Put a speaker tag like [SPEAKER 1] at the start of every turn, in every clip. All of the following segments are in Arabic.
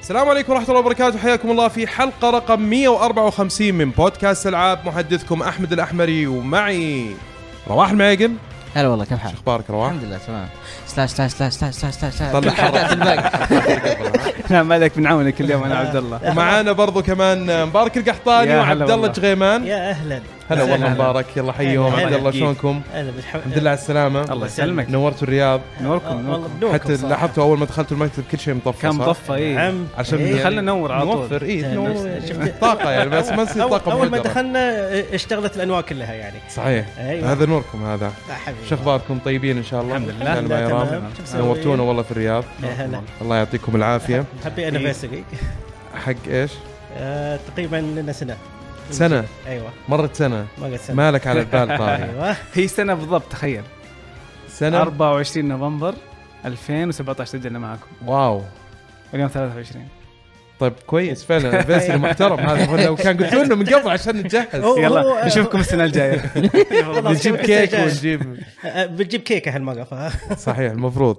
[SPEAKER 1] السلام عليكم ورحمة الله وبركاته حياكم الله في حلقة رقم 154 من بودكاست ألعاب محدثكم أحمد الأحمري ومعي رواح المعيقل
[SPEAKER 2] هلا والله كيف حالك؟
[SPEAKER 1] أخبارك رواح؟
[SPEAKER 2] الحمد لله تمام سلاش سلاش سلاش سلاش سلاش سلاش
[SPEAKER 1] طلع حرق.
[SPEAKER 3] لا ما عليك بنعاونك اليوم انا عبد الله
[SPEAKER 1] ومعانا برضو كمان مبارك القحطاني
[SPEAKER 3] يا هلا
[SPEAKER 1] وعبد الله
[SPEAKER 3] والله.
[SPEAKER 1] جغيمان
[SPEAKER 4] يا اهلا
[SPEAKER 1] هلا والله
[SPEAKER 3] هلا.
[SPEAKER 1] مبارك يلا حيهم
[SPEAKER 4] هلا.
[SPEAKER 1] عبد الله
[SPEAKER 3] كيف؟
[SPEAKER 1] شلونكم؟
[SPEAKER 4] اهلا بالحمد يعني
[SPEAKER 1] الحمد لله على السلامة
[SPEAKER 3] الله يسلمك
[SPEAKER 1] نورتوا الرياض
[SPEAKER 3] نوركم
[SPEAKER 4] والله
[SPEAKER 3] نوركم
[SPEAKER 4] بنوركم
[SPEAKER 1] حتى
[SPEAKER 4] صراحة.
[SPEAKER 1] لاحظتوا أول ما دخلتوا المكتب كل شيء مطفى
[SPEAKER 3] كان
[SPEAKER 1] صح؟
[SPEAKER 3] ضفه اي
[SPEAKER 4] نعم
[SPEAKER 1] عشان
[SPEAKER 4] إيه.
[SPEAKER 3] خلنا ننور على
[SPEAKER 1] نوفر
[SPEAKER 3] طول
[SPEAKER 1] اي
[SPEAKER 4] إيه،
[SPEAKER 1] نوفر.
[SPEAKER 4] شفت؟
[SPEAKER 1] طاقة يعني بس ما
[SPEAKER 4] أول-
[SPEAKER 1] تصير طاقة
[SPEAKER 4] اول ما
[SPEAKER 1] مهدرة.
[SPEAKER 4] دخلنا إيه، اشتغلت الانواع كلها يعني
[SPEAKER 1] صحيح
[SPEAKER 4] ايوه
[SPEAKER 1] هذا نوركم هذا
[SPEAKER 4] لا حبيبي
[SPEAKER 1] شو اخباركم طيبين ان شاء الله؟
[SPEAKER 3] الحمد لله.
[SPEAKER 1] أهلا
[SPEAKER 4] لا،
[SPEAKER 1] ويا
[SPEAKER 4] تمام. نعم.
[SPEAKER 1] رام.
[SPEAKER 4] شو مسوي؟
[SPEAKER 1] نورتونا إيه. والله في الرياض
[SPEAKER 4] يا هلا
[SPEAKER 1] الله يعطيكم العافية
[SPEAKER 4] هابي انيفرسري
[SPEAKER 1] حق ايش؟
[SPEAKER 4] تقريبا لنا سنه
[SPEAKER 1] سنة
[SPEAKER 4] ايوه
[SPEAKER 1] مرت سنة
[SPEAKER 4] ما قد سنه
[SPEAKER 1] مالك على البال طاري
[SPEAKER 4] ايوه
[SPEAKER 3] هي سنه بالضبط تخيل
[SPEAKER 1] سنة
[SPEAKER 3] 24 نوفمبر 2017 سجلنا معاكم
[SPEAKER 1] واو
[SPEAKER 3] اليوم 23
[SPEAKER 1] طيب كويس فعلا الفيسري محترم هذا هو لو كان قلت لنا من قبل عشان نجهز
[SPEAKER 4] أوه. هو-
[SPEAKER 3] يلا
[SPEAKER 4] آه،
[SPEAKER 3] نشوفكم السنه الجايه
[SPEAKER 1] نجيب كيك ونجيب
[SPEAKER 4] آه، بتجيب كيكه هالمقف
[SPEAKER 1] صحيح المفروض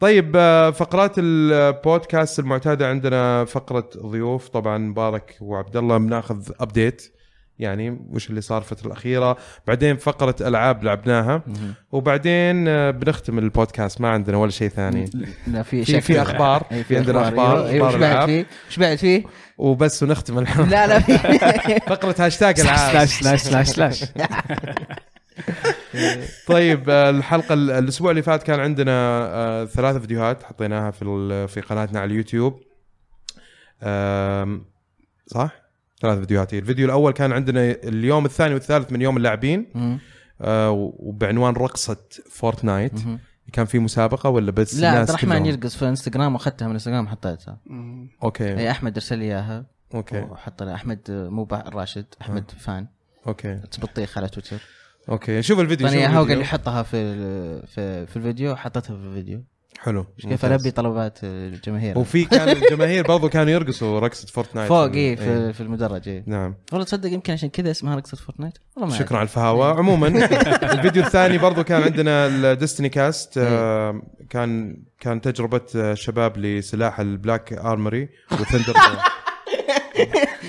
[SPEAKER 1] طيب آه، فقرات البودكاست المعتاده عندنا فقره ضيوف طبعا مبارك وعبد الله بناخذ ابديت يعني وش اللي صار الفتره الاخيره بعدين فقره العاب لعبناها وبعدين آه، بنختم البودكاست ما عندنا ولا شيء ثاني
[SPEAKER 2] لا في
[SPEAKER 1] في
[SPEAKER 2] شك
[SPEAKER 1] في اخبار
[SPEAKER 2] إيه،
[SPEAKER 1] في عندنا اخبار اخبار
[SPEAKER 2] ايوه ايش بعد
[SPEAKER 1] العاب
[SPEAKER 2] فيه؟ ايش بعد فيه؟
[SPEAKER 1] وبس ونختم الحلقه
[SPEAKER 2] لا لا في
[SPEAKER 1] فقره هاشتاج العاب
[SPEAKER 3] سلاش سلاش سلاش سلاش
[SPEAKER 1] طيب آه، الحلقه ال- الاسبوع اللي فات كان عندنا آه، ثلاث فيديوهات حطيناها في ال- في قناتنا على اليوتيوب آم، صح ثلاث فيديوهات هي. الفيديو الاول كان عندنا اليوم الثاني والثالث من يوم اللاعبين
[SPEAKER 2] مم.
[SPEAKER 1] آه، وبعنوان رقصه فورتنايت
[SPEAKER 2] مهم.
[SPEAKER 1] كان في مسابقه ولا بس
[SPEAKER 2] لا عبد
[SPEAKER 1] الناس
[SPEAKER 2] الرحمن
[SPEAKER 1] كلهم؟
[SPEAKER 2] يرقص في انستغرام واخذتها من انستغرام حطيتها
[SPEAKER 1] اوكي
[SPEAKER 2] اي احمد ارسل لي اياها
[SPEAKER 1] اوكي
[SPEAKER 2] وحط لها احمد آه، مو با- راشد احمد فان
[SPEAKER 1] اوكي
[SPEAKER 2] تبطيخ على تويتر
[SPEAKER 1] اوكي شوف الفيديو شوف
[SPEAKER 2] طبعا هو قال
[SPEAKER 1] الفيديو
[SPEAKER 2] لي حطها في ال- في في الفيديو حطتها في الفيديو
[SPEAKER 1] حلو
[SPEAKER 2] مش كيف
[SPEAKER 1] ممتاز.
[SPEAKER 2] البي طلبات آه، الجماهير
[SPEAKER 1] وفي كان الجماهير برضو كانوا يرقصوا رقصه فورتنايت
[SPEAKER 2] فوق اي
[SPEAKER 1] إيه.
[SPEAKER 2] في, في المدرج اي
[SPEAKER 1] نعم
[SPEAKER 2] والله تصدق يمكن عشان كذا اسمها رقصه فورتنايت والله ما
[SPEAKER 1] شكرا على الفهاوة عموما الفيديو الثاني برضو كان عندنا الديستني كاست آه، كان كان تجربة آه، شباب لسلاح البلاك ارمري وثندر
[SPEAKER 2] أدري.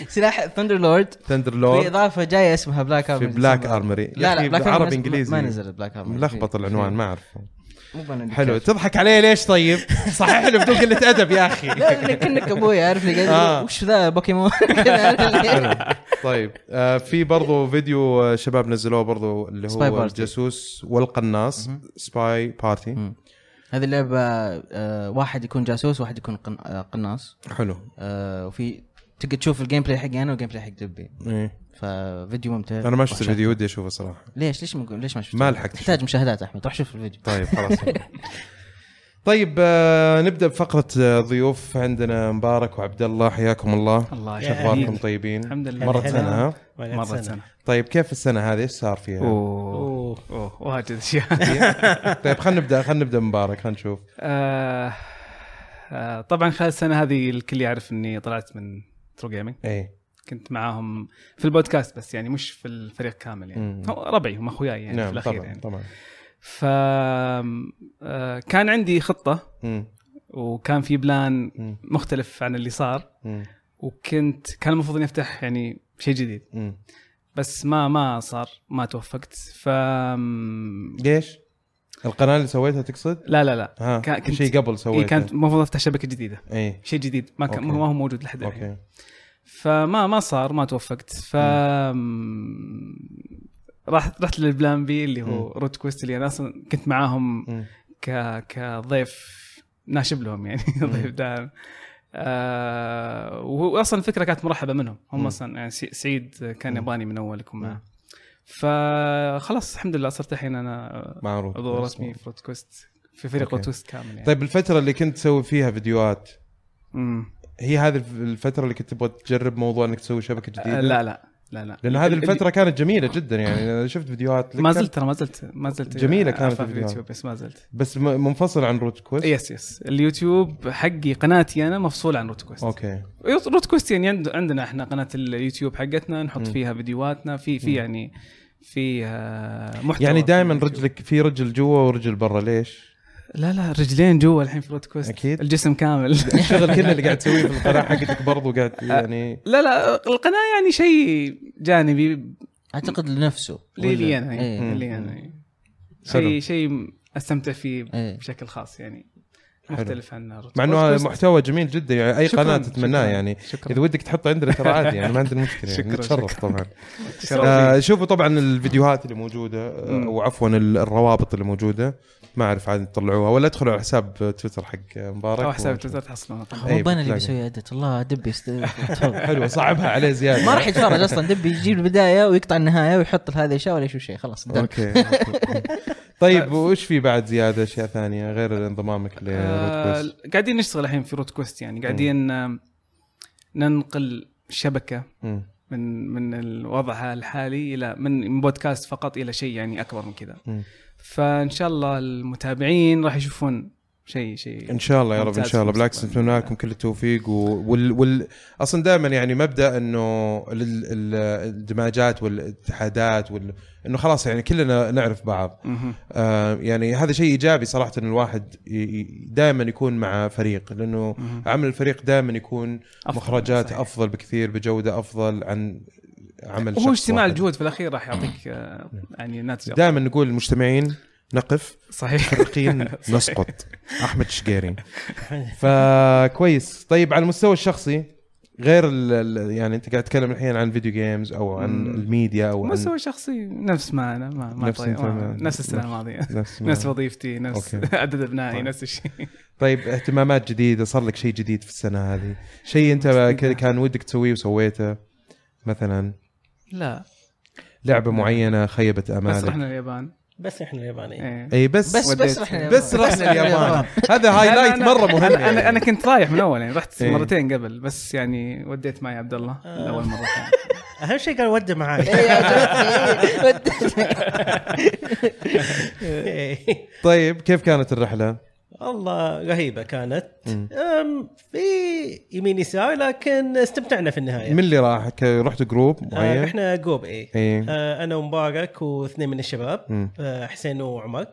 [SPEAKER 2] سلاح ثندر لورد
[SPEAKER 1] ثندر
[SPEAKER 2] في
[SPEAKER 1] لورد
[SPEAKER 2] اضافه جايه اسمها بلاك
[SPEAKER 1] في
[SPEAKER 2] ارمر
[SPEAKER 1] بلاك ارمري
[SPEAKER 2] لا لا بلاك
[SPEAKER 1] عربي
[SPEAKER 2] عربي
[SPEAKER 1] انجليزي
[SPEAKER 2] ما نزل بلاك ارمر
[SPEAKER 1] ملخبط العنوان ما اعرف
[SPEAKER 2] إيه. مو
[SPEAKER 1] حلو تضحك عليه ليش طيب؟ صحح له بدون قله ادب يا اخي
[SPEAKER 2] لا لأن كانك ابوي عارف لي
[SPEAKER 1] آه.
[SPEAKER 2] قال وش ذا بوكيمون كذا.
[SPEAKER 1] طيب آه في برضو فيديو آه، شباب نزلوه برضو اللي
[SPEAKER 2] Spy
[SPEAKER 1] هو
[SPEAKER 2] Party.
[SPEAKER 1] الجاسوس والقناص سباي بارتي
[SPEAKER 2] مم. هذه اللعبه آه، واحد يكون جاسوس واحد يكون قن- آه، قناص
[SPEAKER 1] حلو
[SPEAKER 2] آه، وفي تقدر تشوف الجيم بلاي حقي انا والجيم بلاي حق دبي
[SPEAKER 1] إيه.
[SPEAKER 2] ففيديو ممتع
[SPEAKER 1] انا ما شفت
[SPEAKER 2] وحشة.
[SPEAKER 1] الفيديو ودي اشوفه صراحه
[SPEAKER 2] ليش ليش ما ليش ما شفت
[SPEAKER 1] ما لحقت
[SPEAKER 2] تحتاج مشاهدات احمد روح شوف الفيديو
[SPEAKER 1] طيب خلاص طيب آه، نبدا بفقره آه، ضيوف عندنا مبارك وعبد الله حياكم الله
[SPEAKER 3] الله
[SPEAKER 1] شو
[SPEAKER 4] يا
[SPEAKER 1] اخباركم
[SPEAKER 3] يخليك
[SPEAKER 1] طيبين
[SPEAKER 3] الحمد لله
[SPEAKER 1] مرة
[SPEAKER 4] هلا.
[SPEAKER 1] سنة ها
[SPEAKER 3] مرة سنة
[SPEAKER 1] طيب كيف السنة هذه ايش صار فيها؟
[SPEAKER 3] اوه
[SPEAKER 4] أوه.
[SPEAKER 3] اوه واجد اشياء
[SPEAKER 1] طيب خلينا نبدا خلينا نبدا مبارك خلينا نشوف
[SPEAKER 3] آه، آه، طبعا خلال السنه هذه الكل يعرف اني طلعت من ترو جيمنج
[SPEAKER 1] اي
[SPEAKER 3] كنت معاهم في البودكاست بس يعني مش في الفريق كامل
[SPEAKER 1] مم.
[SPEAKER 3] يعني هو ربعي هم اخوياي يعني في
[SPEAKER 1] نعم
[SPEAKER 3] الاخير
[SPEAKER 1] طبعا
[SPEAKER 3] يعني
[SPEAKER 1] طبعا
[SPEAKER 3] ف آه، كان عندي خطه
[SPEAKER 1] مم،
[SPEAKER 3] وكان في بلان
[SPEAKER 1] مم،
[SPEAKER 3] مختلف عن اللي صار
[SPEAKER 1] مم،
[SPEAKER 3] وكنت كان المفروض اني افتح يعني شيء جديد
[SPEAKER 1] مم.
[SPEAKER 3] بس ما ما صار ما توفقت ف لا
[SPEAKER 1] ليش؟ القناة اللي سويتها تقصد؟
[SPEAKER 3] لا لا
[SPEAKER 1] ها
[SPEAKER 3] كا- كنت-
[SPEAKER 1] شيء قبل
[SPEAKER 3] إيه
[SPEAKER 1] سويته
[SPEAKER 3] كانت المفروض افتح شبكه جديده
[SPEAKER 1] اي
[SPEAKER 3] شيء جديد ما كان
[SPEAKER 1] أوكي.
[SPEAKER 3] ما هو موجود لحد الحين
[SPEAKER 1] اوكي
[SPEAKER 3] فما ما صار ما توفقت ف رحت رحت للبلان بي اللي هو روت كويست اللي انا اصلا كنت معاهم
[SPEAKER 1] مم،
[SPEAKER 3] ك كضيف ناشب لهم يعني ضيف دائم آه واصلا الفكره كانت مرحبه منهم هم
[SPEAKER 1] مم.
[SPEAKER 3] اصلا يعني سي- سعيد كان
[SPEAKER 1] مم.
[SPEAKER 3] ياباني من اول يكون
[SPEAKER 1] مم.
[SPEAKER 3] معه فخلاص الحمد لله صرت الحين انا
[SPEAKER 1] معروف
[SPEAKER 3] عضو رسمي في روت كويست في فريق
[SPEAKER 1] أوكي.
[SPEAKER 3] روت كويست كامل يعني
[SPEAKER 1] طيب الفترة اللي كنت تسوي فيها فيديوهات
[SPEAKER 3] مم.
[SPEAKER 1] هي هذه الفترة اللي كنت تبغى تجرب موضوع انك تسوي شبكة جديدة؟
[SPEAKER 3] آه، لا لا لا لا
[SPEAKER 1] لان هذه
[SPEAKER 3] اللي-
[SPEAKER 1] الفترة كانت جميلة جدا يعني انا شفت فيديوهات لك
[SPEAKER 3] ما
[SPEAKER 1] كان-
[SPEAKER 3] زلت ترى ما زلت ما زلت
[SPEAKER 1] جميلة
[SPEAKER 3] أرفع
[SPEAKER 1] كانت
[SPEAKER 3] في
[SPEAKER 1] الفيديوهات.
[SPEAKER 3] اليوتيوب بس ما زلت
[SPEAKER 1] بس م- منفصل عن روت كويست
[SPEAKER 3] يس يس اليوتيوب حقي قناتي انا مفصول عن روت كويست
[SPEAKER 1] اوكي
[SPEAKER 3] يوت- روت كويست يعني عند- عندنا احنا قناه اليوتيوب حقتنا نحط فيها فيديوهاتنا في في يعني في آه، محتوى
[SPEAKER 1] يعني دائما
[SPEAKER 3] في اليوتيوب.
[SPEAKER 1] رجلك في رجل جوا ورجل برا ليش؟
[SPEAKER 3] لا لا رجلين جوا الحين في رود كويست
[SPEAKER 1] أكيد.
[SPEAKER 3] الجسم كامل
[SPEAKER 1] الشغل كله اللي قاعد تسويه في القناه حقتك برضو قاعد
[SPEAKER 3] آه.
[SPEAKER 1] يعني
[SPEAKER 3] لا لا القناه يعني شيء جانبي
[SPEAKER 2] اعتقد لنفسه
[SPEAKER 3] لي لي انا
[SPEAKER 2] إيه.
[SPEAKER 3] يعني. لي انا يعني.
[SPEAKER 1] حلو.
[SPEAKER 3] شيء شيء استمتع فيه
[SPEAKER 2] إيه.
[SPEAKER 3] بشكل خاص يعني
[SPEAKER 1] حلو.
[SPEAKER 3] مختلف عن ناروتو
[SPEAKER 1] مع
[SPEAKER 3] Of
[SPEAKER 1] انه
[SPEAKER 3] course.
[SPEAKER 1] محتوى جميل جدا يعني اي
[SPEAKER 3] شكراً،
[SPEAKER 1] قناه تتمناه
[SPEAKER 3] شكراً.
[SPEAKER 1] يعني اذا
[SPEAKER 3] شكرا
[SPEAKER 1] ودك تحطه عندنا ترى عادي يعني ما عندنا مشكله يعني
[SPEAKER 3] شكراً،
[SPEAKER 1] نتشرف طبعا
[SPEAKER 3] شرف
[SPEAKER 1] آه شوفوا طبعا الفيديوهات اللي موجوده آه،
[SPEAKER 3] مم.
[SPEAKER 1] او عفوا ال- الروابط اللي موجوده ما اعرف عاد تطلعوها ولا ادخلوا على حساب تويتر حق مبارك
[SPEAKER 3] او حساب
[SPEAKER 1] و-
[SPEAKER 3] تويتر تحصلون
[SPEAKER 2] هو
[SPEAKER 1] إيه،
[SPEAKER 2] انا اللي
[SPEAKER 1] بتلاقي.
[SPEAKER 2] بيسوي ادت والله دبي يست- تفضل.
[SPEAKER 1] حلو صعبها عليه زياده
[SPEAKER 2] ما راح يتفرج اصلا دبي يجيب البدايه ويقطع النهايه ويحط هذه الاشياء ولا يشوف شيء خلاص done.
[SPEAKER 1] اوكي أوكي. طيب وش في بعد زياده اشياء ثانيه غير انضمامك ل
[SPEAKER 3] آه، قاعدين نشتغل الحين في روت كويست يعني قاعدين آم، ننقل شبكه من من الوضعها الحالي الى من بودكاست فقط الى شيء يعني اكبر من كذا فان شاء الله المتابعين راح يشوفون شيء شيء
[SPEAKER 1] ان شاء الله يا رب ان
[SPEAKER 3] ممتاز
[SPEAKER 1] شاء الله
[SPEAKER 3] في
[SPEAKER 1] بالعكس
[SPEAKER 3] المستقبل.
[SPEAKER 1] نتمنى لكم كل التوفيق و- وال, وال... اصلا دائما يعني مبدا انه ال- ال- الاندماجات والاتحادات وال... انه خلاص يعني كلنا نعرف بعض
[SPEAKER 3] مهم.
[SPEAKER 1] آه يعني هذا شيء ايجابي صراحه ان الواحد دائما يكون مع فريق لانه
[SPEAKER 3] مهم.
[SPEAKER 1] عمل الفريق دائما يكون
[SPEAKER 3] أفضل،
[SPEAKER 1] مخرجات
[SPEAKER 3] صحيح.
[SPEAKER 1] افضل بكثير بجوده افضل عن عمل
[SPEAKER 3] وهو
[SPEAKER 1] شخص
[SPEAKER 3] اجتماع
[SPEAKER 1] واحد.
[SPEAKER 3] الجهود في الاخير راح يعطيك آه، يعني ناتج
[SPEAKER 1] دائما نقول المجتمعين نقف
[SPEAKER 3] صحيح
[SPEAKER 1] فرقين نسقط احمد شقيري فكويس طيب على المستوى الشخصي غير ال ال- يعني انت قاعد تتكلم الحين عن فيديو جيمز او عن
[SPEAKER 3] مم.
[SPEAKER 1] الميديا او عن
[SPEAKER 3] مستوى شخصي نفس ما انا ما, ما
[SPEAKER 1] نفس
[SPEAKER 3] طيب
[SPEAKER 1] أنت
[SPEAKER 3] ما
[SPEAKER 1] ما-
[SPEAKER 3] نفس السنه الماضيه
[SPEAKER 1] نفس ما-
[SPEAKER 3] نفس وظيفتي نفس
[SPEAKER 1] أوكي.
[SPEAKER 3] عدد ابنائي
[SPEAKER 1] طيب.
[SPEAKER 3] نفس الشيء
[SPEAKER 1] طيب اهتمامات جديده صار لك شيء جديد في السنه هذه شيء انت ك- كان ودك تسويه وسويته مثلا
[SPEAKER 3] لا
[SPEAKER 1] لعبه معينه خيبت
[SPEAKER 3] بس
[SPEAKER 1] امالك
[SPEAKER 3] رحنا اليابان
[SPEAKER 4] بس احنا اليابانيين
[SPEAKER 3] إيه.
[SPEAKER 1] اي بس
[SPEAKER 2] بس
[SPEAKER 1] بس,
[SPEAKER 2] بس
[SPEAKER 3] وديت.
[SPEAKER 2] رحنا
[SPEAKER 1] بس رحنا اليابان هذا هايلايت
[SPEAKER 3] لا، لا،
[SPEAKER 1] مره مهم
[SPEAKER 3] أنا, يعني.
[SPEAKER 1] يعني.
[SPEAKER 3] انا انا كنت رايح من اول يعني رحت
[SPEAKER 1] إيه.
[SPEAKER 3] مرتين قبل بس يعني وديت معي عبد الله
[SPEAKER 4] آه.
[SPEAKER 3] اول مره كان.
[SPEAKER 4] اهم شيء قال ودي معاي
[SPEAKER 2] إيه، عجبتني.
[SPEAKER 4] إيه.
[SPEAKER 1] طيب كيف كانت الرحله؟
[SPEAKER 4] والله رهيبه كانت
[SPEAKER 1] مم.
[SPEAKER 4] أم، في يمين يسار لكن استمتعنا في
[SPEAKER 3] طيب.
[SPEAKER 4] آه، النهايه
[SPEAKER 1] من اللي راح ك- رحت جروب
[SPEAKER 4] آه،
[SPEAKER 1] معين؟
[SPEAKER 4] احنا جوب اي
[SPEAKER 1] اي
[SPEAKER 4] آه، انا ومبارك واثنين من الشباب
[SPEAKER 1] مم.
[SPEAKER 4] آه، حسين وعمر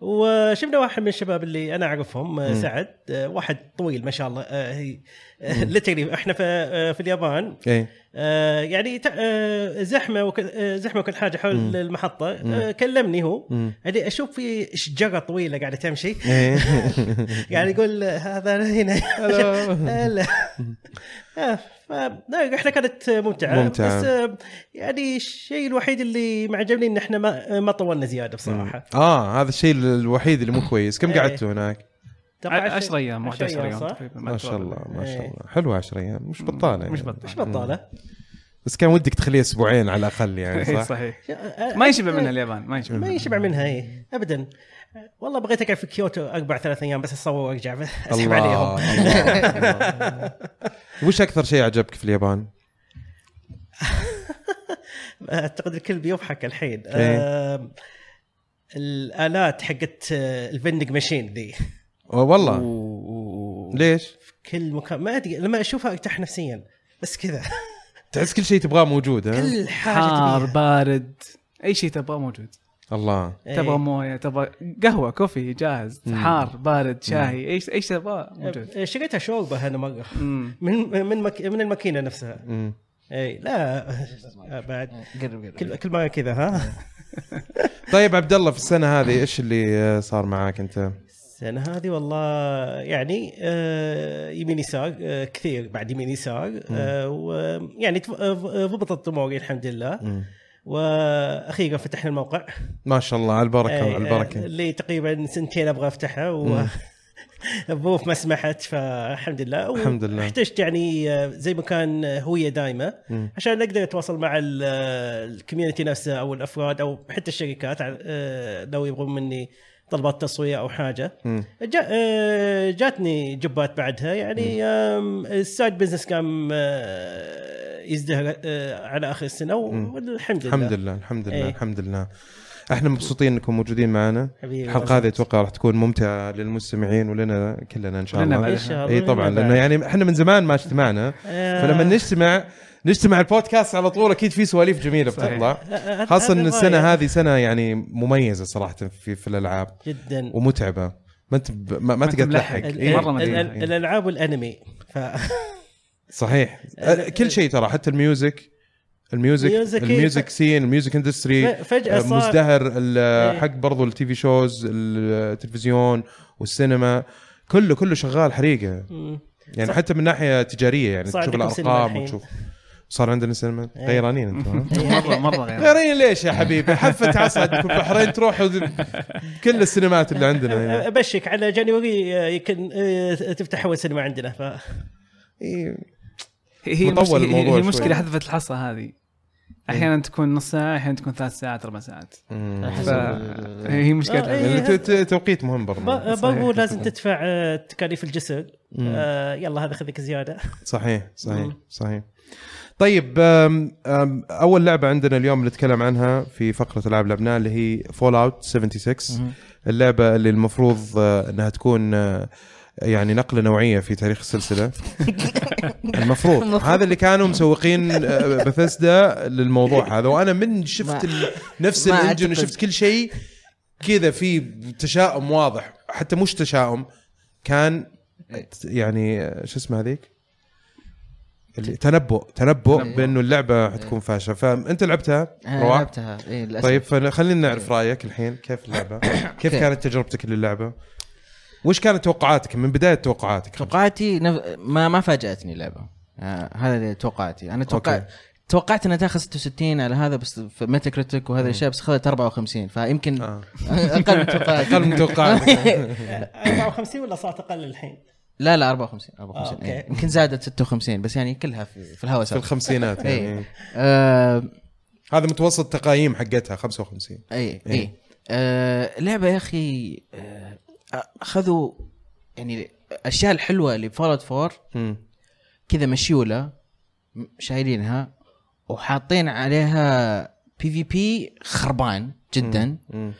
[SPEAKER 4] وشفنا واحد من الشباب اللي انا اعرفهم آه،
[SPEAKER 1] مم.
[SPEAKER 4] سعد آه، واحد طويل ما شاء الله آه، لتري احنا في آه، في اليابان
[SPEAKER 1] اي
[SPEAKER 4] آه، يعني تع- آه، زحمه وكل آه، زحمه وكل حاجه حول
[SPEAKER 1] مم.
[SPEAKER 4] المحطه
[SPEAKER 1] مم.
[SPEAKER 4] آه، كلمني هو
[SPEAKER 1] مم.
[SPEAKER 4] يعني اشوف في شجره طويله قاعده تمشي
[SPEAKER 1] ايه
[SPEAKER 4] يعني يقول هذا أنا هنا هلا آه، ف- لا، الرحله كانت ممتعه
[SPEAKER 1] ممتعة.
[SPEAKER 4] بس آه، يعني الشيء الوحيد اللي ما عجبني ان احنا ما ما طولنا زياده بصراحه
[SPEAKER 1] اه هذا الشيء الوحيد اللي مو كويس كم
[SPEAKER 4] إيه.
[SPEAKER 1] قعدتوا هناك؟
[SPEAKER 4] أتوقع
[SPEAKER 3] 10 ايام 11
[SPEAKER 4] عشر أيام،
[SPEAKER 3] يوم
[SPEAKER 4] صح؟
[SPEAKER 3] تقريبا
[SPEAKER 1] ما شاء
[SPEAKER 3] أتذكر.
[SPEAKER 1] الله ما شاء
[SPEAKER 4] إيه.
[SPEAKER 1] الله حلو 10 ايام مش بطاله
[SPEAKER 3] مش
[SPEAKER 1] يعني.
[SPEAKER 3] بطالة.
[SPEAKER 4] مش بطاله
[SPEAKER 1] بس كان ودك تخليه اسبوعين على الاقل يعني
[SPEAKER 3] إيه،
[SPEAKER 1] صح؟
[SPEAKER 3] صحيح
[SPEAKER 4] آه،
[SPEAKER 3] ما ينشبع منها اليابان ما ينشبع
[SPEAKER 4] ما
[SPEAKER 3] منها.
[SPEAKER 4] يشبع منها اي ابدا والله بغيت اقعد في كيوتو اربع ثلاث ايام بس اصور وارجع بس اسحب
[SPEAKER 1] الله
[SPEAKER 4] عليهم
[SPEAKER 1] الله. وش اكثر شيء عجبك في اليابان؟
[SPEAKER 4] اعتقد الكل بيضحك الحين
[SPEAKER 1] إيه.
[SPEAKER 4] آه، الالات حقت آه، الفندق ماشين ذي
[SPEAKER 1] أوه، والله
[SPEAKER 3] أوه.
[SPEAKER 1] ليش؟
[SPEAKER 4] كل مكان ما ادري لما اشوفها ارتاح نفسيا بس كذا
[SPEAKER 1] تحس كل شيء تبغاه موجود ها؟
[SPEAKER 4] كل حاجه
[SPEAKER 3] حار
[SPEAKER 4] تبيها.
[SPEAKER 3] بارد اي شيء تبغاه موجود
[SPEAKER 1] الله
[SPEAKER 4] إيه.
[SPEAKER 3] تبغى مويه تبغى قهوه كوفي جاهز
[SPEAKER 1] مم.
[SPEAKER 3] حار بارد شاهي ايش ايش تبغاه موجود
[SPEAKER 4] آه، شريتها شوربه انا مره
[SPEAKER 3] مم.
[SPEAKER 4] من من مك... من الماكينه نفسها
[SPEAKER 1] مم.
[SPEAKER 4] اي لا آه، بعد
[SPEAKER 2] قرب
[SPEAKER 4] كل
[SPEAKER 2] قرب
[SPEAKER 4] كل مره كذا ها
[SPEAKER 1] طيب عبد الله في السنه هذه ايش اللي آه، صار معاك انت؟
[SPEAKER 4] السنه هذه والله يعني آه، يمين يسار آه، كثير بعد يمين يسار آه، ويعني تف- آه، ضبطت اموري الحمد لله
[SPEAKER 1] مم.
[SPEAKER 4] واخيرا فتحنا الموقع
[SPEAKER 1] ما شاء الله على البركه
[SPEAKER 4] آه،
[SPEAKER 1] على البركه
[SPEAKER 4] اللي تقريبا سنتين ابغى افتحها و
[SPEAKER 1] مم.
[SPEAKER 4] الظروف ما سمحت فالحمد لله و-
[SPEAKER 1] الحمد لله.
[SPEAKER 4] احتجت يعني آه، زي ما كان آه، هويه دايمه
[SPEAKER 1] مم.
[SPEAKER 4] عشان نقدر نتواصل مع ال- آه، الكوميونتي نفسه او الافراد او حتى الشركات على- آه، لو يبغون مني طلبات تصوير او حاجه
[SPEAKER 1] مم.
[SPEAKER 4] جا آه، جاتني جبات بعدها يعني آم، السايد بزنس قام آه، يزدهر آه، على اخر السنه
[SPEAKER 1] مم.
[SPEAKER 4] والحمد لله
[SPEAKER 1] الحمد لله الحمد لله
[SPEAKER 4] إيه.
[SPEAKER 1] الحمد لله احنا مبسوطين انكم موجودين معنا
[SPEAKER 4] حبيبي
[SPEAKER 1] الحلقه هذه اتوقع راح تكون ممتعه للمستمعين ولنا كلنا ان شاء
[SPEAKER 3] لنا
[SPEAKER 1] الله
[SPEAKER 3] بعد.
[SPEAKER 4] ان شاء الله
[SPEAKER 1] اي طبعا لانه يعني احنا من زمان ما اجتمعنا
[SPEAKER 4] إيه. آه،
[SPEAKER 1] فلما نجتمع نجتمع البودكاست على طول اكيد في سواليف جميله
[SPEAKER 3] صحيح.
[SPEAKER 1] بتطلع خاصه ان السنه هذه سنه يعني مميزه صراحه في في الالعاب
[SPEAKER 4] جدا
[SPEAKER 1] ومتعبه ما انت ب- ما, ما
[SPEAKER 3] أنت
[SPEAKER 1] تقدر
[SPEAKER 3] ملحق.
[SPEAKER 1] تلحق
[SPEAKER 4] ال-
[SPEAKER 1] إيه.
[SPEAKER 3] مرة
[SPEAKER 4] ال-
[SPEAKER 3] مدري.
[SPEAKER 4] ال- الالعاب والانمي ف
[SPEAKER 1] صحيح آه، كل شيء ترى حتى الميوزك الميوزك
[SPEAKER 4] ميوزك، إيه.
[SPEAKER 1] الميوزك سين الميوزك اندستري
[SPEAKER 4] ف- فجاه صار
[SPEAKER 1] إيه، مزدهر ال-
[SPEAKER 4] إيه.
[SPEAKER 1] حق برضو التي في شوز التلفزيون والسينما كله كله شغال حريقه
[SPEAKER 4] مم.
[SPEAKER 1] يعني
[SPEAKER 4] صح.
[SPEAKER 1] حتى من ناحيه تجاريه يعني
[SPEAKER 4] صار
[SPEAKER 1] تشوف
[SPEAKER 4] عندكم سينما
[SPEAKER 1] الارقام
[SPEAKER 4] الحين.
[SPEAKER 1] وتشوف صار عندنا سينما
[SPEAKER 4] إيه.
[SPEAKER 1] غيرانين انتم ها؟
[SPEAKER 3] مره مره غير
[SPEAKER 1] غيرانين ليش يا حبيبي حفه عسى تكون البحرين تروح وذ- كل السينمات اللي عندنا هنا.
[SPEAKER 4] ابشك على جانيوري آه، يمكن آه، تفتح اول سينما عندنا ف
[SPEAKER 1] إيه. مطول
[SPEAKER 3] هي المشكله هي-
[SPEAKER 1] الموضوع
[SPEAKER 3] هي
[SPEAKER 1] شوي.
[SPEAKER 3] المشكله حذفت الحصه هذه احيانا تكون نص ساعه احيانا تكون ثلاث ساعات اربع ساعات
[SPEAKER 1] مم.
[SPEAKER 2] حسب
[SPEAKER 3] ف- هي مشكله
[SPEAKER 4] آه، إيه.
[SPEAKER 1] يعني ت- ت- توقيت مهم برضه
[SPEAKER 4] ب-
[SPEAKER 3] صحيح.
[SPEAKER 4] برضو لازم تدفع آه، تكاليف الجسر
[SPEAKER 1] مم.
[SPEAKER 4] آه، يلا هذا خذك زياده
[SPEAKER 1] صحيح صحيح
[SPEAKER 2] نعم.
[SPEAKER 4] مم.
[SPEAKER 1] صحيح طيب أم أم اول لعبه عندنا اليوم نتكلم عنها في فقره العاب لعبناها اللي هي فول اوت 76
[SPEAKER 2] مهم.
[SPEAKER 1] اللعبه اللي المفروض آه، انها تكون آه، يعني نقله نوعيه في تاريخ السلسله المفروض هذا اللي كانوا مسوقين بثسدا للموضوع هذا وانا من
[SPEAKER 2] ما-
[SPEAKER 1] شفت ال- نفس
[SPEAKER 2] ما
[SPEAKER 1] الانجن
[SPEAKER 2] أعتقد.
[SPEAKER 1] وشفت كل شيء كذا في تشاؤم واضح حتى مش تشاؤم كان
[SPEAKER 2] إيه.
[SPEAKER 1] يعني آه، شو اسمه هذيك اللي- تنبؤ تنبؤ
[SPEAKER 2] تنبؤ.
[SPEAKER 1] بانه اللعبه حتكون فاشله فانت لعبتها
[SPEAKER 2] آه،
[SPEAKER 1] رواح
[SPEAKER 2] لعبتها اي للاسف
[SPEAKER 1] طيب فخلينا نعرف رايك الحين كيف اللعبه كيف
[SPEAKER 2] أوكي.
[SPEAKER 1] كانت تجربتك للعبه وش كانت توقعاتك من بدايه توقعاتك
[SPEAKER 2] توقعاتي نف... ما ما فاجاتني اللعبه آه هذا اللي توقعاتي انا توقعت
[SPEAKER 1] أوكي.
[SPEAKER 2] توقعت انها تاخذ 66 على هذا بس في ميتا كريتيك وهذا الاشياء بس اخذت 54 فيمكن
[SPEAKER 1] آه.
[SPEAKER 2] اقل من توقعاتي
[SPEAKER 1] اقل من توقعاتك
[SPEAKER 4] 54 ولا صارت اقل الحين؟
[SPEAKER 2] لا لا 54
[SPEAKER 4] آه،
[SPEAKER 2] 54
[SPEAKER 4] أوكي.
[SPEAKER 2] إيه. يمكن زادت 56 بس يعني كلها في, في الهوس
[SPEAKER 1] في الخمسينات يعني
[SPEAKER 2] إيه. آه
[SPEAKER 1] هذا متوسط تقايم حقتها 55
[SPEAKER 2] اي
[SPEAKER 1] إيه.
[SPEAKER 2] اي آه لعبه يا اخي آه اخذوا يعني الاشياء الحلوه اللي فولت 4
[SPEAKER 1] مم.
[SPEAKER 2] كذا مشيوله م- شايلينها وحاطين عليها بي في بي خربان جدا
[SPEAKER 1] مم.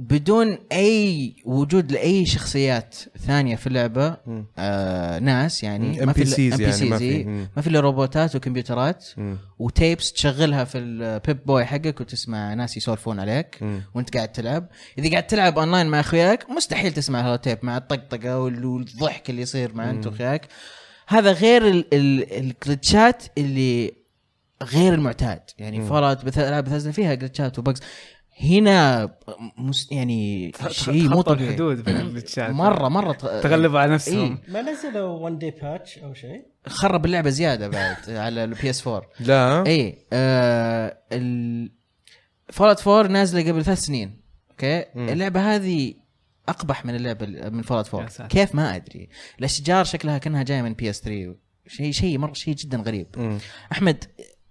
[SPEAKER 2] بدون اي وجود لاي شخصيات ثانيه في اللعبه
[SPEAKER 1] مم.
[SPEAKER 2] آه ناس يعني
[SPEAKER 1] ام بي
[SPEAKER 2] إلا-
[SPEAKER 1] سيز يعني ما
[SPEAKER 2] NPCs
[SPEAKER 1] في
[SPEAKER 2] إيه.
[SPEAKER 1] مم.
[SPEAKER 2] ما في الا روبوتات وكمبيوترات
[SPEAKER 1] مم.
[SPEAKER 2] وتيبس تشغلها في البيب بوي حقك وتسمع ناس يسولفون عليك
[SPEAKER 1] مم.
[SPEAKER 2] وانت قاعد تلعب اذا قاعد تلعب اونلاين مع اخوياك مستحيل تسمع هذا التيب مع الطقطقه وال- والضحك اللي يصير مع انت واخوياك هذا غير ال- ال- الجلتشات اللي غير المعتاد يعني فرات بث... العاب بثزنا فيها جلتشات وبجز هنا مس... يعني شيء مو
[SPEAKER 3] خطوا
[SPEAKER 2] طبيعي
[SPEAKER 3] الحدود بين الجلتشات.
[SPEAKER 2] مره مره ت-
[SPEAKER 3] تغلبوا على نفسهم
[SPEAKER 2] إيه.
[SPEAKER 4] ما نزلوا 1 دي باتش او شيء؟
[SPEAKER 2] خرب اللعبه زياده بعد على البي اس 4
[SPEAKER 1] لا
[SPEAKER 2] اي آه ال فولت 4 نازله قبل ثلاث سنين اوكي
[SPEAKER 1] مم.
[SPEAKER 2] اللعبه هذه اقبح من اللعبه ال- من فولت
[SPEAKER 3] يا
[SPEAKER 2] 4
[SPEAKER 3] ساتر.
[SPEAKER 2] كيف ما ادري الاشجار شكلها كانها جايه من بي اس 3 شيء شيء مره شيء جدا غريب
[SPEAKER 1] مم.
[SPEAKER 2] احمد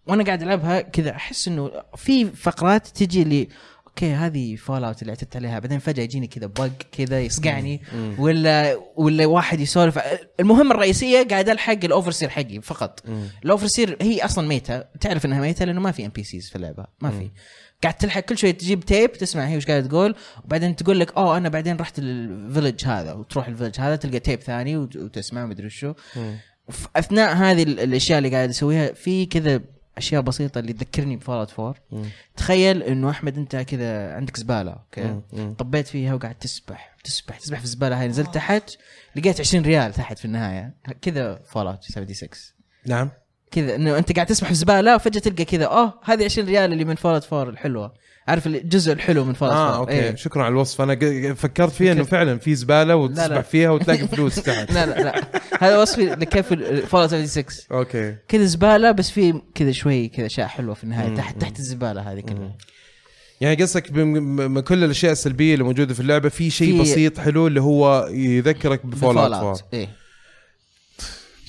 [SPEAKER 2] وانا قاعد العبها كذا احس انه في فقرات تجي لي اوكي هذه فول اوت اللي اعتدت عليها بعدين فجاه يجيني كذا بق كذا يصقعني ولا ولا واحد يسولف المهمه الرئيسيه قاعد الحق الاوفرسير حقي فقط الاوفرسير هي اصلا ميتة تعرف انها ميتة لانه ما في ام بي سيز في اللعبه ما في قاعد تلحق كل شويه تجيب تيب تسمع هي وش قاعده تقول وبعدين تقول لك اوه انا بعدين رحت الفيلج هذا وتروح الفيلج هذا تلقى تيب ثاني وت- وتسمع مدري شو وفي اثناء هذه ال- الاشياء اللي قاعد اسويها في كذا اشياء بسيطه اللي تذكرني بفولات فور تخيل انه احمد انت كذا عندك زباله اوكي طبيت فيها وقاعد تسبح تسبح تسبح في الزباله هاي نزلت تحت لقيت 20 ريال تحت في النهايه كذا فولات 76
[SPEAKER 1] نعم
[SPEAKER 2] كذا انه انت قاعد تسبح في زباله وفجاه تلقى كذا اه هذه 20 ريال اللي من فولات فور الحلوه عارف الجزء الحلو من فولات
[SPEAKER 1] اه
[SPEAKER 2] فور
[SPEAKER 1] اوكي
[SPEAKER 2] إيه.
[SPEAKER 1] شكرا على الوصف انا ق- فكرت فيها انه فعلا في زباله
[SPEAKER 2] لا، لا.
[SPEAKER 1] وتسبح فيها وتلاقي فلوس تحت
[SPEAKER 2] لا لا لا هذا وصفي لكيف فولات 76
[SPEAKER 1] اوكي
[SPEAKER 2] كذا زباله بس في كذا شوي كذا اشياء حلوه في النهايه
[SPEAKER 1] مم.
[SPEAKER 2] تحت تحت الزباله هذه كلها
[SPEAKER 1] يعني قصدك بم- م- من كل الاشياء السلبيه اللي موجوده في اللعبه في شيء
[SPEAKER 2] في-
[SPEAKER 1] بسيط حلو اللي هو يذكرك بفول
[SPEAKER 2] Fallout،
[SPEAKER 1] اوت
[SPEAKER 2] ايه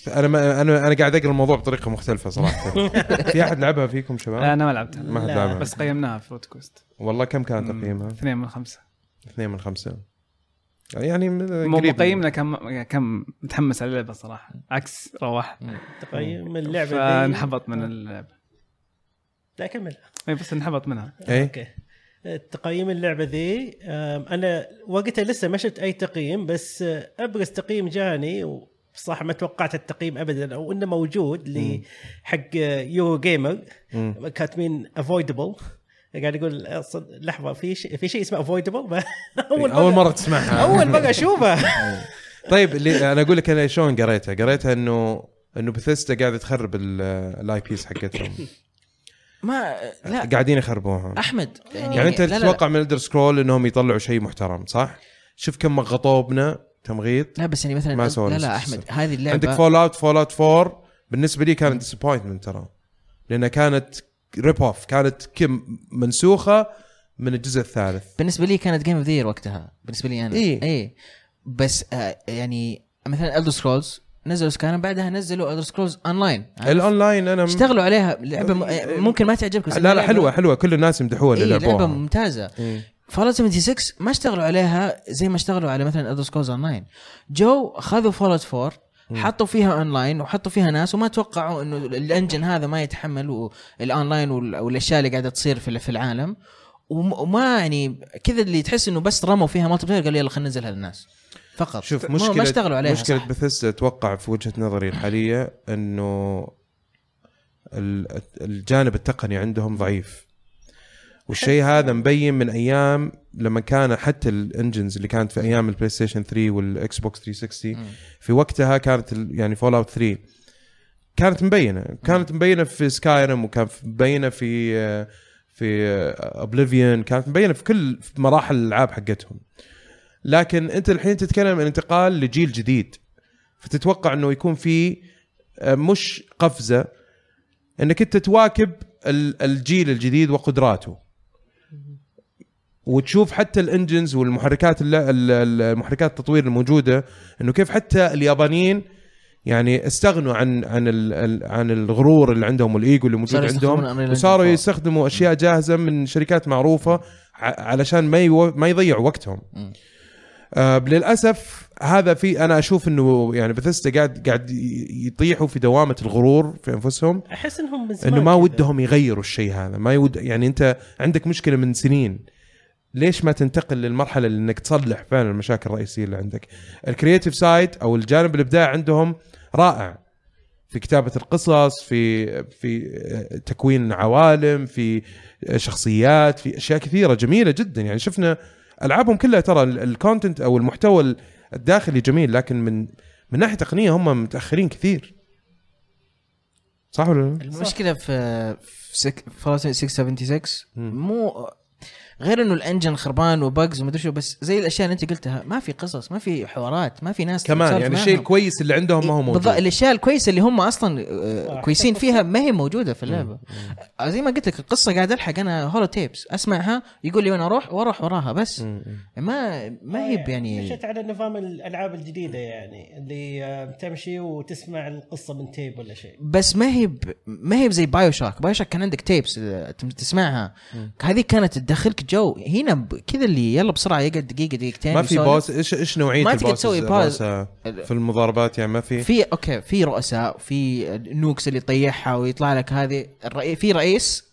[SPEAKER 1] انا ما انا انا قاعد اقرا الموضوع بطريقه مختلفه صراحه في احد لعبها فيكم
[SPEAKER 3] لا
[SPEAKER 1] شباب؟
[SPEAKER 3] انا ما لعبتها
[SPEAKER 1] ما حد
[SPEAKER 4] لا.
[SPEAKER 1] لعبها
[SPEAKER 3] بس قيمناها في روت كوست
[SPEAKER 1] والله كم كان
[SPEAKER 3] مم.
[SPEAKER 1] تقييمها؟
[SPEAKER 3] اثنين من خمسه
[SPEAKER 1] اثنين من خمسه يعني من-
[SPEAKER 3] مو
[SPEAKER 1] قريب
[SPEAKER 3] مقيمنا كم كم متحمس على اللعبه صراحه عكس رواح
[SPEAKER 4] تقييم اللعبه ذي-
[SPEAKER 3] فانحبط من اللعبه
[SPEAKER 4] لا كمل
[SPEAKER 3] اي بس انحبط منها
[SPEAKER 1] اي
[SPEAKER 4] اوكي إيه، تقييم اللعبه ذي أم، انا وقتها لسه ما شفت اي تقييم بس أه، ابرز تقييم جاني و- صح ما توقعت التقييم ابدا او انه موجود ل حق أه، يورو جيمر
[SPEAKER 1] مم.
[SPEAKER 4] كاتبين افويدبل قاعد يقول أصل لحظه في شيء في شيء اسمه افويدبل
[SPEAKER 1] اول مره, أول مرة تسمعها
[SPEAKER 4] اول مره اشوفه
[SPEAKER 1] طيب اللي انا اقول لك انا شلون قريتها قريتها انه انه بثيستا قاعده تخرب الاي بيس حقتهم
[SPEAKER 2] ما لا
[SPEAKER 1] قاعدين يخربوها
[SPEAKER 2] احمد
[SPEAKER 1] يعني انت
[SPEAKER 2] لا لا لا.
[SPEAKER 1] تتوقع من الدر سكرول انهم يطلعوا شيء محترم صح؟ شوف كم غطوا بنا تمغيط
[SPEAKER 2] لا بس يعني مثلا
[SPEAKER 1] ما سوى
[SPEAKER 2] لا
[SPEAKER 1] نفس
[SPEAKER 2] لا
[SPEAKER 1] الشيء.
[SPEAKER 2] احمد هذه اللعبه
[SPEAKER 1] عندك فول اوت فول اوت 4 بالنسبه لي كانت ديسابوينتمنت ترى لانها كانت ريب اوف كانت كم منسوخه من الجزء الثالث
[SPEAKER 2] بالنسبه لي كانت جيم اوف ذا وقتها بالنسبه لي انا
[SPEAKER 1] إيه.
[SPEAKER 2] اي بس آه يعني مثلا الدر سكرولز نزلوا سكان بعدها نزلوا الدر سكرولز اونلاين
[SPEAKER 1] الاونلاين انا
[SPEAKER 2] اشتغلوا عليها لعبه م... ممكن ما تعجبك بس
[SPEAKER 1] إيه. لا لا
[SPEAKER 2] لعبة-
[SPEAKER 1] حلوه حلوه كل الناس يمدحوها
[SPEAKER 2] إيه
[SPEAKER 1] اللي
[SPEAKER 2] لعبه
[SPEAKER 1] لعبوها
[SPEAKER 2] ممتازه
[SPEAKER 1] إيه.
[SPEAKER 2] فولوت 76 ما اشتغلوا عليها زي ما اشتغلوا على مثلا الدر سكولز اونلاين جو خذوا فولوت 4 حطوا فيها اونلاين وحطوا فيها ناس وما توقعوا انه الانجن هذا ما يتحمل الاونلاين وال- والاشياء اللي قاعده تصير في في العالم وم- وما يعني كذا اللي تحس انه بس رموا فيها مالتي بلاير قالوا يلا خلينا ننزلها للناس فقط
[SPEAKER 1] شوف
[SPEAKER 2] ما- ما اشتغلوا
[SPEAKER 1] مشكله
[SPEAKER 2] عليها
[SPEAKER 1] مشكله
[SPEAKER 2] صح.
[SPEAKER 1] بثيستا اتوقع في وجهه نظري الحاليه انه ال- الجانب التقني عندهم ضعيف والشيء هذا مبين من ايام لما كان حتى الانجنز اللي كانت في ايام البلاي ستيشن 3 والاكس بوكس 360
[SPEAKER 2] مم.
[SPEAKER 1] في وقتها كانت ال- يعني فول اوت 3 كانت مبينه كانت مبينه في سكايرم وكانت مبينه في آه، في اوبليفيون كانت مبينه في كل في مراحل الالعاب حقتهم لكن انت الحين تتكلم عن انتقال لجيل جديد فتتوقع انه يكون في آه، مش قفزه انك انت تواكب ال- الجيل الجديد وقدراته وتشوف حتى الانجنز والمحركات الل- ال- ال- المحركات التطوير الموجوده انه كيف حتى اليابانيين يعني استغنوا عن عن ال- ال- عن الغرور اللي عندهم والايجو اللي موجود
[SPEAKER 2] صاروا يستخدمون Unreal
[SPEAKER 1] عندهم
[SPEAKER 2] Engine
[SPEAKER 1] وصاروا
[SPEAKER 2] 4.
[SPEAKER 1] يستخدموا اشياء جاهزه من شركات معروفه ع- علشان ما يو... ما يضيعوا وقتهم
[SPEAKER 2] مم.
[SPEAKER 1] آه للاسف هذا في انا اشوف انه يعني بثيستا قاعد قاعد ي- يطيحوا في دوامه الغرور في انفسهم
[SPEAKER 4] احس انهم من زمان
[SPEAKER 1] انه ما
[SPEAKER 4] كذا.
[SPEAKER 1] ودهم يغيروا الشيء هذا ما يود يعني انت عندك مشكله من سنين ليش ما تنتقل للمرحله اللي انك تصلح فعلا المشاكل الرئيسيه اللي عندك الكرييتيف سايد او الجانب الابداع عندهم رائع في كتابه القصص في في تكوين عوالم في شخصيات في اشياء كثيره جميله جدا يعني شفنا العابهم كلها ترى ال- الكونتنت او المحتوى الداخلي جميل لكن من من ناحيه تقنيه هم متاخرين كثير صح ولا لا؟
[SPEAKER 2] المشكله في في سك... فولوت 676
[SPEAKER 1] مم.
[SPEAKER 2] مو غير انه الانجن خربان وبجز ومدري شو بس زي الاشياء اللي انت قلتها ما في قصص ما في حوارات ما في ناس
[SPEAKER 1] كمان
[SPEAKER 2] تسولف
[SPEAKER 1] يعني
[SPEAKER 2] معهم. إيه،
[SPEAKER 1] الشيء الكويس اللي عندهم ما هو موجود
[SPEAKER 2] بالضبط الاشياء الكويسه اللي هم اصلا آه،
[SPEAKER 4] صح.
[SPEAKER 2] كويسين فيها ما هي موجوده في اللعبه
[SPEAKER 1] مم.
[SPEAKER 2] آه، زي ما قلت لك القصه قاعد الحق انا هولو تيبس اسمعها يقول لي وين اروح واروح وراها بس
[SPEAKER 1] مم.
[SPEAKER 2] ما ما
[SPEAKER 4] آه،
[SPEAKER 2] هي ب- يعني
[SPEAKER 4] مشيت على نظام الالعاب الجديده يعني اللي آه، تمشي وتسمع القصه من تيب ولا شيء
[SPEAKER 2] بس ما هي ب- ما هي زي بايو شارك بايو شارك كان عندك تيبس آه، تم- تسمعها
[SPEAKER 1] مم.
[SPEAKER 2] هذه كانت تدخلك جو هنا ب- كذا اللي يلا بسرعه يقعد دقيقه دقيقتين
[SPEAKER 1] ما في
[SPEAKER 2] يسولف.
[SPEAKER 1] باس ايش ايش نوعيه
[SPEAKER 2] يعني ما تقدر
[SPEAKER 1] البوسز
[SPEAKER 2] تسوي باز.
[SPEAKER 1] الرؤساء في المضاربات يعني ما في
[SPEAKER 2] في اوكي في رؤساء في نوكس اللي يطيحها ويطلع لك هذه الرئي في رئيس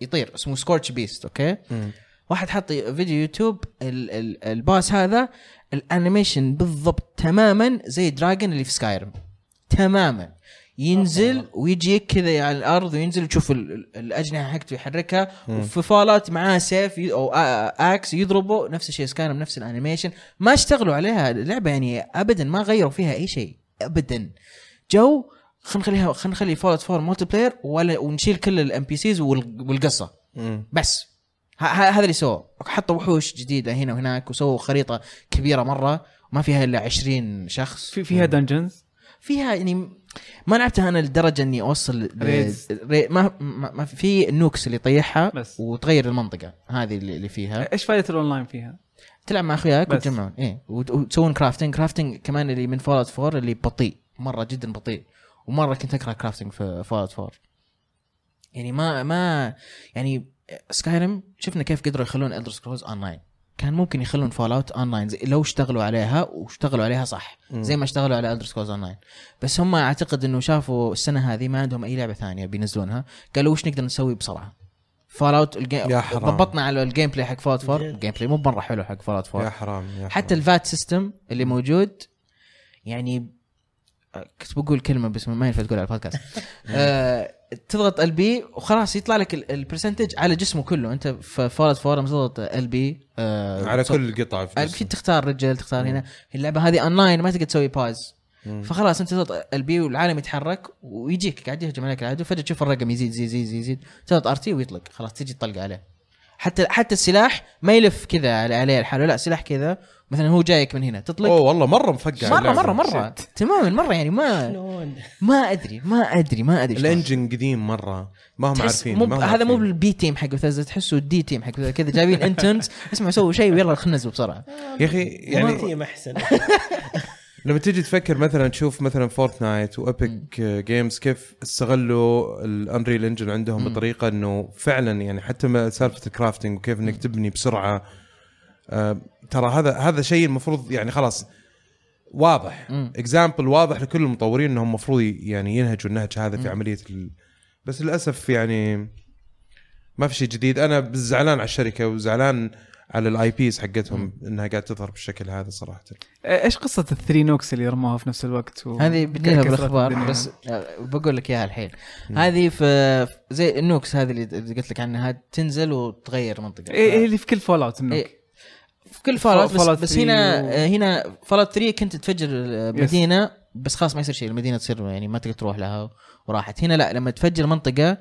[SPEAKER 2] يطير اسمه سكورتش بيست اوكي
[SPEAKER 1] مم.
[SPEAKER 2] واحد حط فيديو يوتيوب ال ال الباس هذا الانيميشن بالضبط تماما زي دراجون اللي في سكايرم تماما ينزل ويجيك كذا على الارض وينزل تشوف ال- ال- الاجنحه حقته يحركها وفي فالات معاه سيف ي- او آ- آ- اكس يضربه نفس الشيء سكايرم نفس الانيميشن ما اشتغلوا عليها اللعبه يعني ابدا ما غيروا فيها اي شيء ابدا جو خلينا نخليها خلينا نخلي فولت فور مولتي بلاير ولا ونشيل كل الام بي سيز والقصه
[SPEAKER 1] مم.
[SPEAKER 2] بس ه- ه- هذا اللي سووه حطوا وحوش جديده هنا وهناك وسووا خريطه كبيره مره ما فيها الا 20 شخص
[SPEAKER 3] في فيها دنجنز
[SPEAKER 2] فيها يعني ما لعبتها انا لدرجه اني اوصل ل-
[SPEAKER 3] ريدز.
[SPEAKER 2] ري... ما... ما ما في نوكس اللي يطيحها
[SPEAKER 3] بس.
[SPEAKER 2] وتغير المنطقه هذه اللي اللي فيها
[SPEAKER 3] ايش فائده الاونلاين فيها؟
[SPEAKER 2] تلعب مع اخوياك
[SPEAKER 3] بس.
[SPEAKER 2] وتجمعون اي وتسوون كرافتنج كرافتنج كمان اللي من فولات 4 اللي بطيء مره جدا بطيء ومره كنت اكره كرافتنج في فولات 4 يعني ما ما يعني سكايرم شفنا كيف قدروا يخلون الدر سكرولز اونلاين كان ممكن يخلون فول اوت اونلاين زي- لو اشتغلوا عليها واشتغلوا عليها صح
[SPEAKER 1] مم.
[SPEAKER 2] زي ما اشتغلوا على الدر سكرولز اونلاين بس هم اعتقد انه شافوا السنه هذه ما عندهم اي لعبه ثانيه بينزلونها قالوا وش نقدر نسوي بسرعه فول اوت
[SPEAKER 1] يا حرام.
[SPEAKER 2] ضبطنا على الجيم بلاي حق فول اوت 4
[SPEAKER 4] جد.
[SPEAKER 2] الجيم بلاي مو مره حلو حق فول اوت 4
[SPEAKER 1] يا حرام يا
[SPEAKER 2] حتى الفات سيستم اللي موجود يعني كنت بقول كلمه بس ما ينفع تقول على البودكاست آه تضغط ال بي وخلاص يطلع لك ال- البرسنتج على جسمه كله انت في فولت فورم تضغط آه، ال بي
[SPEAKER 1] على كل قطعه في جسمه.
[SPEAKER 2] اكيد تختار رجل تختار هنا اللعبه هذه اونلاين ما تقدر تسوي باز
[SPEAKER 1] مم.
[SPEAKER 2] فخلاص انت تضغط ال بي والعالم يتحرك ويجيك قاعد يهجم عليك العدو فجاه تشوف الرقم يزيد يزيد يزيد يزيد تضغط ار تي ويطلق خلاص تجي تطلق عليه حتى حتى السلاح ما يلف كذا على- عليه لحاله لا سلاح كذا مثلا هو جايك من هنا تطلق
[SPEAKER 1] اوه والله مره مفقع
[SPEAKER 2] مره
[SPEAKER 1] اللعبة.
[SPEAKER 2] مره مره تماما مره يعني ما
[SPEAKER 4] شلون؟
[SPEAKER 2] ما ادري ما ادري ما ادري شلون.
[SPEAKER 1] الانجن قديم مره ما هم
[SPEAKER 2] تحس
[SPEAKER 1] عارفين
[SPEAKER 2] مو
[SPEAKER 1] ما هم
[SPEAKER 2] هذا مو
[SPEAKER 1] عارفين.
[SPEAKER 2] بالبي تيم حق بثزة تحسه الدي تيم حق Bethesda. كذا جايبين انترنز اسمع سووا شيء ويلا خلينا ننزله بسرعه
[SPEAKER 1] يا اخي يعني
[SPEAKER 4] يعني احسن
[SPEAKER 1] لما تيجي تفكر مثلا تشوف مثلا فورتنايت وابيك جيمز كيف استغلوا الانريل انجن عندهم بطريقه انه فعلا يعني حتى ما- سالفه الكرافتنج وكيف انك تبني بسرعه آه، ترى هذا هذا شيء المفروض يعني خلاص واضح اكزامبل واضح لكل المطورين انهم المفروض يعني ينهجوا النهج هذا في عمليه ال... بس للاسف يعني ما في شيء جديد انا زعلان على الشركه وزعلان على الاي بيز حقتهم انها قاعد تظهر بالشكل هذا صراحه
[SPEAKER 3] ايش قصه الثري نوكس اللي رموها في نفس الوقت و...
[SPEAKER 2] هذه بنجيبها
[SPEAKER 3] كسرت
[SPEAKER 2] بالاخبار
[SPEAKER 3] الدنيا.
[SPEAKER 2] بس آه، بقول لك اياها الحين هذه في في- زي النوكس هذه اللي اللي قلت لك عنها هذه تنزل وتغير منطقه
[SPEAKER 3] إيه إيه اللي في كل فول اوت النوك
[SPEAKER 2] يعني إيه. في كل فالات بس,
[SPEAKER 3] Fallout
[SPEAKER 2] بس
[SPEAKER 3] 3
[SPEAKER 2] هنا
[SPEAKER 3] و-
[SPEAKER 2] آه، هنا فالات 3 كنت تفجر المدينه بس خلاص ما يصير شيء المدينه تصير يعني ما تقدر تروح لها وراحت هنا لا لما تفجر منطقه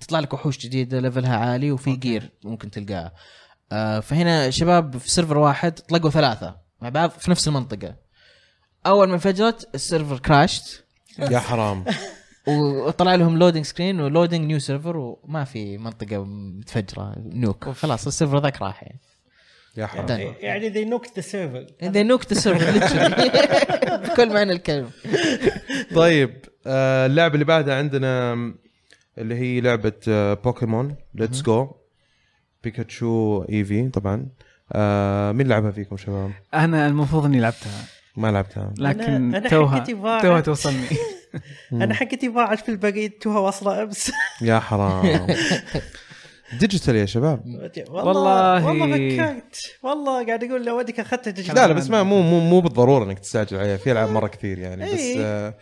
[SPEAKER 2] تطلع لك وحوش جديده ليفلها عالي وفي جير ممكن تلقاها آه، فهنا شباب في سيرفر واحد طلقوا ثلاثه مع بعض في نفس المنطقه اول ما انفجرت السيرفر كراشت
[SPEAKER 1] يا حرام
[SPEAKER 2] وطلع لهم لودنج سكرين ولودنج نيو سيرفر وما في منطقه متفجره نوك خلاص السيرفر ذاك راح يعني
[SPEAKER 1] يا حرام
[SPEAKER 2] Done.
[SPEAKER 4] يعني ذي نوكت السيرفر
[SPEAKER 2] ذي نوكت السيرفر literally. بكل معنى الكلمه
[SPEAKER 1] طيب آه، اللعبه اللي بعدها عندنا م، اللي هي لعبه آه، بوكيمون ليتس جو بيكاتشو ايفي طبعا E آه، مين لعبها فيكم شباب؟
[SPEAKER 3] انا المفروض اني لعبتها
[SPEAKER 1] ما لعبتها
[SPEAKER 3] لكن
[SPEAKER 4] أنا- أنا
[SPEAKER 3] توها
[SPEAKER 4] حقتي ضاعت.
[SPEAKER 3] توها توصلني
[SPEAKER 4] انا حقتي ضاعت في البريد توها واصله امس
[SPEAKER 1] يا حرام ديجيتال يا شباب
[SPEAKER 4] والله والله
[SPEAKER 3] والله.
[SPEAKER 4] فكرت والله قاعد اقول لو ودك اخذتها تجي
[SPEAKER 1] لا لا بس ما مو مو مو بالضروره انك تستعجل عليها في العاب مره كثير يعني بس
[SPEAKER 4] إيه.
[SPEAKER 1] آه،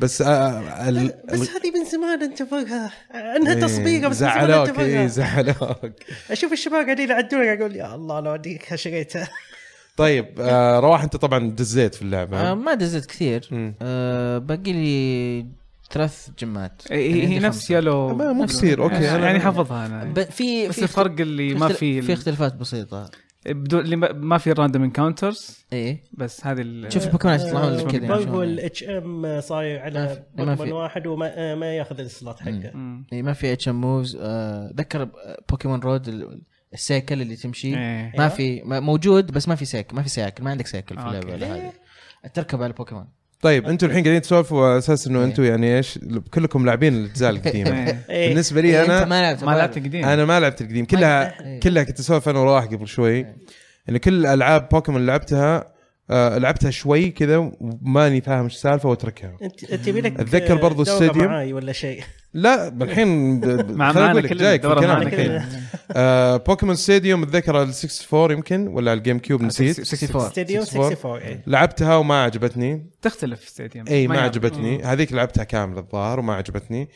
[SPEAKER 1] بس آه، آه، ال-
[SPEAKER 4] بس هذه من زمان انتظرها انها
[SPEAKER 1] إيه،
[SPEAKER 4] تصبيغه بس من زمان
[SPEAKER 1] زعلوك إيه، اي
[SPEAKER 4] انتظرها
[SPEAKER 1] زعلوك
[SPEAKER 4] اشوف الشباب قاعدين يعدون قاعد اقول يا الله لو اديك شريتها
[SPEAKER 1] طيب آه، رواح انت طبعا دزيت في
[SPEAKER 3] نعم.
[SPEAKER 1] اللعبه
[SPEAKER 2] آه، ما دزت كثير
[SPEAKER 1] مم.
[SPEAKER 2] آه، باقي لي ثلاث جمات
[SPEAKER 3] إيه، هي
[SPEAKER 2] يعني عندي
[SPEAKER 3] هي نفس
[SPEAKER 2] خمسة.
[SPEAKER 3] يلو
[SPEAKER 1] ما- مو كثير، أوكي، أنا-
[SPEAKER 3] يعني حافظها انا
[SPEAKER 2] ب- في
[SPEAKER 3] بس
[SPEAKER 2] في
[SPEAKER 3] الفرق اللي
[SPEAKER 2] اخت-
[SPEAKER 3] ما في
[SPEAKER 2] في اختلافات بسيطه
[SPEAKER 3] بدون اللي ما- ما في الراندوم انكاونترز
[SPEAKER 2] ايه
[SPEAKER 3] بس ههذه ال-
[SPEAKER 2] شوف البوكيمونات يطلعون
[SPEAKER 3] آه،
[SPEAKER 2] لك كذا يعني
[SPEAKER 4] برضو
[SPEAKER 2] شلون.
[SPEAKER 4] الاتش ام صاير
[SPEAKER 2] ما
[SPEAKER 4] على
[SPEAKER 2] في- ما
[SPEAKER 4] بوكيمون
[SPEAKER 2] في.
[SPEAKER 4] واحد وما آه، ما ياخذ السلوت حقه
[SPEAKER 3] مم.
[SPEAKER 2] إيه، ما في اتش ام موفز آه، ذكر بوكيمون رود ال- السيكل اللي تمشي
[SPEAKER 3] إيه.
[SPEAKER 2] ما في ما- موجود بس ما في سيكل ما في سيكل ما عندك سيكل في
[SPEAKER 3] أوكي.
[SPEAKER 2] اللعبه هذه تركب على البوكيمون
[SPEAKER 1] طيب انتم الحين قاعدين تسولفوا على اساس انه
[SPEAKER 2] إيه.
[SPEAKER 1] انتم يعني ايش كلكم لاعبين الاجزاء القديمه
[SPEAKER 3] إيه.
[SPEAKER 4] إيه.
[SPEAKER 1] بالنسبه لي
[SPEAKER 2] إيه، أنت
[SPEAKER 1] انا
[SPEAKER 2] ما لعبت
[SPEAKER 3] ما لعبت قديم
[SPEAKER 1] انا ما لعبت القديم كلها
[SPEAKER 2] إيه.
[SPEAKER 1] كلها كنت اسولف انا وراح قبل شوي ان كل العاب بوكيمون اللي لعبتها آه، لعبتها شوي كذا وماني فاهم ايش السالفه واتركها
[SPEAKER 4] انت انت لك
[SPEAKER 1] أتذكر برضو الستاديوم.
[SPEAKER 4] معاي ولا شيء
[SPEAKER 1] لا الحين ب- ب-
[SPEAKER 3] مع
[SPEAKER 1] خليني
[SPEAKER 3] معنا
[SPEAKER 1] أقول لك،
[SPEAKER 3] كلنا
[SPEAKER 1] جايك في
[SPEAKER 3] الدورة
[SPEAKER 1] الكلام
[SPEAKER 3] معنا
[SPEAKER 1] الحين.
[SPEAKER 3] كلنا.
[SPEAKER 1] آه، بوكيمون ستاديوم اتذكر على 64 يمكن ولا على الجيم كيوب نسيت
[SPEAKER 2] 64
[SPEAKER 4] ستاديوم 64 إيه.
[SPEAKER 1] لعبتها وما عجبتني
[SPEAKER 3] تختلف ستاديوم
[SPEAKER 1] اي إيه، ما عجبتني هذيك لعبتها كامل الظاهر وما عجبتني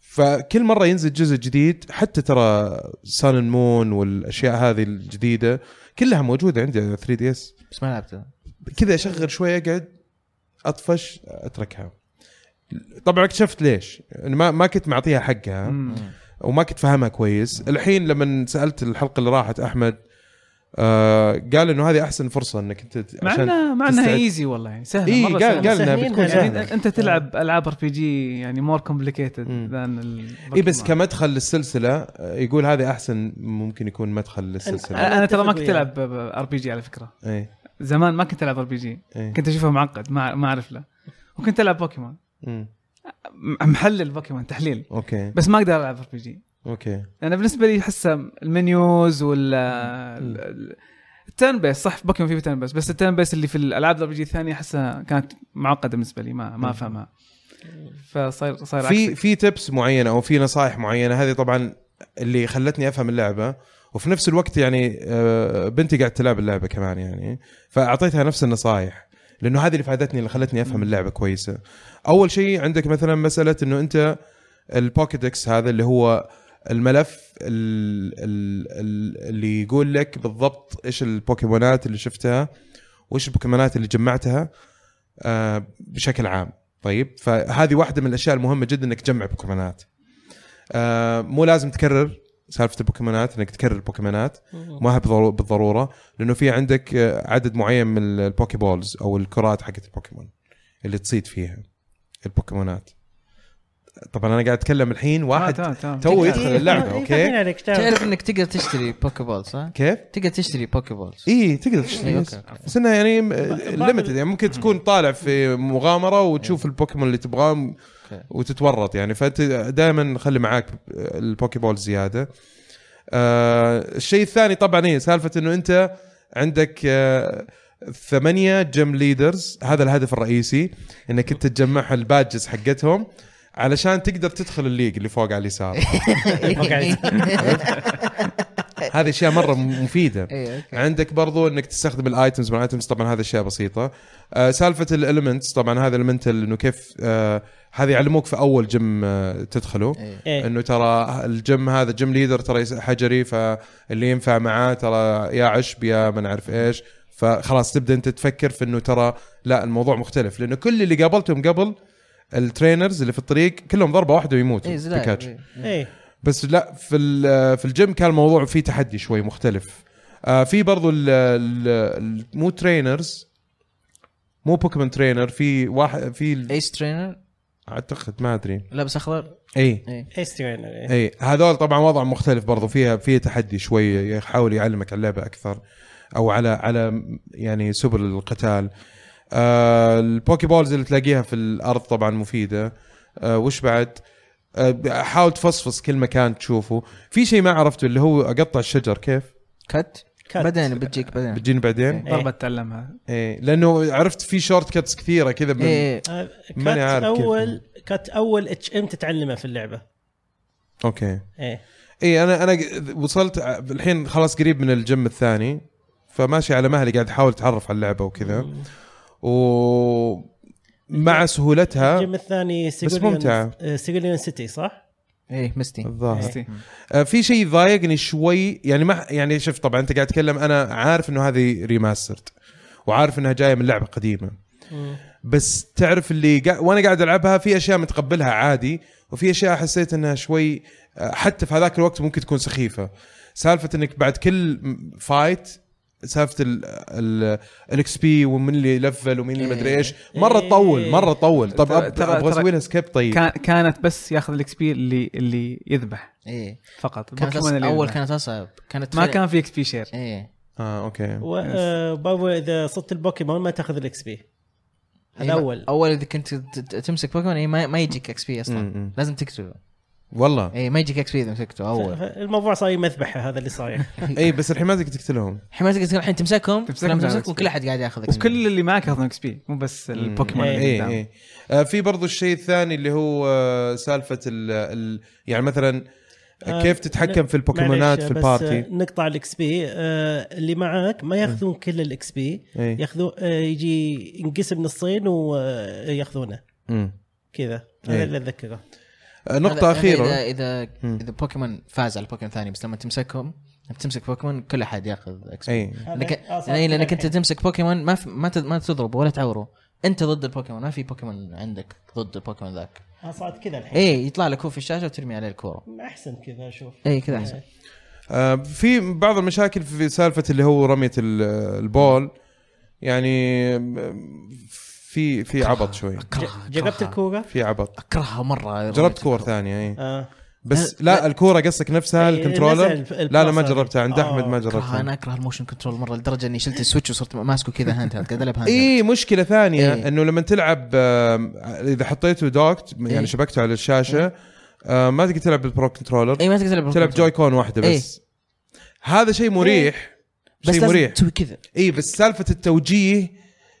[SPEAKER 1] فكل مره ينزل جزء جديد حتى ترى سان مون والاشياء هذه الجديده كلها موجوده عندي على 3 دي اس
[SPEAKER 2] بس ما لعبته
[SPEAKER 1] كذا اشغل شوي اقعد اطفش اتركها طبعا اكتشفت ليش أنا ما ما كنت معطيها حقها وما كنت فاهمها كويس الحين لما سالت الحلقه اللي راحت احمد آه قال انه هذه احسن فرصه انك انت ت- عشان
[SPEAKER 3] معنا معنا
[SPEAKER 1] تستعد.
[SPEAKER 3] ايزي والله يعني سهله
[SPEAKER 1] إيه،
[SPEAKER 3] مره
[SPEAKER 1] قال-
[SPEAKER 3] سهلة.
[SPEAKER 1] قال لنا
[SPEAKER 4] مسهلينها
[SPEAKER 1] بتكون
[SPEAKER 4] لنا.
[SPEAKER 1] سهلة.
[SPEAKER 3] يعني انت تلعب العاب ار بي جي يعني مور كومبليكيتد
[SPEAKER 1] مم.
[SPEAKER 3] ذان
[SPEAKER 1] اي إيه، بس كمدخل للسلسله آه، يقول هذا احسن ممكن يكون مدخل للسلسله
[SPEAKER 4] أنا
[SPEAKER 3] انا ترى ما
[SPEAKER 4] أتفق
[SPEAKER 3] كنت
[SPEAKER 4] وياك.
[SPEAKER 3] العب ار بي جي على فكره
[SPEAKER 1] اي
[SPEAKER 3] زمان ما كنت العب ار بي جي
[SPEAKER 1] اي
[SPEAKER 3] كنت اشوفها معقد ما ما اعرف له وكنت العب بوكيمون
[SPEAKER 1] أمم،
[SPEAKER 3] م- محلل بوكيمون تحليل
[SPEAKER 1] اوكي
[SPEAKER 3] بس ما اقدر العب ار بي جي
[SPEAKER 1] اوكي
[SPEAKER 3] انا بالنسبه لي احسها المنيوز وال ال- ال- التيرن بيس صح في بوكيمون في تيرن بيس بس التيرن بيس اللي في الالعاب الار بي جي الثانيه احسها كانت معقده بالنسبه لي ما ما افهمها فصاير صاير
[SPEAKER 1] في
[SPEAKER 3] عكسك.
[SPEAKER 1] في تبس معينه او في نصائح معينه هذه طبعا اللي خلتني افهم اللعبه وفي نفس الوقت يعني آه، بنتي قاعد تلعب اللعبه كمان يعني فاعطيتها نفس النصائح لانه هذه اللي فادتني اللي خلتني افهم اللعبه كويسه اول شيء عندك مثلا مساله انه انت البوكيت اكس هذا اللي هو الملف ال ال ال اللي يقول لك بالضبط ايش البوكيمونات اللي شفتها وايش البوكيمونات اللي جمعتها آه بشكل عام طيب فهذه واحده من الاشياء المهمه جدا انك تجمع بوكيمونات آه مو لازم تكرر سالفه البوكيمونات انك تكرر البوكيمونات ما هي بالضرو- بالضروره لانه في عندك آه، عدد معين من ال- البوكي بولز او الكرات حقت البوكيمون اللي تصيد فيها البوكيمونات طبعا انا قاعد اتكلم الحين واحد
[SPEAKER 3] تعال- تعال.
[SPEAKER 1] تو يدخل اللعبه
[SPEAKER 4] إيه، فاهمين
[SPEAKER 1] اوكي
[SPEAKER 4] عليك تعال.
[SPEAKER 2] تعرف انك تقدر تشتري بوكي بول صح؟
[SPEAKER 1] كيف؟
[SPEAKER 2] تقدر تشتري بوكي بولز
[SPEAKER 1] اي تقدر تشتري
[SPEAKER 2] إيه،
[SPEAKER 1] يس.
[SPEAKER 2] أوكي.
[SPEAKER 1] بس انها يعني ليمتد يعني ممكن تكون طالع في
[SPEAKER 2] إيه.
[SPEAKER 1] مغامره وتشوف البوكيمون اللي تبغاه وتتورط يعني فانت دائما خلي معاك البوكي بول زياده آه الشيء الثاني إيه، طبعا هي سالفه انه انت عندك آه ثمانيه جيم ليدرز هذا الهدف الرئيسي انك انت تجمع البادجز حقتهم علشان تقدر تدخل الليج اللي فوق على اليسار إيه، هذه اشياء مره مفيده
[SPEAKER 2] إيه، أوكي.
[SPEAKER 1] عندك برضو انك تستخدم الايتمز من الايتمز طبعا هذا اشياء بسيطه آه سالفه الاليمنتس طبعا هذا المنتل انه كيف آه هذه يعلموك في اول جيم آه تدخله
[SPEAKER 2] إيه.
[SPEAKER 4] إيه.
[SPEAKER 1] انه ترى الجيم هذا جيم ليدر ترى يس- حجري فاللي ينفع معاه ترى يا عشب يا ما نعرف ايش فخلاص تبدا انت تفكر في انه ترى لا الموضوع مختلف لانه كل اللي قابلتهم قبل الترينرز اللي في الطريق كلهم ضربه واحده ويموتوا
[SPEAKER 2] اي
[SPEAKER 1] بيكاتشو.
[SPEAKER 2] زلاب
[SPEAKER 4] إيه.
[SPEAKER 1] بس لا في ال- في الجيم كان الموضوع فيه تحدي شوي مختلف آه، في برضو ال ال ال- مو ترينرز مو بوكيمون ترينر في واحد في ال-
[SPEAKER 2] ايس ترينر
[SPEAKER 1] اعتقد ما ادري
[SPEAKER 2] لابس اخضر
[SPEAKER 1] اي
[SPEAKER 2] اي
[SPEAKER 4] إيس ترينر، إيه.
[SPEAKER 1] اي هذول طبعا وضع مختلف برضو فيها فيها تحدي شوي يحاول يعلمك على اللعبه اكثر او على على يعني سبل القتال آه البوكي بولز اللي تلاقيها في الارض طبعا مفيده آه وش بعد آه حاول تفصفص كل مكان تشوفه في شيء ما عرفته اللي هو اقطع الشجر كيف
[SPEAKER 2] كت
[SPEAKER 4] كات.
[SPEAKER 2] بعدين بتجيك بعدين
[SPEAKER 1] بتجيني بعدين
[SPEAKER 4] إيه.
[SPEAKER 3] ضربه تتعلمها
[SPEAKER 1] إيه لانه عرفت في شورت كاتس كثيره كذا من إيه.
[SPEAKER 2] ايه
[SPEAKER 4] آه،
[SPEAKER 1] ماني
[SPEAKER 4] كات
[SPEAKER 1] عارف كيف.
[SPEAKER 4] اول كات اول اتش ام تتعلمه في اللعبه
[SPEAKER 1] اوكي
[SPEAKER 4] ايه
[SPEAKER 1] اي انا انا وصلت الحين خلاص قريب من الجيم الثاني فماشي على مهلي قاعد احاول اتعرف على اللعبه وكذا و مع سهولتها
[SPEAKER 4] الجيم الثاني
[SPEAKER 1] ممتعة.
[SPEAKER 4] سيجوليان سيجوليان سيتي صح؟
[SPEAKER 2] ايه مستي
[SPEAKER 1] الظاهر
[SPEAKER 3] قصدي.
[SPEAKER 1] آه، في شيء ضايقني شوي يعني ما يعني شوف طبعا انت قاعد تتكلم انا عارف انه هذه ريماسترد وعارف انها جايه من لعبه قديمه بس تعرف اللي قا... وانا قاعد العبها في اشياء متقبلها عادي وفي اشياء حسيت انها شوي آه، حتى في هذاك الوقت ممكن تكون سخيفه سالفه انك بعد كل م- فايت سالفه الاكس بي ومن اللي لفل ومين اللي مدري ايش مره
[SPEAKER 4] إيه.
[SPEAKER 1] تطول مره تطول طب
[SPEAKER 3] ترى-
[SPEAKER 1] أب-
[SPEAKER 3] ترى-
[SPEAKER 1] ابغى
[SPEAKER 3] ترى-
[SPEAKER 1] اسوي لها سكيب طيب
[SPEAKER 3] كان كانت بس ياخذ الاكس بي اللي اللي يذبح
[SPEAKER 2] ايه
[SPEAKER 3] فقط
[SPEAKER 2] كانت
[SPEAKER 3] بوكيمون
[SPEAKER 2] أص-
[SPEAKER 3] اللي
[SPEAKER 2] اول
[SPEAKER 3] يذبح.
[SPEAKER 2] كانت اصعب كانت
[SPEAKER 3] ما
[SPEAKER 2] فرق-
[SPEAKER 3] كان في اكس بي شير
[SPEAKER 2] ايه
[SPEAKER 1] اه اوكي
[SPEAKER 4] وبابا اذا آه، صدت البوكيمون ما تاخذ الاكس بي هذا
[SPEAKER 2] إيه، ما-
[SPEAKER 4] اول
[SPEAKER 2] اول اذا كنت ت- ت- تمسك بوكيمون إيه ما, ما يجيك اكس بي اصلا
[SPEAKER 1] مم.
[SPEAKER 2] لازم تقتله
[SPEAKER 1] والله
[SPEAKER 2] اي ما يجيك اكس بي اذا مسكته اول
[SPEAKER 4] الموضوع صاير مذبحه هذا اللي صاير
[SPEAKER 1] اي إيه، بس الحين ما تقدر تقتلهم
[SPEAKER 2] الحين ما تقدر الحين تمسكهم
[SPEAKER 3] تمسكهم
[SPEAKER 2] لما
[SPEAKER 3] تعمل
[SPEAKER 2] تمسكهم
[SPEAKER 3] XP.
[SPEAKER 2] كل احد قاعد ياخذ اكس
[SPEAKER 3] وكل اللي معك ياخذون اكس بي مو بس البوكيمون
[SPEAKER 4] إيه.
[SPEAKER 3] اللي
[SPEAKER 1] اي
[SPEAKER 3] قدام.
[SPEAKER 1] اي آه، في برضو الشيء الثاني اللي هو آه، سالفه ال ال يعني مثلا
[SPEAKER 4] آه،
[SPEAKER 1] كيف تتحكم في البوكيمونات
[SPEAKER 4] معليش،
[SPEAKER 1] في
[SPEAKER 4] بس آه،
[SPEAKER 1] البارتي
[SPEAKER 4] نقطع الاكس بي آه، اللي معاك ما ياخذون كل الاكس بي
[SPEAKER 1] إيه.
[SPEAKER 4] ياخذون آه، يجي ينقسم نصين وياخذونه
[SPEAKER 1] مم.
[SPEAKER 4] كذا
[SPEAKER 1] إيه.
[SPEAKER 4] هذا اللي اتذكره
[SPEAKER 1] آه، نقطه اخيره
[SPEAKER 2] اذا اذا
[SPEAKER 1] مم.
[SPEAKER 2] اذا بوكيمون فاز على بوكيمون ثاني بس لما تمسكهم لما تمسك بوكيمون كل احد ياخذ اكس بي
[SPEAKER 1] اي
[SPEAKER 2] لانك
[SPEAKER 4] هذا- آه، صار
[SPEAKER 2] لأن- لانك
[SPEAKER 4] كذا
[SPEAKER 2] انت تمسك بوكيمون ما في ما تد- ما تضربه ولا تعوره انت ضد البوكيمون ما في بوكيمون عندك ضد البوكيمون ذاك
[SPEAKER 4] الحين. آه، صارت كذا الحين
[SPEAKER 2] اي يطلع لك هو في الشاشه وترمي عليه الكوره
[SPEAKER 4] احسن كذا اشوف
[SPEAKER 2] اي كذا احسن
[SPEAKER 1] آه، في بعض المشاكل في سالفه اللي هو رميه ال- البول يعني آم، في في عبط شوي
[SPEAKER 3] آه،
[SPEAKER 2] أكرهها-
[SPEAKER 4] جربت
[SPEAKER 2] أكرهها.
[SPEAKER 4] الكوره؟
[SPEAKER 1] في عبط
[SPEAKER 2] اكرهها مره
[SPEAKER 1] جربت كور ثانيه اي
[SPEAKER 4] اه
[SPEAKER 1] بس لا الكوره قصدك نفسها
[SPEAKER 4] إيه،
[SPEAKER 1] الكنترولر
[SPEAKER 4] نفسها الف-
[SPEAKER 1] لا لا ما
[SPEAKER 4] الباصة.
[SPEAKER 1] جربتها عند احمد
[SPEAKER 4] آه،
[SPEAKER 1] ما
[SPEAKER 2] اكرهها
[SPEAKER 1] جربتها
[SPEAKER 2] انا اكره الموشن كنترول مره لدرجه اني شلت السويتش وصرت ماسكه كذا هاند هيلد قاعد العب هاند هيلد.
[SPEAKER 1] اي مشكله ثانيه
[SPEAKER 2] إيه.
[SPEAKER 1] انه لما تلعب آم، اذا حطيته دوكت يعني
[SPEAKER 2] إيه. إيه.
[SPEAKER 1] شبكته على الشاشه آم، ما تقدر تلعب بالبرو كنترولر
[SPEAKER 2] اي ما تقدر تلعب
[SPEAKER 1] تلعب جوي
[SPEAKER 2] بالكنترول.
[SPEAKER 1] كون واحده بس هذا شيء مريح
[SPEAKER 2] إيه. بس
[SPEAKER 1] شيء
[SPEAKER 2] لازم
[SPEAKER 1] مريح
[SPEAKER 2] تسوي كذا
[SPEAKER 1] اي بس سالفه التوجيه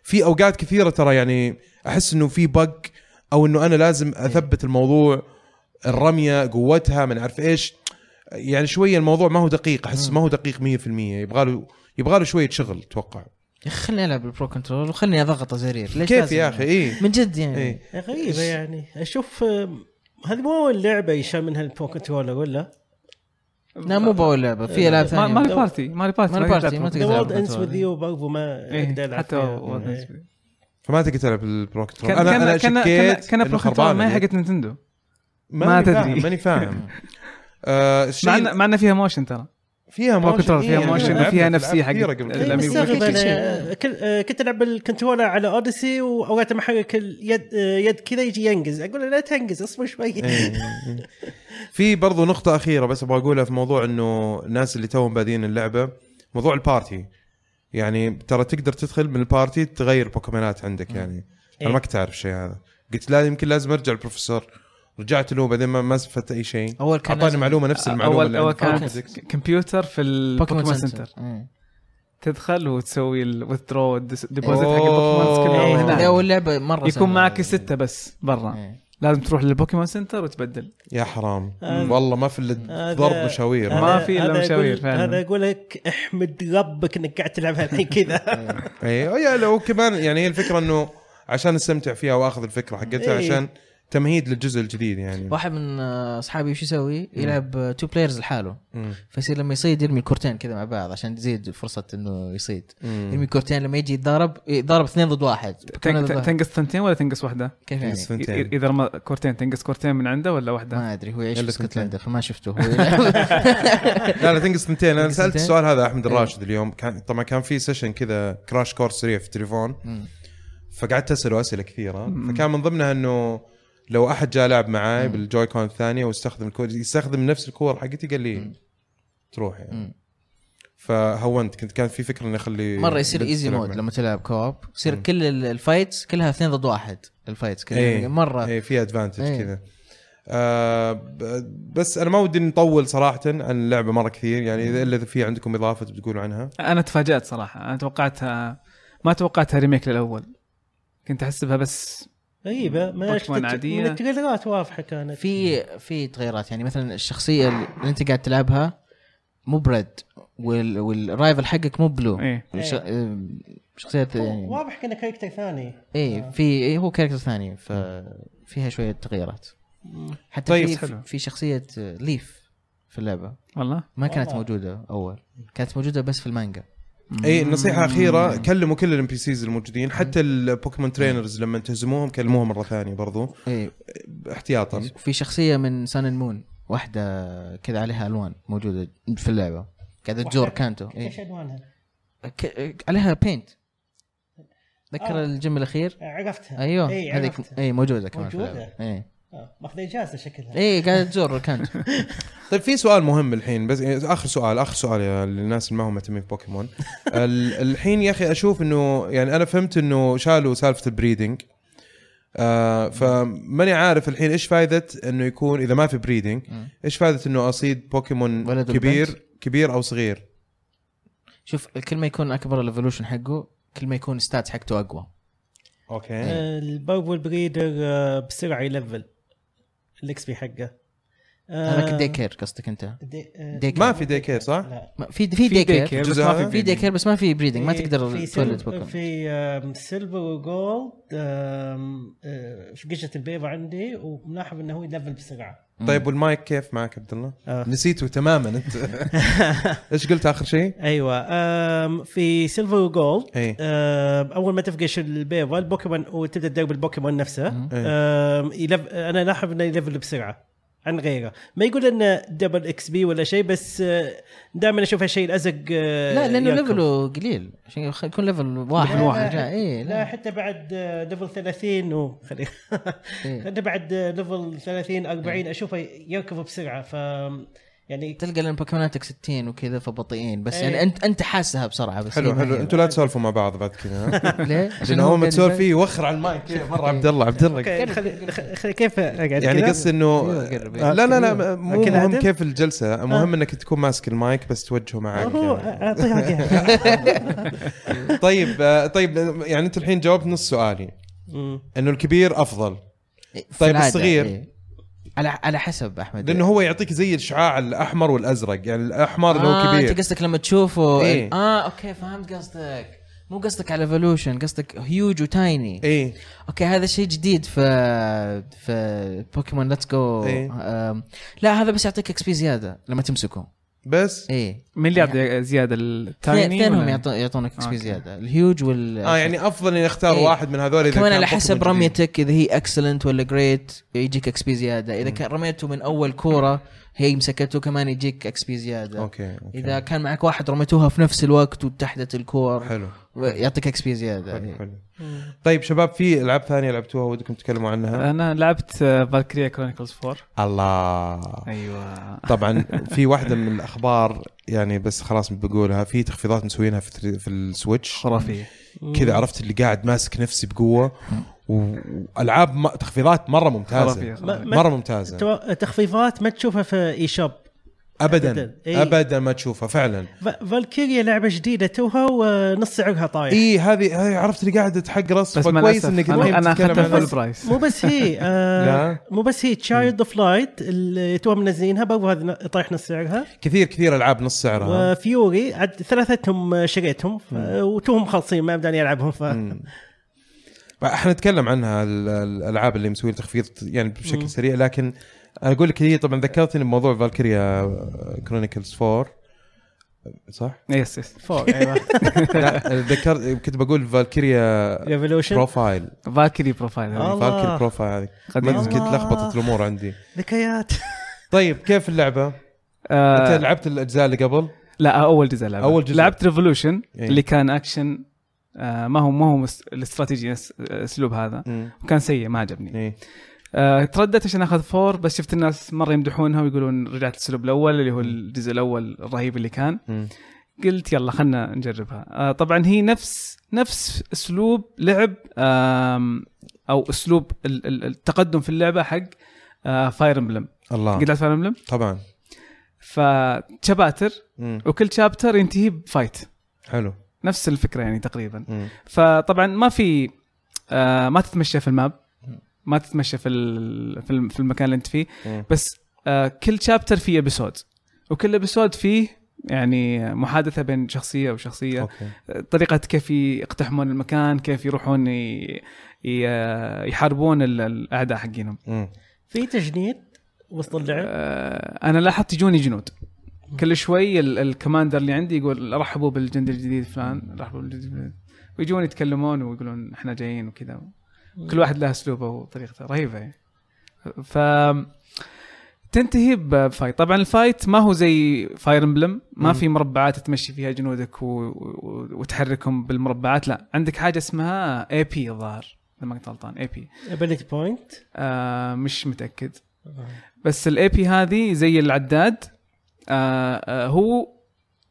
[SPEAKER 1] في اوقات كثيره ترى يعني احس انه في بق او انه انا لازم
[SPEAKER 2] إيه.
[SPEAKER 1] اثبت الموضوع الرميه قوتها من عارف ايش يعني شويه الموضوع ما هو دقيق احس
[SPEAKER 2] إيه.
[SPEAKER 1] ما هو دقيق 100% يبغى له يبغى له شويه شغل اتوقع
[SPEAKER 2] يا أخي خلني العب بالبرو كنترول وخلني اضغط زرير ليش
[SPEAKER 1] كيف
[SPEAKER 2] لازم
[SPEAKER 1] يا
[SPEAKER 2] يعني؟
[SPEAKER 1] اخي اي
[SPEAKER 2] من جد يعني
[SPEAKER 1] إيه.
[SPEAKER 2] إيه.
[SPEAKER 4] غريبه يعني اشوف آه، هذه مو اول لعبه يشال منها البرو كنترولر ولا؟
[SPEAKER 2] لا مو باول لعبه في العاب
[SPEAKER 3] إيه، ما-
[SPEAKER 2] ثانيه
[SPEAKER 3] ماري بارتي ماري بارتي
[SPEAKER 2] ماري
[SPEAKER 3] ما
[SPEAKER 2] بارتي،
[SPEAKER 3] يقدر
[SPEAKER 2] ما
[SPEAKER 4] ذا
[SPEAKER 2] تقدر.
[SPEAKER 4] وورد اندز وذ يو برضو ما
[SPEAKER 3] إيه،
[SPEAKER 4] اقدر العب
[SPEAKER 3] حتى
[SPEAKER 4] فيها.
[SPEAKER 3] World
[SPEAKER 4] إيه.
[SPEAKER 3] Ends With You.
[SPEAKER 1] فما تقدر تلعب البرو كنترول
[SPEAKER 3] كان
[SPEAKER 1] انا انا
[SPEAKER 3] كان كان- كان
[SPEAKER 1] شكيت
[SPEAKER 3] كان
[SPEAKER 1] إنه
[SPEAKER 3] برو كنترول
[SPEAKER 1] خربانة
[SPEAKER 3] ما هي
[SPEAKER 1] دي.
[SPEAKER 3] حقت نينتندو
[SPEAKER 1] ماني
[SPEAKER 3] ما
[SPEAKER 1] فاهم،
[SPEAKER 3] تدري.
[SPEAKER 1] ماني فاهم آه، الشيء
[SPEAKER 3] مع إن- مع انه فيها موشن ترى
[SPEAKER 1] فيها
[SPEAKER 3] برو
[SPEAKER 1] موشن
[SPEAKER 3] كنترول فيها
[SPEAKER 1] إيه،
[SPEAKER 3] موشن
[SPEAKER 1] لعبنا
[SPEAKER 3] وفيها
[SPEAKER 1] في
[SPEAKER 3] نفسية
[SPEAKER 1] ألعاب
[SPEAKER 3] حق
[SPEAKER 1] كثيرة قبل
[SPEAKER 4] إيه،
[SPEAKER 3] ال-
[SPEAKER 1] كده.
[SPEAKER 3] الأميبو.
[SPEAKER 4] مستغرب
[SPEAKER 2] كل شيء.
[SPEAKER 4] انا كل- آه، كنت العب بالكنترولر على اوديسي واوقات لما احرك اليد آه، يد كذا يجي ينقز اقول له لا تنقز اصبر شوي
[SPEAKER 1] إيه،
[SPEAKER 3] إيه.
[SPEAKER 1] في برضو نقطة أخيرة بس أبغى أقولها في موضوع إنه الناس اللي توهم بادين اللعبة موضوع البارتي يعني ترى تقدر تدخل من البارتي تغير بوكيمونات عندك يعني أنا
[SPEAKER 4] إيه.
[SPEAKER 1] ما كنت أعرف الشيء هذا قلت لا يمكن لازم أرجع البروفيسور رجعت له بعدين ما ما استفدت أي شيء
[SPEAKER 2] اول كان
[SPEAKER 1] أعطاني
[SPEAKER 2] لازم-
[SPEAKER 1] معلومة نفس المعلومة
[SPEAKER 3] اول
[SPEAKER 1] اللي
[SPEAKER 3] اول
[SPEAKER 1] عند
[SPEAKER 3] كان
[SPEAKER 1] Pokédex.
[SPEAKER 3] كمبيوتر في البوكيمون سنتر
[SPEAKER 2] مم.
[SPEAKER 3] تدخل وتسوي الوذرو ديبوزيت حق
[SPEAKER 1] أوه.
[SPEAKER 3] البوكيمون كل يوم
[SPEAKER 4] إيه.
[SPEAKER 2] هذه
[SPEAKER 3] هناك.
[SPEAKER 2] اول لعبه مره سهلة.
[SPEAKER 3] يكون معك ستة بس برا
[SPEAKER 2] إيه.
[SPEAKER 3] لازم تروح للبوكيمون سنتر وتبدل
[SPEAKER 1] يا حرام
[SPEAKER 4] آه.
[SPEAKER 1] والله ما في إلا
[SPEAKER 4] هذا-
[SPEAKER 1] ضرب مشاوير
[SPEAKER 3] ما
[SPEAKER 4] هذا-
[SPEAKER 3] في إلا
[SPEAKER 4] هذا أقول-
[SPEAKER 3] مشاوير فعلاً.
[SPEAKER 4] هذا اقول لك احمد ربك انك قاعد تلعبها الحين كذا
[SPEAKER 3] إيه.
[SPEAKER 1] اي أي، إيه، لو كمان يعني هي الفكره انه عشان استمتع فيها واخذ الفكره حقتها
[SPEAKER 4] إيه.
[SPEAKER 1] عشان تمهيد للجزء الجديد يعني
[SPEAKER 2] واحد من آه، اصحابي شو يسوي؟
[SPEAKER 1] إيه.
[SPEAKER 2] يلعب تو بلايرز لحاله
[SPEAKER 1] مم.
[SPEAKER 2] فيصير لما يصيد يرمي الكورتين كذا مع بعض عشان تزيد فرصه انه يصيد
[SPEAKER 1] مم.
[SPEAKER 2] يرمي الكورتين لما يجي يتضارب يتضارب اثنين ضد واحد كان
[SPEAKER 3] تن-
[SPEAKER 2] ضد
[SPEAKER 3] تن-
[SPEAKER 2] واحد.
[SPEAKER 3] تنقص ثنتين ولا تنقص واحدة؟
[SPEAKER 2] كيف يعني؟
[SPEAKER 1] بس
[SPEAKER 3] إ-
[SPEAKER 1] فهمت يعني.
[SPEAKER 3] إذا رمى كورتين تنقص كورتين من عنده ولا واحدة؟
[SPEAKER 2] ما ادري هو يعيش
[SPEAKER 1] يلا يعني.
[SPEAKER 2] في
[SPEAKER 1] سنتين.
[SPEAKER 2] اسكتلندا فما شفته هو يلعب.
[SPEAKER 1] لا لا تنقص ثنتين انا
[SPEAKER 2] تنقص
[SPEAKER 1] سالت
[SPEAKER 2] ثنتين؟
[SPEAKER 1] السؤال هذا احمد
[SPEAKER 2] إيه.
[SPEAKER 1] الراشد اليوم كان طبعا كان في سيشن كذا كراش كورس سريع في التليفون
[SPEAKER 2] مم.
[SPEAKER 1] فقعدت اساله اسئله كثيره فكان من ضمنها انه لو احد جاء لعب معاي بالجوي كون الثانيه واستخدم الكود يستخدم نفس الكور حقتي قال لي تروح
[SPEAKER 2] مم.
[SPEAKER 1] يعني فهونت كنت كان في فكره اني اخلي
[SPEAKER 2] مره يصير
[SPEAKER 1] بنت
[SPEAKER 2] ايزي
[SPEAKER 1] تلعب
[SPEAKER 2] مود
[SPEAKER 1] معي.
[SPEAKER 2] لما تلعب كوب يصير كل ال- الفايتس كلها اثنين ضد واحد الفايتس كذا
[SPEAKER 1] إيه.
[SPEAKER 2] يعني مره
[SPEAKER 1] اي في ادفانتج
[SPEAKER 2] إيه.
[SPEAKER 1] كذا آه ب- بس انا ما ودي نطول صراحه عن اللعبه مره كثير يعني اذا الا إذا في عندكم اضافه بتقولوا عنها
[SPEAKER 3] أنا تفاجأت صراحة أنا توقعتها ما توقعتها ريميك للأول كنت أحسبها بس
[SPEAKER 4] غريبه ما
[SPEAKER 3] بوكيمون
[SPEAKER 4] شفت-
[SPEAKER 3] عادية.
[SPEAKER 4] من التريلرات واضحه كانت
[SPEAKER 2] في في تغيرات يعني مثلا الشخصيه اللي انت قاعد تلعبها مو بريد وال والرايفل حقك مو بلو
[SPEAKER 3] إيه
[SPEAKER 2] والش- شخصيات يعني
[SPEAKER 4] واضح كان كاركتر ثاني
[SPEAKER 2] اي في إيه هو كاركتر ثاني ففيها شويه تغييرات حتى
[SPEAKER 1] طيب،
[SPEAKER 2] في
[SPEAKER 3] حلو.
[SPEAKER 2] في شخصيه ليف في اللعبه
[SPEAKER 3] والله
[SPEAKER 2] ما كانت
[SPEAKER 4] والله.
[SPEAKER 2] موجوده اول كانت موجوده بس في المانجا
[SPEAKER 1] اي نصيحه اخيره كلموا كل الام بي سيز الموجودين حتى البوكيمون ترينرز لما تهزموهم كلموهم مره ثانيه برضو
[SPEAKER 2] اي
[SPEAKER 1] احتياطا
[SPEAKER 2] في شخصيه من سان مون واحده كذا عليها الوان موجوده في اللعبه قاعده تزور كانتو
[SPEAKER 4] ايش
[SPEAKER 2] إيه.
[SPEAKER 4] عنوانها؟
[SPEAKER 2] ك- عليها بينت تذكر
[SPEAKER 4] آه.
[SPEAKER 2] الجيم الاخير
[SPEAKER 4] آه، عرفتها
[SPEAKER 2] ايوه
[SPEAKER 4] اي
[SPEAKER 2] هذيك
[SPEAKER 4] عرفتها
[SPEAKER 2] اي موجوده كمان إيه.
[SPEAKER 4] موجودة؟
[SPEAKER 2] اي
[SPEAKER 4] آه، ماخذه اجازه شكلها
[SPEAKER 2] اي قاعده تزور إيه، كانتو
[SPEAKER 1] طيب في سؤال مهم الحين بس اخر سؤال اخر سؤال يا للناس اللي ما هم مهتمين بوكيمون ال- الحين يا اخي اشوف انه يعني انا فهمت انه شالوا سالفه البريدنج آه فماني عارف الحين ايش فائده انه يكون اذا ما في بريدنج
[SPEAKER 2] إيه.
[SPEAKER 1] ايش فائده انه اصيد بوكيمون
[SPEAKER 2] ولد ولا
[SPEAKER 1] كبير كبير او صغير
[SPEAKER 2] شوف كل ما يكون اكبر الايفولوشن حقه كل ما يكون ستات حقته اقوى
[SPEAKER 1] اوكي
[SPEAKER 4] آه، البربل بريدر آه، بسرعه يلفل الاكس بي حقه آه،
[SPEAKER 2] هذاك الدي كير قصدك انت
[SPEAKER 4] دي- آه،
[SPEAKER 2] دي كير.
[SPEAKER 1] ما في دي كير صح؟
[SPEAKER 4] لا
[SPEAKER 2] ما- في في دي
[SPEAKER 3] في دي
[SPEAKER 2] كير
[SPEAKER 3] كير بس
[SPEAKER 1] الجزء
[SPEAKER 3] ما
[SPEAKER 1] هذا؟
[SPEAKER 3] في
[SPEAKER 2] في دي كير بس ما في بريدنج ما
[SPEAKER 4] في-
[SPEAKER 2] تقدر تولد
[SPEAKER 4] في,
[SPEAKER 2] بوكيمون
[SPEAKER 4] في سيلفر وجولد آم، آه، في قشة البيضة عندي وملاحظ انه هو يلفل بسرعه
[SPEAKER 1] طيب والمايك كيف معك عبد الله؟
[SPEAKER 4] آه.
[SPEAKER 1] نسيته تماما انت ايش قلت اخر شيء؟ إيه.
[SPEAKER 4] ايوه آم، في سيلفر وجولد
[SPEAKER 1] اي
[SPEAKER 2] آه،
[SPEAKER 4] آم، اول آه، ما تفقش البيضة البوكيمون وتبدا تدرب البوكيمون نفسه
[SPEAKER 1] إيه.
[SPEAKER 4] آم، يلف... انا لاحظ انه يلفل بسرعه عن غيره ما يقول انه دبل اكس بي ولا شيء بس دائما اشوف هالشيء الازرق آه،
[SPEAKER 2] لا لانه
[SPEAKER 4] ياكل.
[SPEAKER 2] ليفله قليل عشان يخ- يكون ليفل واحد
[SPEAKER 4] لا،
[SPEAKER 2] واحد
[SPEAKER 4] لا،
[SPEAKER 2] اي
[SPEAKER 4] لا
[SPEAKER 2] لا
[SPEAKER 4] حتى بعد آه، ليفل 30 وخلي
[SPEAKER 2] إيه.
[SPEAKER 4] حتى بعد آه، ليفل 30 40 اشوفه يركض بسرعه ف يعني
[SPEAKER 2] تلقى لان بوكيموناتك 60 وكذا فبطيئين بس
[SPEAKER 4] إيه.
[SPEAKER 2] يعني انت انت حاسها بسرعه بس
[SPEAKER 1] حلو
[SPEAKER 2] هي ما
[SPEAKER 1] حلو
[SPEAKER 2] هي.
[SPEAKER 1] انتوا لا تسولفوا مع بعض بعد كذا ها؟
[SPEAKER 2] ليه؟ يعني
[SPEAKER 1] عشان هو ما
[SPEAKER 2] قاعد
[SPEAKER 1] تسولف
[SPEAKER 2] يبالغ.
[SPEAKER 1] فيه يوخر على المايك كذا مره عبد الله عبد الله
[SPEAKER 4] اوكي خلي خلي- خلي كيف اقعد
[SPEAKER 1] يعني
[SPEAKER 4] كذا؟
[SPEAKER 1] قصدي انه
[SPEAKER 2] أيوة، قرب.
[SPEAKER 1] لا لا لا مو
[SPEAKER 4] كذا
[SPEAKER 1] مهم
[SPEAKER 4] عدل؟
[SPEAKER 1] كيف الجلسه مهم انك تكون ماسك المايك بس توجهه معك
[SPEAKER 4] هو
[SPEAKER 1] يعني.
[SPEAKER 4] اعطيه إياها.
[SPEAKER 1] طيب آه، طيب يعني انت الحين جاوبت نص سؤالي
[SPEAKER 4] مم.
[SPEAKER 1] انه الكبير افضل
[SPEAKER 2] في
[SPEAKER 1] طيب
[SPEAKER 2] العادة،
[SPEAKER 1] الصغير؟
[SPEAKER 2] إيه. على على حسب احمد
[SPEAKER 1] لانه هو يعطيك زي الشعاع الاحمر والازرق يعني الاحمر لو
[SPEAKER 2] آه، انت
[SPEAKER 1] كبير
[SPEAKER 2] قصدك لما تشوفه
[SPEAKER 1] إيه.
[SPEAKER 2] اه اوكي فهمت قصدك مو قصدك على ايفولوشن قصدك هيوج وتايني
[SPEAKER 1] اي
[SPEAKER 2] اوكي هذا شيء جديد في في بوكيمون ليتس جو
[SPEAKER 1] إيه.
[SPEAKER 2] لا هذا بس يعطيك اكسبي زياده لما تمسكه
[SPEAKER 1] بس
[SPEAKER 2] اي
[SPEAKER 3] مليار زياده التايني
[SPEAKER 2] اثنينهم
[SPEAKER 3] ولا؟
[SPEAKER 2] يعطو- يعطونك اكسبي
[SPEAKER 3] أوكي.
[SPEAKER 2] زياده الهيوج وال
[SPEAKER 1] اه يعني افضل اني اختار
[SPEAKER 2] إيه.
[SPEAKER 1] واحد من هذول اذا
[SPEAKER 2] كمان
[SPEAKER 1] كان
[SPEAKER 2] على
[SPEAKER 1] بوكيمون
[SPEAKER 2] حسب
[SPEAKER 1] جديد.
[SPEAKER 2] رميتك اذا هي اكسلنت ولا جريت يجيك اكس بي زياده اذا كان رميته من اول كوره هي مسكته كمان يجيك اكس بي زياده
[SPEAKER 1] اوكي, أوكي.
[SPEAKER 2] اذا كان معك واحد رميتوها في نفس الوقت وتحدت الكور
[SPEAKER 1] حلو
[SPEAKER 2] يعطيك اكس بي زياده
[SPEAKER 1] حلو,
[SPEAKER 2] إيه.
[SPEAKER 1] حلو. طيب شباب في العاب ثانيه لعبتوها ودكم تتكلموا عنها؟
[SPEAKER 3] انا لعبت آه، فالكريا كرونيكلز 4
[SPEAKER 1] الله
[SPEAKER 3] ايوه
[SPEAKER 1] طبعا في واحده من الاخبار يعني بس خلاص بقولها في تخفيضات مسوينها في تري- في السويتش
[SPEAKER 3] خرافيه
[SPEAKER 1] كذا عرفت اللي قاعد ماسك نفسي بقوه و- والعاب ما- تخفيضات مره
[SPEAKER 3] خرافيه
[SPEAKER 1] ممتازه
[SPEAKER 3] خرافية.
[SPEAKER 4] ما-
[SPEAKER 1] مره ممتازه
[SPEAKER 4] تو- تخفيضات ما تشوفها في اي شوب
[SPEAKER 1] ابدا
[SPEAKER 4] أبداً. إيه.
[SPEAKER 1] ابدا ما تشوفها فعلا
[SPEAKER 4] ف- فالكيريا لعبه جديده توها ونص سعرها طايح
[SPEAKER 1] اي إيه، هذه هذه عرفت اللي قاعده تحقرص
[SPEAKER 3] بس مع
[SPEAKER 1] فكويس
[SPEAKER 3] الاسف
[SPEAKER 1] انك
[SPEAKER 3] انا
[SPEAKER 1] الحين
[SPEAKER 3] أنا
[SPEAKER 1] تتكلم
[SPEAKER 3] اخذتها
[SPEAKER 1] عنها.
[SPEAKER 3] فول برايس
[SPEAKER 4] مو بس هي آه
[SPEAKER 1] لا.
[SPEAKER 4] مو بس هي تشايلد اوف لايت اللي توها منزلينها برضو هذه ن- طايح نص سعرها
[SPEAKER 1] كثير كثير العاب نص سعرها
[SPEAKER 4] وفيوري عاد ثلاثتهم شريتهم ف- وتوهم خالصين ما بداني العبهم ف
[SPEAKER 1] مم. احنا نتكلم عنها ال- ال- الالعاب اللي مسوي تخفيض يعني بشكل سريع لكن انا اقول لك هي طبعا ذكرتني بموضوع فالكيريا كرونيكلز 4 صح؟
[SPEAKER 3] يس يس
[SPEAKER 4] فور ايوه
[SPEAKER 1] لا ذكر كنت بقول فالكيريا
[SPEAKER 4] ريفولوشن
[SPEAKER 1] بروفايل
[SPEAKER 3] فالكري بروفايل
[SPEAKER 1] يعني
[SPEAKER 3] هذه.
[SPEAKER 4] آه. الله.
[SPEAKER 1] فالكيريا بروفايل هذه
[SPEAKER 3] قديمة.
[SPEAKER 1] يعني ما كنت لخبطت الامور عندي
[SPEAKER 4] ذكريات
[SPEAKER 1] طيب كيف اللعبه؟
[SPEAKER 3] آه،
[SPEAKER 1] انت لعبت الاجزاء اللي قبل؟
[SPEAKER 3] لا اول جزء لعبت
[SPEAKER 1] أول جزء.
[SPEAKER 3] لعبت ريفولوشن
[SPEAKER 1] إيه.
[SPEAKER 3] اللي كان اكشن آه، ما هو ما هو مس- الاستراتيجي نفس الاسلوب هذا
[SPEAKER 1] امم
[SPEAKER 3] كان سيء ما عجبني
[SPEAKER 1] ايه
[SPEAKER 3] آه، ترددت عشان اخذ فور بس شفت الناس مره يمدحونها ويقولون رجعت الاسلوب الاول اللي
[SPEAKER 1] إيه.
[SPEAKER 3] هو الجزء الاول الرهيب اللي كان
[SPEAKER 1] مم.
[SPEAKER 3] قلت يلا خلنا نجربها آه، طبعا هي نفس نفس اسلوب لعب آم، او اسلوب ال- ال- التقدم في اللعبه حق آه، فاير امبلم
[SPEAKER 1] الله
[SPEAKER 3] قد لعبت فاير امبلم
[SPEAKER 1] طبعا
[SPEAKER 3] فشباتر
[SPEAKER 1] مم.
[SPEAKER 3] وكل شابتر ينتهي بفايت
[SPEAKER 1] حلو
[SPEAKER 3] نفس الفكره يعني تقريبا
[SPEAKER 1] مم.
[SPEAKER 3] فطبعا ما في آه ما تتمشى في الماب ما تتمشى في ال- في الم- في المكان اللي انت فيه
[SPEAKER 1] مم.
[SPEAKER 3] بس آه كل شابتر فيه ابيسود وكل ابيسود فيه يعني محادثه بين شخصيه وشخصيه
[SPEAKER 1] اوكي
[SPEAKER 3] طريقه كيف يقتحمون المكان كيف يروحون ي- ي- يحاربون ال- الاعداء حقينهم
[SPEAKER 1] مم.
[SPEAKER 4] في تجنيد وسط اللعب
[SPEAKER 3] آه، انا لاحظت يجوني جنود كل شوي ال- الكماندر اللي عندي يقول رحبوا بالجندي الجديد فلان رحبوا بالجندي الجديد ويجون يتكلمون ويقولون احنا جايين وكذا كل واحد له اسلوبه وطريقته رهيبه يعني. ف تنتهي بفايت طبعا الفايت ما هو زي فاير امبلم ما
[SPEAKER 1] مم.
[SPEAKER 3] في مربعات تمشي فيها جنودك و... و... وتحركهم بالمربعات لا عندك حاجه اسمها اي بي الظاهر اذا ما كنت غلطان اي بي
[SPEAKER 4] ابيلتي بوينت
[SPEAKER 3] آه مش متاكد بس الاي بي هذه زي العداد آه آه هو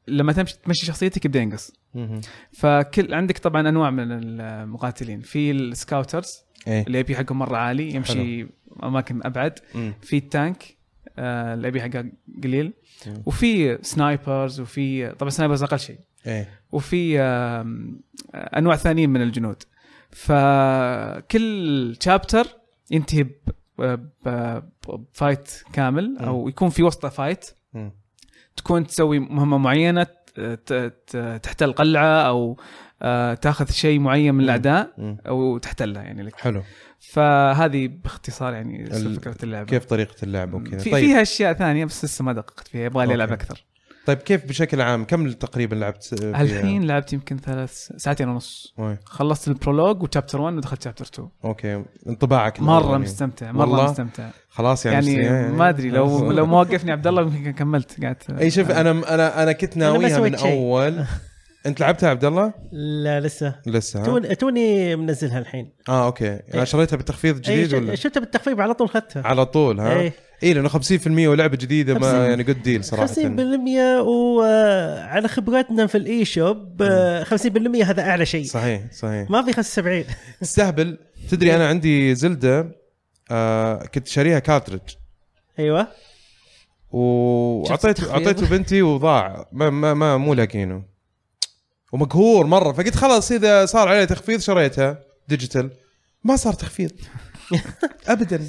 [SPEAKER 3] لما تمشي تمشي شخصيتك يبدا ينقص
[SPEAKER 1] مم.
[SPEAKER 3] فكل عندك طبعا انواع من المقاتلين في السكاوترز
[SPEAKER 1] ايه
[SPEAKER 3] الاي بي حقهم مره عالي يمشي اماكن ابعد
[SPEAKER 1] مم.
[SPEAKER 3] في التانك آه الاي بي حقه قليل
[SPEAKER 1] مم.
[SPEAKER 3] وفي سنايبرز وفي طبعا سنايبرز اقل شيء
[SPEAKER 1] ايه
[SPEAKER 3] وفي آم، انواع ثانيين من الجنود فكل شابتر ينتهي ب- ب- بفايت كامل او يكون في وسطه فايت
[SPEAKER 1] مم.
[SPEAKER 3] تكون تسوي مهمه معينه ت- ت- تحتل قلعه او آه، تاخذ شيء معين من الاعداء
[SPEAKER 1] مم.
[SPEAKER 3] او تحتلها يعني لك
[SPEAKER 1] حلو
[SPEAKER 3] فهذه باختصار يعني
[SPEAKER 1] ال-
[SPEAKER 3] فكره اللعبه
[SPEAKER 1] كيف طريقه اللعب وكذا
[SPEAKER 3] في
[SPEAKER 1] طيب
[SPEAKER 3] فيها اشياء ثانيه بس لسه ما دققت فيها يبغى لي العب
[SPEAKER 1] أوكي.
[SPEAKER 3] اكثر
[SPEAKER 1] طيب كيف بشكل عام كم تقريبا لعبت فيها؟
[SPEAKER 3] الحين لعبت يمكن ثلاث ساعتين ونص
[SPEAKER 1] أوي.
[SPEAKER 3] خلصت البرولوج وتشابتر 1 ودخلت شابتر 2
[SPEAKER 1] اوكي انطباعك
[SPEAKER 3] مره
[SPEAKER 1] يعني.
[SPEAKER 3] مستمتع
[SPEAKER 1] والله.
[SPEAKER 3] مره مستمتع
[SPEAKER 1] خلاص يعني,
[SPEAKER 3] يعني,
[SPEAKER 1] مستنيها
[SPEAKER 3] يعني ما ادري لو لو ما وقفني عبد الله يمكن كملت آه، قعدت
[SPEAKER 1] اي يعني. شوف انا انا انا كنت
[SPEAKER 4] ما
[SPEAKER 1] ناويها من
[SPEAKER 4] سويت شيء.
[SPEAKER 1] اول انت لعبتها يا عبد الله؟
[SPEAKER 4] لا لسه
[SPEAKER 1] لسه ها؟
[SPEAKER 4] توني توني منزلها الحين
[SPEAKER 1] اه اوكي انا شريتها بتخفيض جديد
[SPEAKER 4] أي
[SPEAKER 1] ولا؟
[SPEAKER 4] ش- شفتها بالتخفيض على طول اخذتها
[SPEAKER 1] على طول ها؟
[SPEAKER 4] إيه.
[SPEAKER 1] اي لانه 50% ولعبه جديده ما
[SPEAKER 3] 50.
[SPEAKER 1] يعني جود ديل
[SPEAKER 4] 50%
[SPEAKER 1] صراحه
[SPEAKER 4] وعلى خبرتنا في الاي شوب آه، 50% هذا اعلى شيء
[SPEAKER 1] صحيح صحيح
[SPEAKER 4] ما في 75
[SPEAKER 1] استهبل تدري انا عندي زلده آه كنت شاريها كارترج
[SPEAKER 4] ايوه
[SPEAKER 2] شفت
[SPEAKER 1] وعطيته
[SPEAKER 2] التخفيض؟
[SPEAKER 1] اعطيته بنتي وضاع ما ما, ما مو لاقينه ومقهور مره فقلت خلاص اذا صار عليه تخفيض شريتها ديجيتال ما صار تخفيض ابدا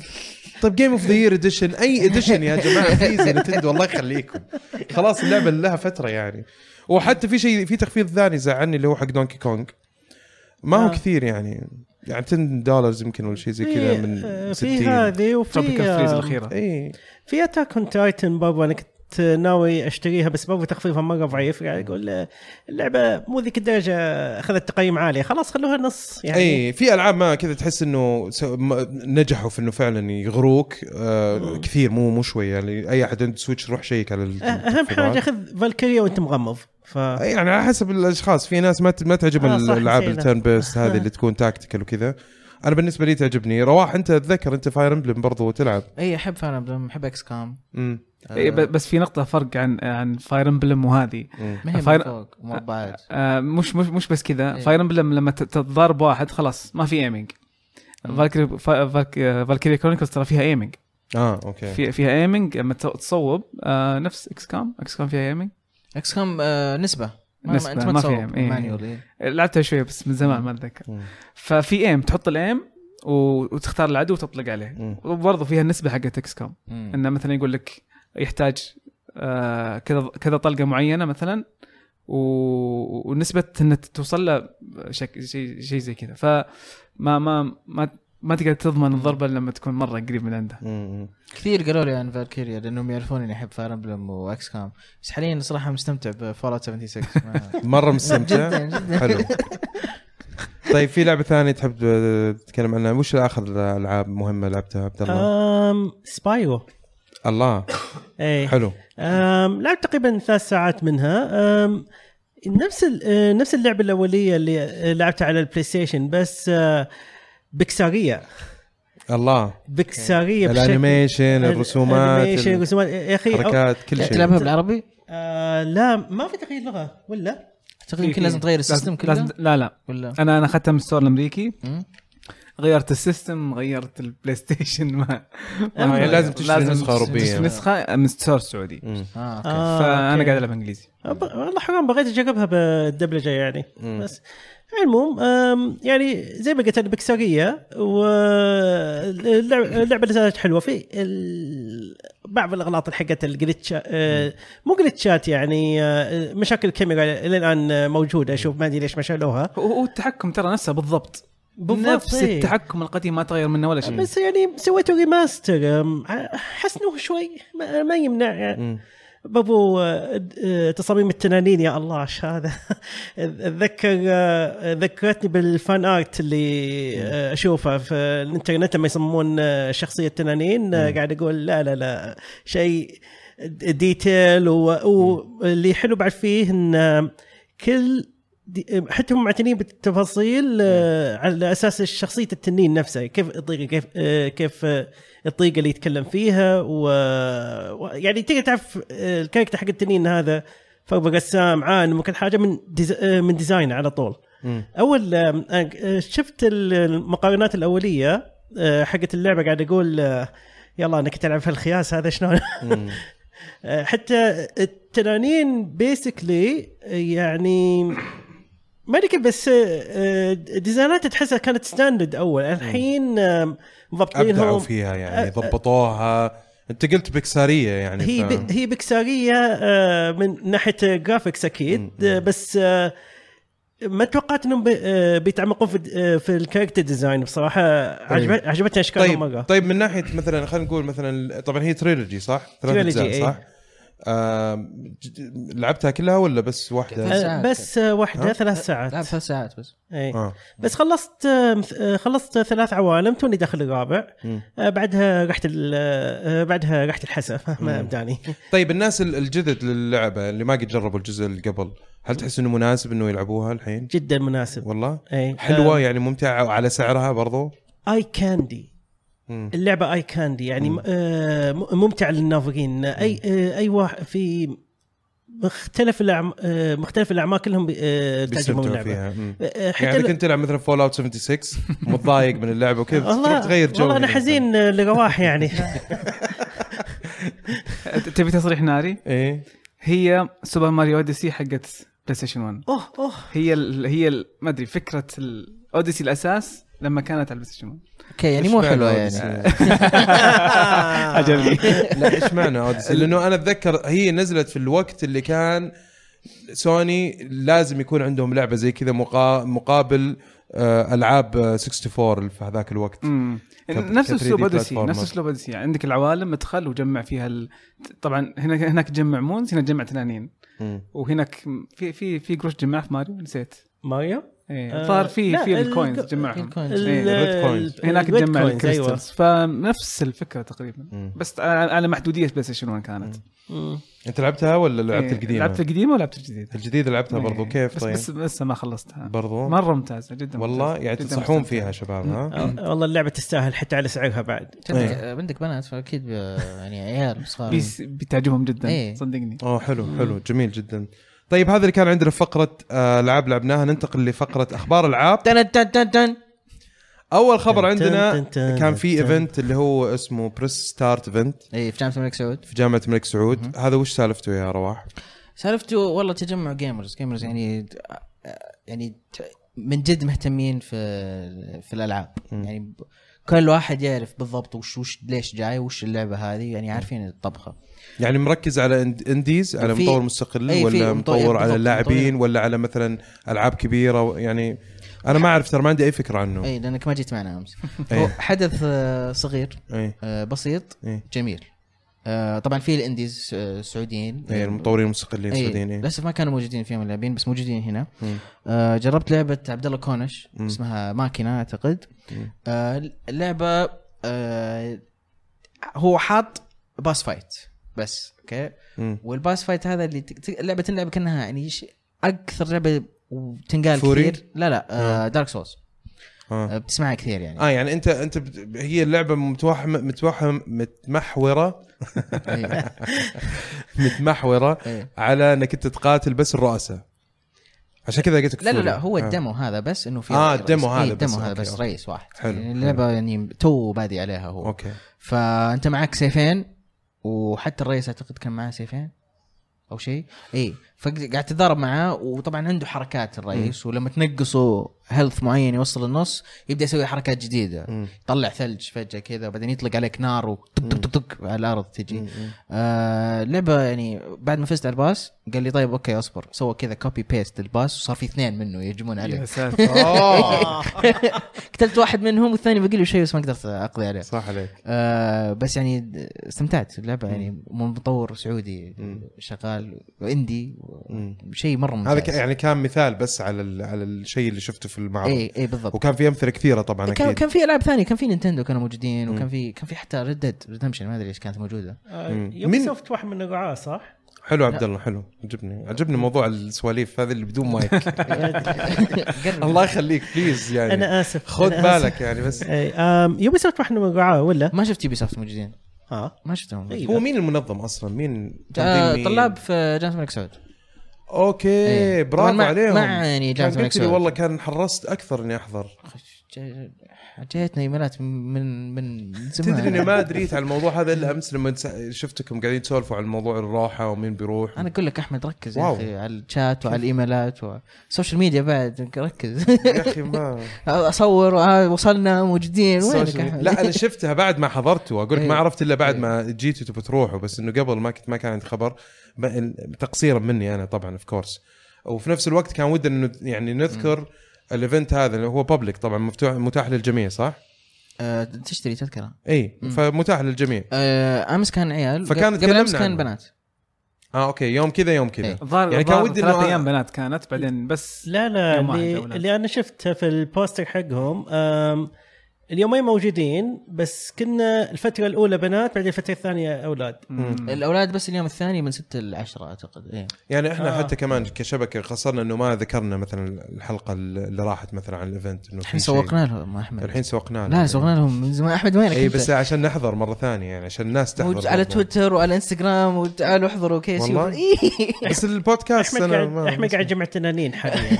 [SPEAKER 1] طيب جيم اوف ذا يير اديشن اي اديشن يا جماعه بليز يا نتندو الله يخليكم خلاص اللعبه اللي لها فتره يعني وحتى في شيء في تخفيض ثاني زعلني اللي هو حق دونكي كونج ما هو
[SPEAKER 4] آه.
[SPEAKER 1] كثير يعني يعني 10 دولار يمكن ولا شيء زي كذا من
[SPEAKER 4] إيه، آه،
[SPEAKER 1] إيه.
[SPEAKER 4] في-
[SPEAKER 1] 60
[SPEAKER 4] في هذه وفي آه،
[SPEAKER 3] تروبيكال
[SPEAKER 1] آه،
[SPEAKER 3] فريز الاخيره
[SPEAKER 1] اي
[SPEAKER 4] في اتاك اون تايتن برضو انا كنت ناوي اشتريها بس برضو تخفيفها مره ضعيف يعني اقول اللعبه مو ذيك الدرجه اخذت تقييم عالي خلاص خلوها نص يعني
[SPEAKER 1] اي إيه، في العاب ما كذا تحس انه س- م- نجحوا في انه فعلا يغروك آه كثير مو مو شويه يعني اي احد عنده سويتش روح شيك على ال-
[SPEAKER 4] أه- اهم
[SPEAKER 1] التطبيقات.
[SPEAKER 4] حاجه خذ فالكيريا وانت مغمض ف
[SPEAKER 1] أي يعني على حسب الاشخاص في ناس ما ت- ما تعجبهم
[SPEAKER 4] آه، صح،
[SPEAKER 1] الالعاب
[SPEAKER 4] نسينا. أه.
[SPEAKER 1] التيرن بيست هذه اللي تكون تاكتيكال وكذا انا بالنسبه لي تعجبني رواح انت اتذكر انت فاير امبلم برضو تلعب
[SPEAKER 2] اي احب فان امبلم احب اكس كام
[SPEAKER 1] امم
[SPEAKER 3] إيه، ب- بس في نقطه فرق عن عن فاير امبلم وهذه
[SPEAKER 2] ما هي من
[SPEAKER 3] Fire-
[SPEAKER 2] فوق مربعات
[SPEAKER 3] آه، مش مش مش بس كذا
[SPEAKER 2] إيه.
[SPEAKER 3] فاير امبلم لما ت- تتضارب واحد خلاص ما في ايمنج فالكري فا- فالك- آه، فالكيري كرونيكلز ترى فيها ايمنج
[SPEAKER 1] اه اوكي
[SPEAKER 3] في فيها ايمنج لما ت- تصوب آه، نفس اكس كام اكس كام فيها ايمنج
[SPEAKER 2] اكس كام آه، نسبه ما
[SPEAKER 3] نسبة،
[SPEAKER 2] ما انت
[SPEAKER 3] ما
[SPEAKER 2] ما
[SPEAKER 3] فيها،
[SPEAKER 2] تصوب
[SPEAKER 3] إيه.
[SPEAKER 2] مانيول إيه.
[SPEAKER 3] لعبتها شويه بس من زمان ما اتذكر
[SPEAKER 1] مم.
[SPEAKER 3] ففي ايم تحط الايم و- وتختار العدو وتطلق عليه
[SPEAKER 1] مم.
[SPEAKER 3] وبرضه فيها النسبه حقت اكس كام
[SPEAKER 2] مم.
[SPEAKER 3] انه مثلا يقول لك يحتاج آه، كذا كذا طلقه معينه مثلا و- ونسبه انه توصل له شك- شيء شيء زي كذا فما ما ما ما تقدر تضمن الضربه إلا لما تكون مره قريب من عنده
[SPEAKER 1] مم.
[SPEAKER 2] كثير قالوا لي عن فالكيريا لانهم يعرفون اني احب فاير امبلم واكس كام بس حاليا صراحه مستمتع بفول 76 ما-
[SPEAKER 1] مره مستمتع
[SPEAKER 2] جدا جدا
[SPEAKER 1] حلو طيب في لعبه ثانيه تحب تتكلم عنها وش اخر العاب مهمه لعبتها عبد
[SPEAKER 4] آه،
[SPEAKER 1] الله؟
[SPEAKER 4] أم سبايرو
[SPEAKER 1] الله
[SPEAKER 4] اي
[SPEAKER 1] حلو
[SPEAKER 4] أم لعبت تقريبا ثلاث ساعات منها أم نفس ال- آه، نفس اللعبه الاوليه اللي لعبتها على البلاي ستيشن بس آه، بكساريه
[SPEAKER 1] الله
[SPEAKER 4] بكساريه بشكل-
[SPEAKER 1] الانيميشن الرسومات
[SPEAKER 4] الانيميشن الرسومات يا اخي إيه، أو-
[SPEAKER 1] الحركات كل شيء
[SPEAKER 2] تلعبها بالعربي؟
[SPEAKER 4] آه، لا ما في تغيير لغه ولا
[SPEAKER 2] اعتقد يمكن لازم تغير السيستم كله
[SPEAKER 3] إيه، لازم- لا لا
[SPEAKER 2] ولا
[SPEAKER 3] انا انا اخذتها من الستور الامريكي
[SPEAKER 2] مم.
[SPEAKER 3] غيرت السيستم غيرت البلاي ستيشن ما,
[SPEAKER 1] آه، يعني لازم تشتري نسخة
[SPEAKER 3] تشتري
[SPEAKER 1] أوروبية.
[SPEAKER 3] نسخه من ستور سعودي
[SPEAKER 1] مم.
[SPEAKER 2] اه اوكي
[SPEAKER 4] آه،
[SPEAKER 3] فانا
[SPEAKER 4] أوكي.
[SPEAKER 3] قاعد العب انجليزي
[SPEAKER 4] آه، ب- والله حرام بغيت اجربها بالدبلجه يعني بس المهم آم، يعني زي ما قلت انا بكسريه واللعبه اللي صارت حلوه في ال- بعض الاغلاط اللي حقت الجلتش آه، مو جلتشات يعني آه، مشاكل الكاميرا الى الان آه، موجوده اشوف ما ادري ليش ما شالوها
[SPEAKER 3] هو هو التحكم ترى نفسه بالضبط
[SPEAKER 4] بالضبط،
[SPEAKER 3] نفس
[SPEAKER 4] إيه.
[SPEAKER 3] التحكم القديم ما تغير منه ولا شيء
[SPEAKER 4] بس يعني سويته ريماستر آم، حسنوه شوي ما- ما يمنع يعني
[SPEAKER 1] مم.
[SPEAKER 4] بابو آه، د- آه، تصاميم التنانين يا الله ايش هذا اتذكر آه، ذكرتني بالفان ارت اللي آه، اشوفه في الانترنت لما يصممون آه، شخصيه تنانين آه، قاعد اقول لا لا لا شيء د- ديتيل و- واللي حلو بعد فيه ان آه، كل دي- حتى هم معتنين بالتفاصيل آه، على اساس شخصيه التنين نفسه كيف الطريقه كيف آه، كيف آه، الطريقه اللي يتكلم فيها و... و... يعني تقدر تعرف آه، الكاركتر حق التنين هذا فوق رسام عالم وكل حاجه من ديز... آه، من ديزاين على طول
[SPEAKER 1] مم.
[SPEAKER 4] اول آم، آه، شفت ال- المقارنات الاوليه آه، حقت اللعبه قاعد اقول آه، يلا انا كنت العب في الخياس هذا شلون
[SPEAKER 1] مم.
[SPEAKER 4] آه، حتى التنانين بيسكلي يعني ما ادري كيف بس آه، آه، ديزايناتها تحسها كانت ستاندرد اول الحين آم،
[SPEAKER 1] ابدعوا
[SPEAKER 4] مضبطينهم
[SPEAKER 1] فيها
[SPEAKER 4] أ-
[SPEAKER 1] يعني
[SPEAKER 4] أ-
[SPEAKER 1] ضبطوها انت قلت بكساريه يعني
[SPEAKER 4] هي
[SPEAKER 1] ف-
[SPEAKER 4] ب... هي بكساريه آه، من ناحيه جرافيكس اكيد آه، بس آه، ما توقعت انهم بي- آه، بيتعمقون في د- آه، في الكاركتر ديزاين بصراحه عجبت عجبتني اشكالهم
[SPEAKER 1] طيب
[SPEAKER 4] مره
[SPEAKER 1] طيب من ناحيه مثلا خلينا نقول مثلا طبعا هي تريلوجي صح؟ ثلاث
[SPEAKER 4] Trilogy،
[SPEAKER 1] أجزاء، صح؟
[SPEAKER 4] إيه.
[SPEAKER 1] آم، ج- لعبتها كلها ولا بس واحده؟
[SPEAKER 2] ثلاث
[SPEAKER 4] آه،
[SPEAKER 2] ساعات.
[SPEAKER 4] بس آه، واحده
[SPEAKER 1] ها؟
[SPEAKER 4] ثلاث ساعات
[SPEAKER 2] لعب ثلاث ساعات بس
[SPEAKER 4] إيه.
[SPEAKER 1] اه
[SPEAKER 4] بس خلصت آه، مث- آه، خلصت ثلاث عوالم توني داخل الرابع
[SPEAKER 1] مم.
[SPEAKER 4] آه، بعدها رحت ال- آه، بعدها رحت الحسا ما بداني
[SPEAKER 1] طيب الناس ال- الجدد للعبه اللي ما قد جربوا الجزء اللي قبل، هل تحس انه مناسب انه يلعبوها الحين؟
[SPEAKER 4] جدا مناسب
[SPEAKER 1] والله؟
[SPEAKER 4] إيه.
[SPEAKER 1] حلوه يعني ممتعه وعلى سعرها برضو؟
[SPEAKER 4] اي كاندي
[SPEAKER 1] مم.
[SPEAKER 4] اللعبه اي كاندي يعني م- آه، م- ممتعه للناظرين اي آه، اي واحد في مختلف الأعم... آه، مختلف الاعمار كلهم بي- آه، تعجبهم
[SPEAKER 1] بيستمتعوا
[SPEAKER 4] اللعبه
[SPEAKER 1] فيها مم.
[SPEAKER 4] آه، حتى
[SPEAKER 1] يعني
[SPEAKER 4] ل-
[SPEAKER 1] كنت تلعب مثلا فول اوت 76 متضايق من اللعبه وكذا تروح تغير جو
[SPEAKER 4] والله انا
[SPEAKER 1] هنا مثلاً.
[SPEAKER 4] حزين آه، لرواح يعني
[SPEAKER 3] ت- تبي تصريح ناري
[SPEAKER 1] ايه
[SPEAKER 3] هي سوبر ماريو اوديسي حقت بلاي ستيشن 1
[SPEAKER 4] اوه اوه
[SPEAKER 3] هي ال هي ال ما ادري فكره الاوديسي الاساس لما كانت على البلاي ستيشن
[SPEAKER 2] اوكي يعني
[SPEAKER 1] إيش
[SPEAKER 2] مو
[SPEAKER 1] معنى
[SPEAKER 2] حلوه
[SPEAKER 1] أوديسي؟
[SPEAKER 2] يعني
[SPEAKER 3] عجبني
[SPEAKER 1] لا ايش معنى اوديسي؟ لانه انا اتذكر هي نزلت في الوقت اللي كان سوني لازم يكون عندهم لعبه زي كذا مقا- مقابل آه، العاب آه، 64 في هذاك الوقت
[SPEAKER 3] مم. يعني
[SPEAKER 1] كب-
[SPEAKER 3] نفس
[SPEAKER 1] 3D
[SPEAKER 3] اسلوب اوديسي
[SPEAKER 1] platformer.
[SPEAKER 3] نفس اسلوب اوديسي يعني عندك العوالم ادخل وجمع فيها ال... طبعا هناك هناك تجمع مونز هنا تجمع تنانين
[SPEAKER 1] مم.
[SPEAKER 3] وهناك في في في قروش تجمعها في ماريو نسيت
[SPEAKER 4] ماريو
[SPEAKER 3] ايه
[SPEAKER 4] آه،
[SPEAKER 3] صار في
[SPEAKER 4] لا،
[SPEAKER 3] في
[SPEAKER 4] ال-
[SPEAKER 3] الكوينز
[SPEAKER 4] ال-
[SPEAKER 3] تجمعهم
[SPEAKER 2] الكوينز.
[SPEAKER 3] إيه.
[SPEAKER 1] الريد كوينز.
[SPEAKER 3] هناك تجمع
[SPEAKER 4] الريد كوينز، أيوة.
[SPEAKER 3] الكريستلز فنفس الفكره تقريبا
[SPEAKER 1] مم.
[SPEAKER 3] بس على على محدوديه بلاي ستيشن 1 كانت
[SPEAKER 4] مم.
[SPEAKER 1] انت لعبتها ولا لعبت
[SPEAKER 3] إيه،
[SPEAKER 1] القديمه؟
[SPEAKER 3] لعبت القديمه ولعبت الجديده
[SPEAKER 1] الجديده لعبتها
[SPEAKER 3] إيه.
[SPEAKER 1] برضو كيف
[SPEAKER 3] بس
[SPEAKER 1] طيب؟
[SPEAKER 3] بس لسه ما خلصتها
[SPEAKER 1] برضو
[SPEAKER 3] مره ممتازه جدا
[SPEAKER 1] والله
[SPEAKER 3] ممتازة،
[SPEAKER 1] يعني
[SPEAKER 3] جداً
[SPEAKER 1] تنصحون
[SPEAKER 3] ممتازة.
[SPEAKER 1] فيها شباب ها؟
[SPEAKER 4] آه، والله اللعبه تستاهل حتى على سعرها بعد
[SPEAKER 2] عندك
[SPEAKER 1] إيه.
[SPEAKER 2] عندك بنات فاكيد ب- يعني عيال صغار
[SPEAKER 3] بيس- بتعجبهم جدا
[SPEAKER 2] إيه.
[SPEAKER 3] صدقني
[SPEAKER 1] اه حلو حلو جميل جدا طيب هذا اللي كان عندنا في فقره آه، العاب لعبناها ننتقل لفقره اخبار العاب
[SPEAKER 2] تن تن تن تن
[SPEAKER 1] اول خبر
[SPEAKER 4] تن-
[SPEAKER 1] عندنا
[SPEAKER 4] تن- تن-
[SPEAKER 1] كان في
[SPEAKER 4] تن.
[SPEAKER 1] ايفنت اللي هو اسمه بريس ستارت ايفنت
[SPEAKER 2] اي في جامعه الملك سعود
[SPEAKER 1] في جامعه الملك سعود هذا وش سالفته يا رواح؟
[SPEAKER 2] سالفته والله تجمع جيمرز جيمرز يعني يعني ت- من جد مهتمين في في الالعاب
[SPEAKER 1] مم.
[SPEAKER 2] يعني ب- كل واحد يعرف بالضبط وش وش ليش جاي وش اللعبه هذه يعني عارفين الطبخه
[SPEAKER 1] يعني مركز على إند- انديز على
[SPEAKER 2] في-
[SPEAKER 1] مطور مستقل
[SPEAKER 2] أي، في
[SPEAKER 1] ولا
[SPEAKER 2] مطور-
[SPEAKER 1] مطور على
[SPEAKER 2] بالضبط،
[SPEAKER 1] لاعبين
[SPEAKER 2] مطور.
[SPEAKER 1] ولا على مثلا العاب كبيره و- يعني انا ما اعرف ترى ما عندي اي فكره عنه
[SPEAKER 2] اي لانك إيه، ما جيت معنا امس
[SPEAKER 1] إيه.
[SPEAKER 2] هو حدث آه، صغير
[SPEAKER 1] اي
[SPEAKER 2] آه، بسيط
[SPEAKER 1] إيه.
[SPEAKER 2] جميل آه، طبعا في الانديز آه، سعوديين
[SPEAKER 1] اي المطورين المستقلين
[SPEAKER 2] إيه،
[SPEAKER 1] السعوديين إيه.
[SPEAKER 2] للاسف ما كانوا موجودين فيهم اللاعبين بس موجودين هنا
[SPEAKER 1] مم.
[SPEAKER 2] آه جربت لعبه عبد الله كونش
[SPEAKER 1] مم.
[SPEAKER 2] اسمها ماكينه اعتقد
[SPEAKER 1] مم.
[SPEAKER 2] آه اللعبه آه هو حاط باس فايت بس اوكي
[SPEAKER 1] مم.
[SPEAKER 2] والباس فايت هذا اللي تك- تك- اللعبه تنلعب كانها يعني شيء- اكثر لعبه وتنقال
[SPEAKER 1] فوري؟
[SPEAKER 2] كثير لا لا آه دارك سولز
[SPEAKER 1] اه
[SPEAKER 2] آه بتسمعها كثير يعني
[SPEAKER 1] اه يعني انت انت بت- هي اللعبه متوحم متوحم متمحوره
[SPEAKER 2] إيه،
[SPEAKER 1] متمحوره
[SPEAKER 2] إيه.
[SPEAKER 1] على انك انت تقاتل بس الرؤساء عشان كذا قلت لك
[SPEAKER 2] لا لا لا
[SPEAKER 1] فوري.
[SPEAKER 2] هو
[SPEAKER 1] آه.
[SPEAKER 2] الديمو هذا بس انه في
[SPEAKER 1] آه،
[SPEAKER 2] رئيس.
[SPEAKER 1] الديمو
[SPEAKER 2] إيه،
[SPEAKER 1] هذا بس،
[SPEAKER 2] الديمو هذا
[SPEAKER 1] أوكي،
[SPEAKER 2] بس
[SPEAKER 1] أوكي.
[SPEAKER 2] رئيس واحد
[SPEAKER 1] حلو،
[SPEAKER 2] يعني اللعبه يعني تو بادي عليها هو
[SPEAKER 1] اوكي
[SPEAKER 2] فانت معك سيفين وحتى الرئيس اعتقد كان معاه سيفين او شيء اي فقاعد تتضارب معاه وطبعا عنده حركات الرئيس ولما تنقصه هيلث معين يوصل النص يبدا يسوي حركات جديده
[SPEAKER 1] مم.
[SPEAKER 2] يطلع ثلج فجاه كذا وبعدين يطلق عليك نار وطق طق طق طق على الارض تجي آه لعبه يعني بعد ما فزت على الباس قال لي طيب اوكي اصبر سوى كذا كوبي بيست الباس وصار في اثنين منه يهجمون
[SPEAKER 3] يا
[SPEAKER 2] عليك
[SPEAKER 3] ساتر
[SPEAKER 1] اوه
[SPEAKER 2] قتلت واحد منهم والثاني باقي له شيء بس ما قدرت اقضي عليه
[SPEAKER 1] صح عليك
[SPEAKER 2] آه بس يعني د- استمتعت اللعبة يعني من مطور سعودي
[SPEAKER 1] مم.
[SPEAKER 2] شغال واندي
[SPEAKER 1] مم.
[SPEAKER 2] شيء مرة ممتاز
[SPEAKER 1] هذا ك- يعني كان مثال بس على ال... على الشيء اللي شفته في المعرض
[SPEAKER 2] اي اي إيه، بالضبط
[SPEAKER 1] وكان في امثله كثيره طبعا
[SPEAKER 2] كان,
[SPEAKER 1] اكيد
[SPEAKER 2] كان في العاب ثانيه كان في نينتندو كانوا موجودين
[SPEAKER 1] مم.
[SPEAKER 2] وكان في كان في حتى ريدد ريدمشن ما ادري ايش كانت موجوده
[SPEAKER 1] مم.
[SPEAKER 4] يوبي سوفت آه، واحد من الرعاه صح؟
[SPEAKER 1] حلو عبد الله حلو عجبني عجبني موضوع السواليف هذا اللي بدون مايك
[SPEAKER 2] قرب.
[SPEAKER 1] الله يخليك بليز يعني
[SPEAKER 4] انا اسف
[SPEAKER 1] خذ
[SPEAKER 4] أنا آسف.
[SPEAKER 1] بالك يعني
[SPEAKER 2] إيه.
[SPEAKER 1] بس
[SPEAKER 4] اي آم، يوبي سوفت واحد من الرعاه ولا؟
[SPEAKER 2] ما شفت يوبي سوفت موجودين
[SPEAKER 4] اه
[SPEAKER 2] ما شفتهم
[SPEAKER 4] طيب.
[SPEAKER 1] هو مين المنظم اصلا مين
[SPEAKER 2] آه،
[SPEAKER 1] تنظيم مين؟
[SPEAKER 2] طلاب في جامعه الملك سعود
[SPEAKER 1] اوكي
[SPEAKER 2] إيه.
[SPEAKER 1] برافو
[SPEAKER 2] طبعاً مع-
[SPEAKER 1] عليهم
[SPEAKER 2] مع يعني
[SPEAKER 1] كان
[SPEAKER 2] جامعة
[SPEAKER 1] قلت
[SPEAKER 2] الملك
[SPEAKER 1] لي
[SPEAKER 2] سعود.
[SPEAKER 1] والله كان حرصت اكثر اني احضر
[SPEAKER 2] جا- جايتنا ايميلات من من من زمان
[SPEAKER 1] تدري اني ما دريت على الموضوع هذا الا امس لما تس- شفتكم قاعدين تسولفوا عن موضوع الروحه ومين بيروح
[SPEAKER 2] انا اقول لك احمد ركز
[SPEAKER 1] واو.
[SPEAKER 2] يا اخي على الشات وعلى الايميلات والسوشيال ميديا بعد ركز
[SPEAKER 1] يا اخي ما
[SPEAKER 2] اصور آه، وصلنا موجودين وينك
[SPEAKER 1] السوشيال ميديا-
[SPEAKER 2] احمد؟
[SPEAKER 1] لا انا شفتها بعد ما حضرته اقول لك ما
[SPEAKER 2] إيه.
[SPEAKER 1] عرفت الا بعد ما جيتوا تبوا تروحوا بس انه قبل ما كنت ما كان عندي خبر ما- ال- تقصيرا مني انا طبعا اوف كورس وفي نفس الوقت كان ودنا انه يعني نذكر الايفنت هذا اللي هو بابليك طبعا مفتوح متاح للجميع صح؟
[SPEAKER 2] آه، تشتري تذكره
[SPEAKER 1] اي فمتاح للجميع
[SPEAKER 2] آه، امس كان عيال
[SPEAKER 1] فكان
[SPEAKER 2] قبل امس
[SPEAKER 1] تكلمنا
[SPEAKER 2] كان
[SPEAKER 1] عنه.
[SPEAKER 2] بنات
[SPEAKER 1] اه اوكي يوم كذا يوم كذا
[SPEAKER 2] إيه.
[SPEAKER 3] الظاهر
[SPEAKER 1] يعني
[SPEAKER 3] يعني
[SPEAKER 1] كان
[SPEAKER 3] كان
[SPEAKER 1] ودي
[SPEAKER 3] ثلاث
[SPEAKER 1] إنه-
[SPEAKER 3] ايام بنات كانت بعدين بس
[SPEAKER 4] لا لا
[SPEAKER 3] يوم واحد
[SPEAKER 4] اللي,
[SPEAKER 3] أو لا.
[SPEAKER 4] اللي انا شفته في البوستر حقهم آم، اليومين موجودين بس كنا الفتره الاولى بنات بعدين الفتره الثانيه اولاد
[SPEAKER 2] الاولاد بس اليوم الثاني من 6 ل 10 اعتقد ايه
[SPEAKER 1] يعني احنا آه.
[SPEAKER 4] آه.
[SPEAKER 1] حتى كمان كشبكه خسرنا انه ما ذكرنا مثلا الحلقه اللي راحت مثلا عن الايفنت انه في
[SPEAKER 2] الحين
[SPEAKER 1] شيء.
[SPEAKER 2] سوقنا لهم احمد
[SPEAKER 1] الحين سوقنا
[SPEAKER 2] لا سوقنا لهم من زمان احمد وينك
[SPEAKER 1] اي
[SPEAKER 2] أنت؟
[SPEAKER 1] بس عشان نحضر مره ثانيه يعني عشان الناس تحضر
[SPEAKER 2] موج- على
[SPEAKER 1] برضو.
[SPEAKER 2] تويتر وعلى انستغرام وتعالوا احضروا كيس
[SPEAKER 1] والله؟
[SPEAKER 2] إيه.
[SPEAKER 1] بس البودكاست
[SPEAKER 4] احمد
[SPEAKER 1] انا
[SPEAKER 4] قاعد
[SPEAKER 1] ما
[SPEAKER 4] احمد قاعد يجمع تنانين حاليا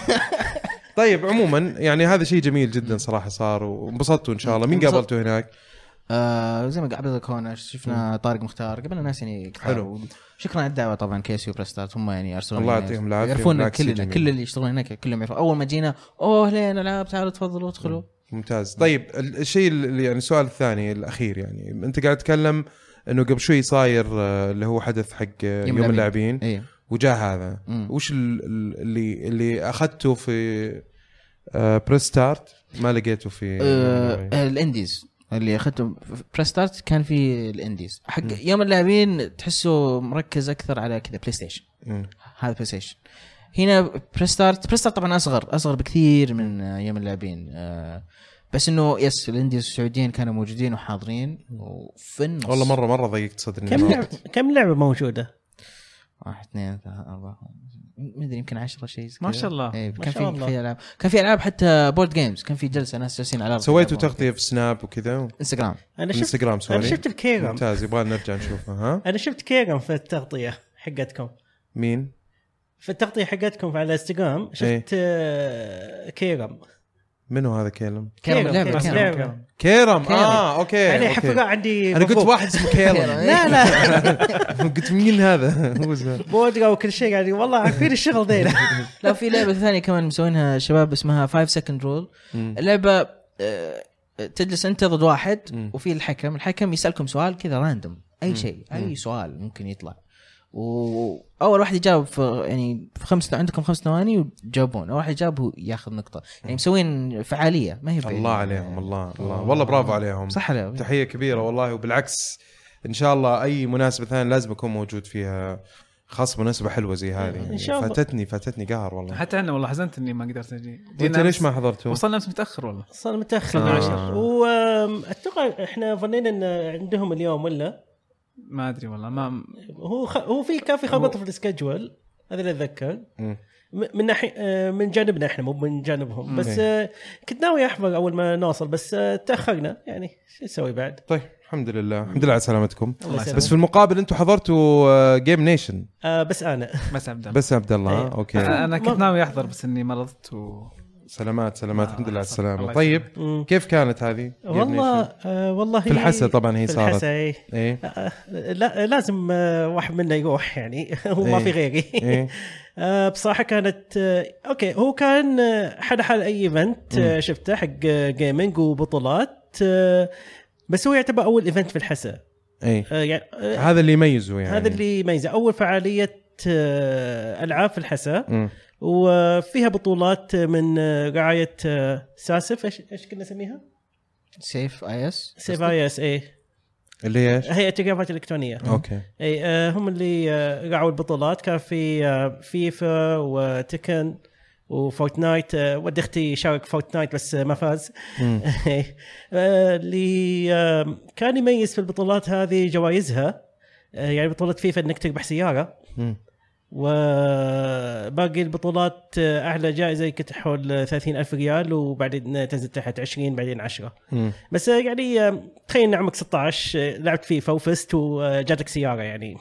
[SPEAKER 1] طيب عموما يعني هذا شيء جميل جدا صراحه صار وانبسطتوا ان شاء الله مين
[SPEAKER 2] انبسط-
[SPEAKER 1] قابلته هناك
[SPEAKER 2] آه زي ما قبل الكونر شفنا طارق مختار قبلنا ناس يعني كثار.
[SPEAKER 1] حلو.
[SPEAKER 2] شكرا على الدعوه طبعا كيسيو بريستارت هم يعني ارسلوا
[SPEAKER 1] الله
[SPEAKER 2] لنا-
[SPEAKER 1] يعطيهم العافية،
[SPEAKER 2] يعرفونا
[SPEAKER 1] بالعكس
[SPEAKER 2] كلنا
[SPEAKER 1] جميل.
[SPEAKER 2] كل اللي يشتغلون هناك كلهم يعرفون اول ما جينا اوه اهلين العاب تعالوا تفضلوا ادخلوا
[SPEAKER 1] ممتاز طيب ال- الشيء اللي يعني السؤال الثاني الاخير يعني انت قاعد تتكلم انه قبل شوي صاير آه، اللي هو حدث حق آه، يوم
[SPEAKER 2] اللاعبين.
[SPEAKER 1] اللاعبين
[SPEAKER 2] ايه
[SPEAKER 1] وجاء هذا
[SPEAKER 2] مم.
[SPEAKER 1] وش ال- ال- اللي اللي اخذته في بريس ستارت ما لقيته في
[SPEAKER 2] آه، الانديز اللي اخذته بريس ستارت كان في الانديز حق يوم اللاعبين تحسه مركز اكثر على كذا بلاي ستيشن
[SPEAKER 1] مم.
[SPEAKER 2] هذا بلاي ستيشن هنا بريستارت بريستارت طبعا اصغر اصغر بكثير من آه، يوم اللاعبين آه، بس انه يس الانديز السعوديين كانوا موجودين وحاضرين وفي النص
[SPEAKER 1] والله مره مره ضيقت صدري
[SPEAKER 4] كم
[SPEAKER 1] مرة.
[SPEAKER 4] لعبه كم لعبه موجوده؟
[SPEAKER 2] واحد اثنين ثلاثة أربعة ما ادري يمكن 10 شيء زي
[SPEAKER 3] ما
[SPEAKER 2] كذا.
[SPEAKER 3] شاء الله.
[SPEAKER 2] إيه
[SPEAKER 4] ما
[SPEAKER 2] كان
[SPEAKER 4] شاء
[SPEAKER 2] في
[SPEAKER 4] الله.
[SPEAKER 2] في العاب كان في العاب حتى بورد جيمز كان في جلسه ناس جالسين على الأرض
[SPEAKER 1] سويتوا
[SPEAKER 2] يلعبون.
[SPEAKER 1] تغطيه في سناب وكذا
[SPEAKER 2] انستغرام
[SPEAKER 4] انا شفت
[SPEAKER 1] انستغرام
[SPEAKER 4] انا
[SPEAKER 1] سوري
[SPEAKER 4] شفت الكيرم
[SPEAKER 1] ممتاز يبغى نرجع نشوفها ها
[SPEAKER 4] انا شفت كيرم في التغطيه حقتكم
[SPEAKER 1] مين
[SPEAKER 4] في التغطيه حقتكم على
[SPEAKER 1] إيه.
[SPEAKER 4] الانستغرام شفت آه، كيرم
[SPEAKER 1] منو هذا كيلم
[SPEAKER 2] كان لعبة
[SPEAKER 4] بس
[SPEAKER 2] كان.
[SPEAKER 4] لعبة.
[SPEAKER 1] كيرم
[SPEAKER 2] كيرم.
[SPEAKER 1] اه اوكي
[SPEAKER 4] عليه
[SPEAKER 1] أوكي.
[SPEAKER 4] حفره عندي
[SPEAKER 1] انا قلت
[SPEAKER 4] بفوق.
[SPEAKER 1] واحد اسمه كيلم
[SPEAKER 2] لا لا
[SPEAKER 1] قلت مين هذا هو اسمه
[SPEAKER 4] بودره وكل شيء يعني والله عارفين الشغل ذيلا
[SPEAKER 2] لو في لعبه ثانيه كمان مسوينها شباب اسمها 5 سكند رول
[SPEAKER 1] مم.
[SPEAKER 2] اللعبه آه، تجلس انت ضد واحد
[SPEAKER 1] مم.
[SPEAKER 2] وفي الحكم الحكم يسالكم سؤال كذا راندوم اي شيء اي سؤال ممكن يطلع واول واحد يجاوب في يعني في خمس عندكم خمس ثواني وتجاوبون اول واحد يجاوب هو ياخذ نقطه يعني مسوين فعاليه ما هي بعيدة.
[SPEAKER 1] الله عليهم الله
[SPEAKER 2] آه.
[SPEAKER 1] الله والله برافو عليهم
[SPEAKER 2] صح ولا لا؟
[SPEAKER 1] تحيه
[SPEAKER 4] نعم.
[SPEAKER 1] كبيره والله وبالعكس ان شاء الله اي مناسبه ثانيه لازم اكون موجود فيها خاصه مناسبه حلوه زي هذه يعني
[SPEAKER 4] إن شاء الله.
[SPEAKER 1] فاتتني فاتتني قهر والله
[SPEAKER 3] حتى انا والله حزنت اني ما قدرت اجي
[SPEAKER 1] انت
[SPEAKER 3] جينا
[SPEAKER 1] ليش ما
[SPEAKER 3] أمس-
[SPEAKER 1] حضرته؟
[SPEAKER 3] وصلنا امس متاخر والله
[SPEAKER 4] صار متاخر
[SPEAKER 1] آه.
[SPEAKER 4] آه. واتوقع احنا ظنينا ان عندهم اليوم ولا
[SPEAKER 3] ما ادري والله ما
[SPEAKER 4] هو خ... هو في كان في خبط في السكجول هذا اللي اتذكر
[SPEAKER 1] مم.
[SPEAKER 4] م- من ناحيه آه، من جانبنا احنا مو من جانبهم بس
[SPEAKER 1] أوكي.
[SPEAKER 4] آه، كنت ناوي احضر اول ما نوصل بس آه، تاخرنا يعني شو نسوي بعد
[SPEAKER 1] طيب الحمد لله الحمد لله على
[SPEAKER 4] نعم.
[SPEAKER 1] سلامتكم
[SPEAKER 4] الله
[SPEAKER 1] بس في
[SPEAKER 4] يسلمك
[SPEAKER 1] المقابل انتم حضرتوا جيم نيشن
[SPEAKER 4] آه بس انا
[SPEAKER 3] بس عبد الله
[SPEAKER 1] بس يا عبد الله ها؟
[SPEAKER 4] أيوه.
[SPEAKER 1] اوكي
[SPEAKER 3] انا كنت ناوي احضر بس اني مرضت و
[SPEAKER 1] سلامات سلامات الحمد لله على السلامه
[SPEAKER 3] الله
[SPEAKER 1] طيب
[SPEAKER 4] مم.
[SPEAKER 1] كيف كانت هذه؟ Game
[SPEAKER 4] آه، والله
[SPEAKER 1] Nation؟
[SPEAKER 4] آه والله
[SPEAKER 1] في الحسا طبعا هي
[SPEAKER 4] في الحسا
[SPEAKER 1] صارت
[SPEAKER 4] إيه.
[SPEAKER 1] ايه
[SPEAKER 4] آه، لا لازم آه، واحد منا يروح يعني هو ما
[SPEAKER 1] إيه.
[SPEAKER 4] في غيري
[SPEAKER 1] ايه
[SPEAKER 4] آه، بصراحه كانت آه، اوكي هو كان آه، حد حال اي ايفنت آه، شفته حق آه، جيمنج وبطولات آه، بس هو يعتبر اول ايفنت في الحسا
[SPEAKER 1] ايه
[SPEAKER 4] آه، يعني آه،
[SPEAKER 1] هذا اللي يميزه يعني
[SPEAKER 4] هذا اللي يميزه اول فعاليه آه، العاب في الحسا
[SPEAKER 1] مم.
[SPEAKER 4] وفيها بطولات من آه، رعايه آه، ساسف ايش ايش كنا نسميها؟ إيه.
[SPEAKER 2] سيف اي اس
[SPEAKER 4] سيف اي اس اي
[SPEAKER 1] اللي هي ايش؟
[SPEAKER 4] هيئه الرياضات الالكترونيه
[SPEAKER 1] اوكي
[SPEAKER 4] اي آه، هم اللي آه، رعوا البطولات كان في آه، فيفا وتكن وفورتنايت آه، ود اختي شارك فورتنايت بس آه، ما فاز
[SPEAKER 1] مم.
[SPEAKER 4] إيه. آه، اللي آه، كان يميز في البطولات هذه جوائزها آه، يعني بطولة فيفا انك تربح سيارة
[SPEAKER 1] مم.
[SPEAKER 4] وباقي البطولات آه، اعلى جائزة كنت حول 30 ألف ريال وبعدين تنزل تحت 20 بعدين 10
[SPEAKER 1] مم.
[SPEAKER 4] بس آه، يعني آه، تخيل ان عمرك 16 آه، لعبت فيفا وفزت وجاتك سيارة يعني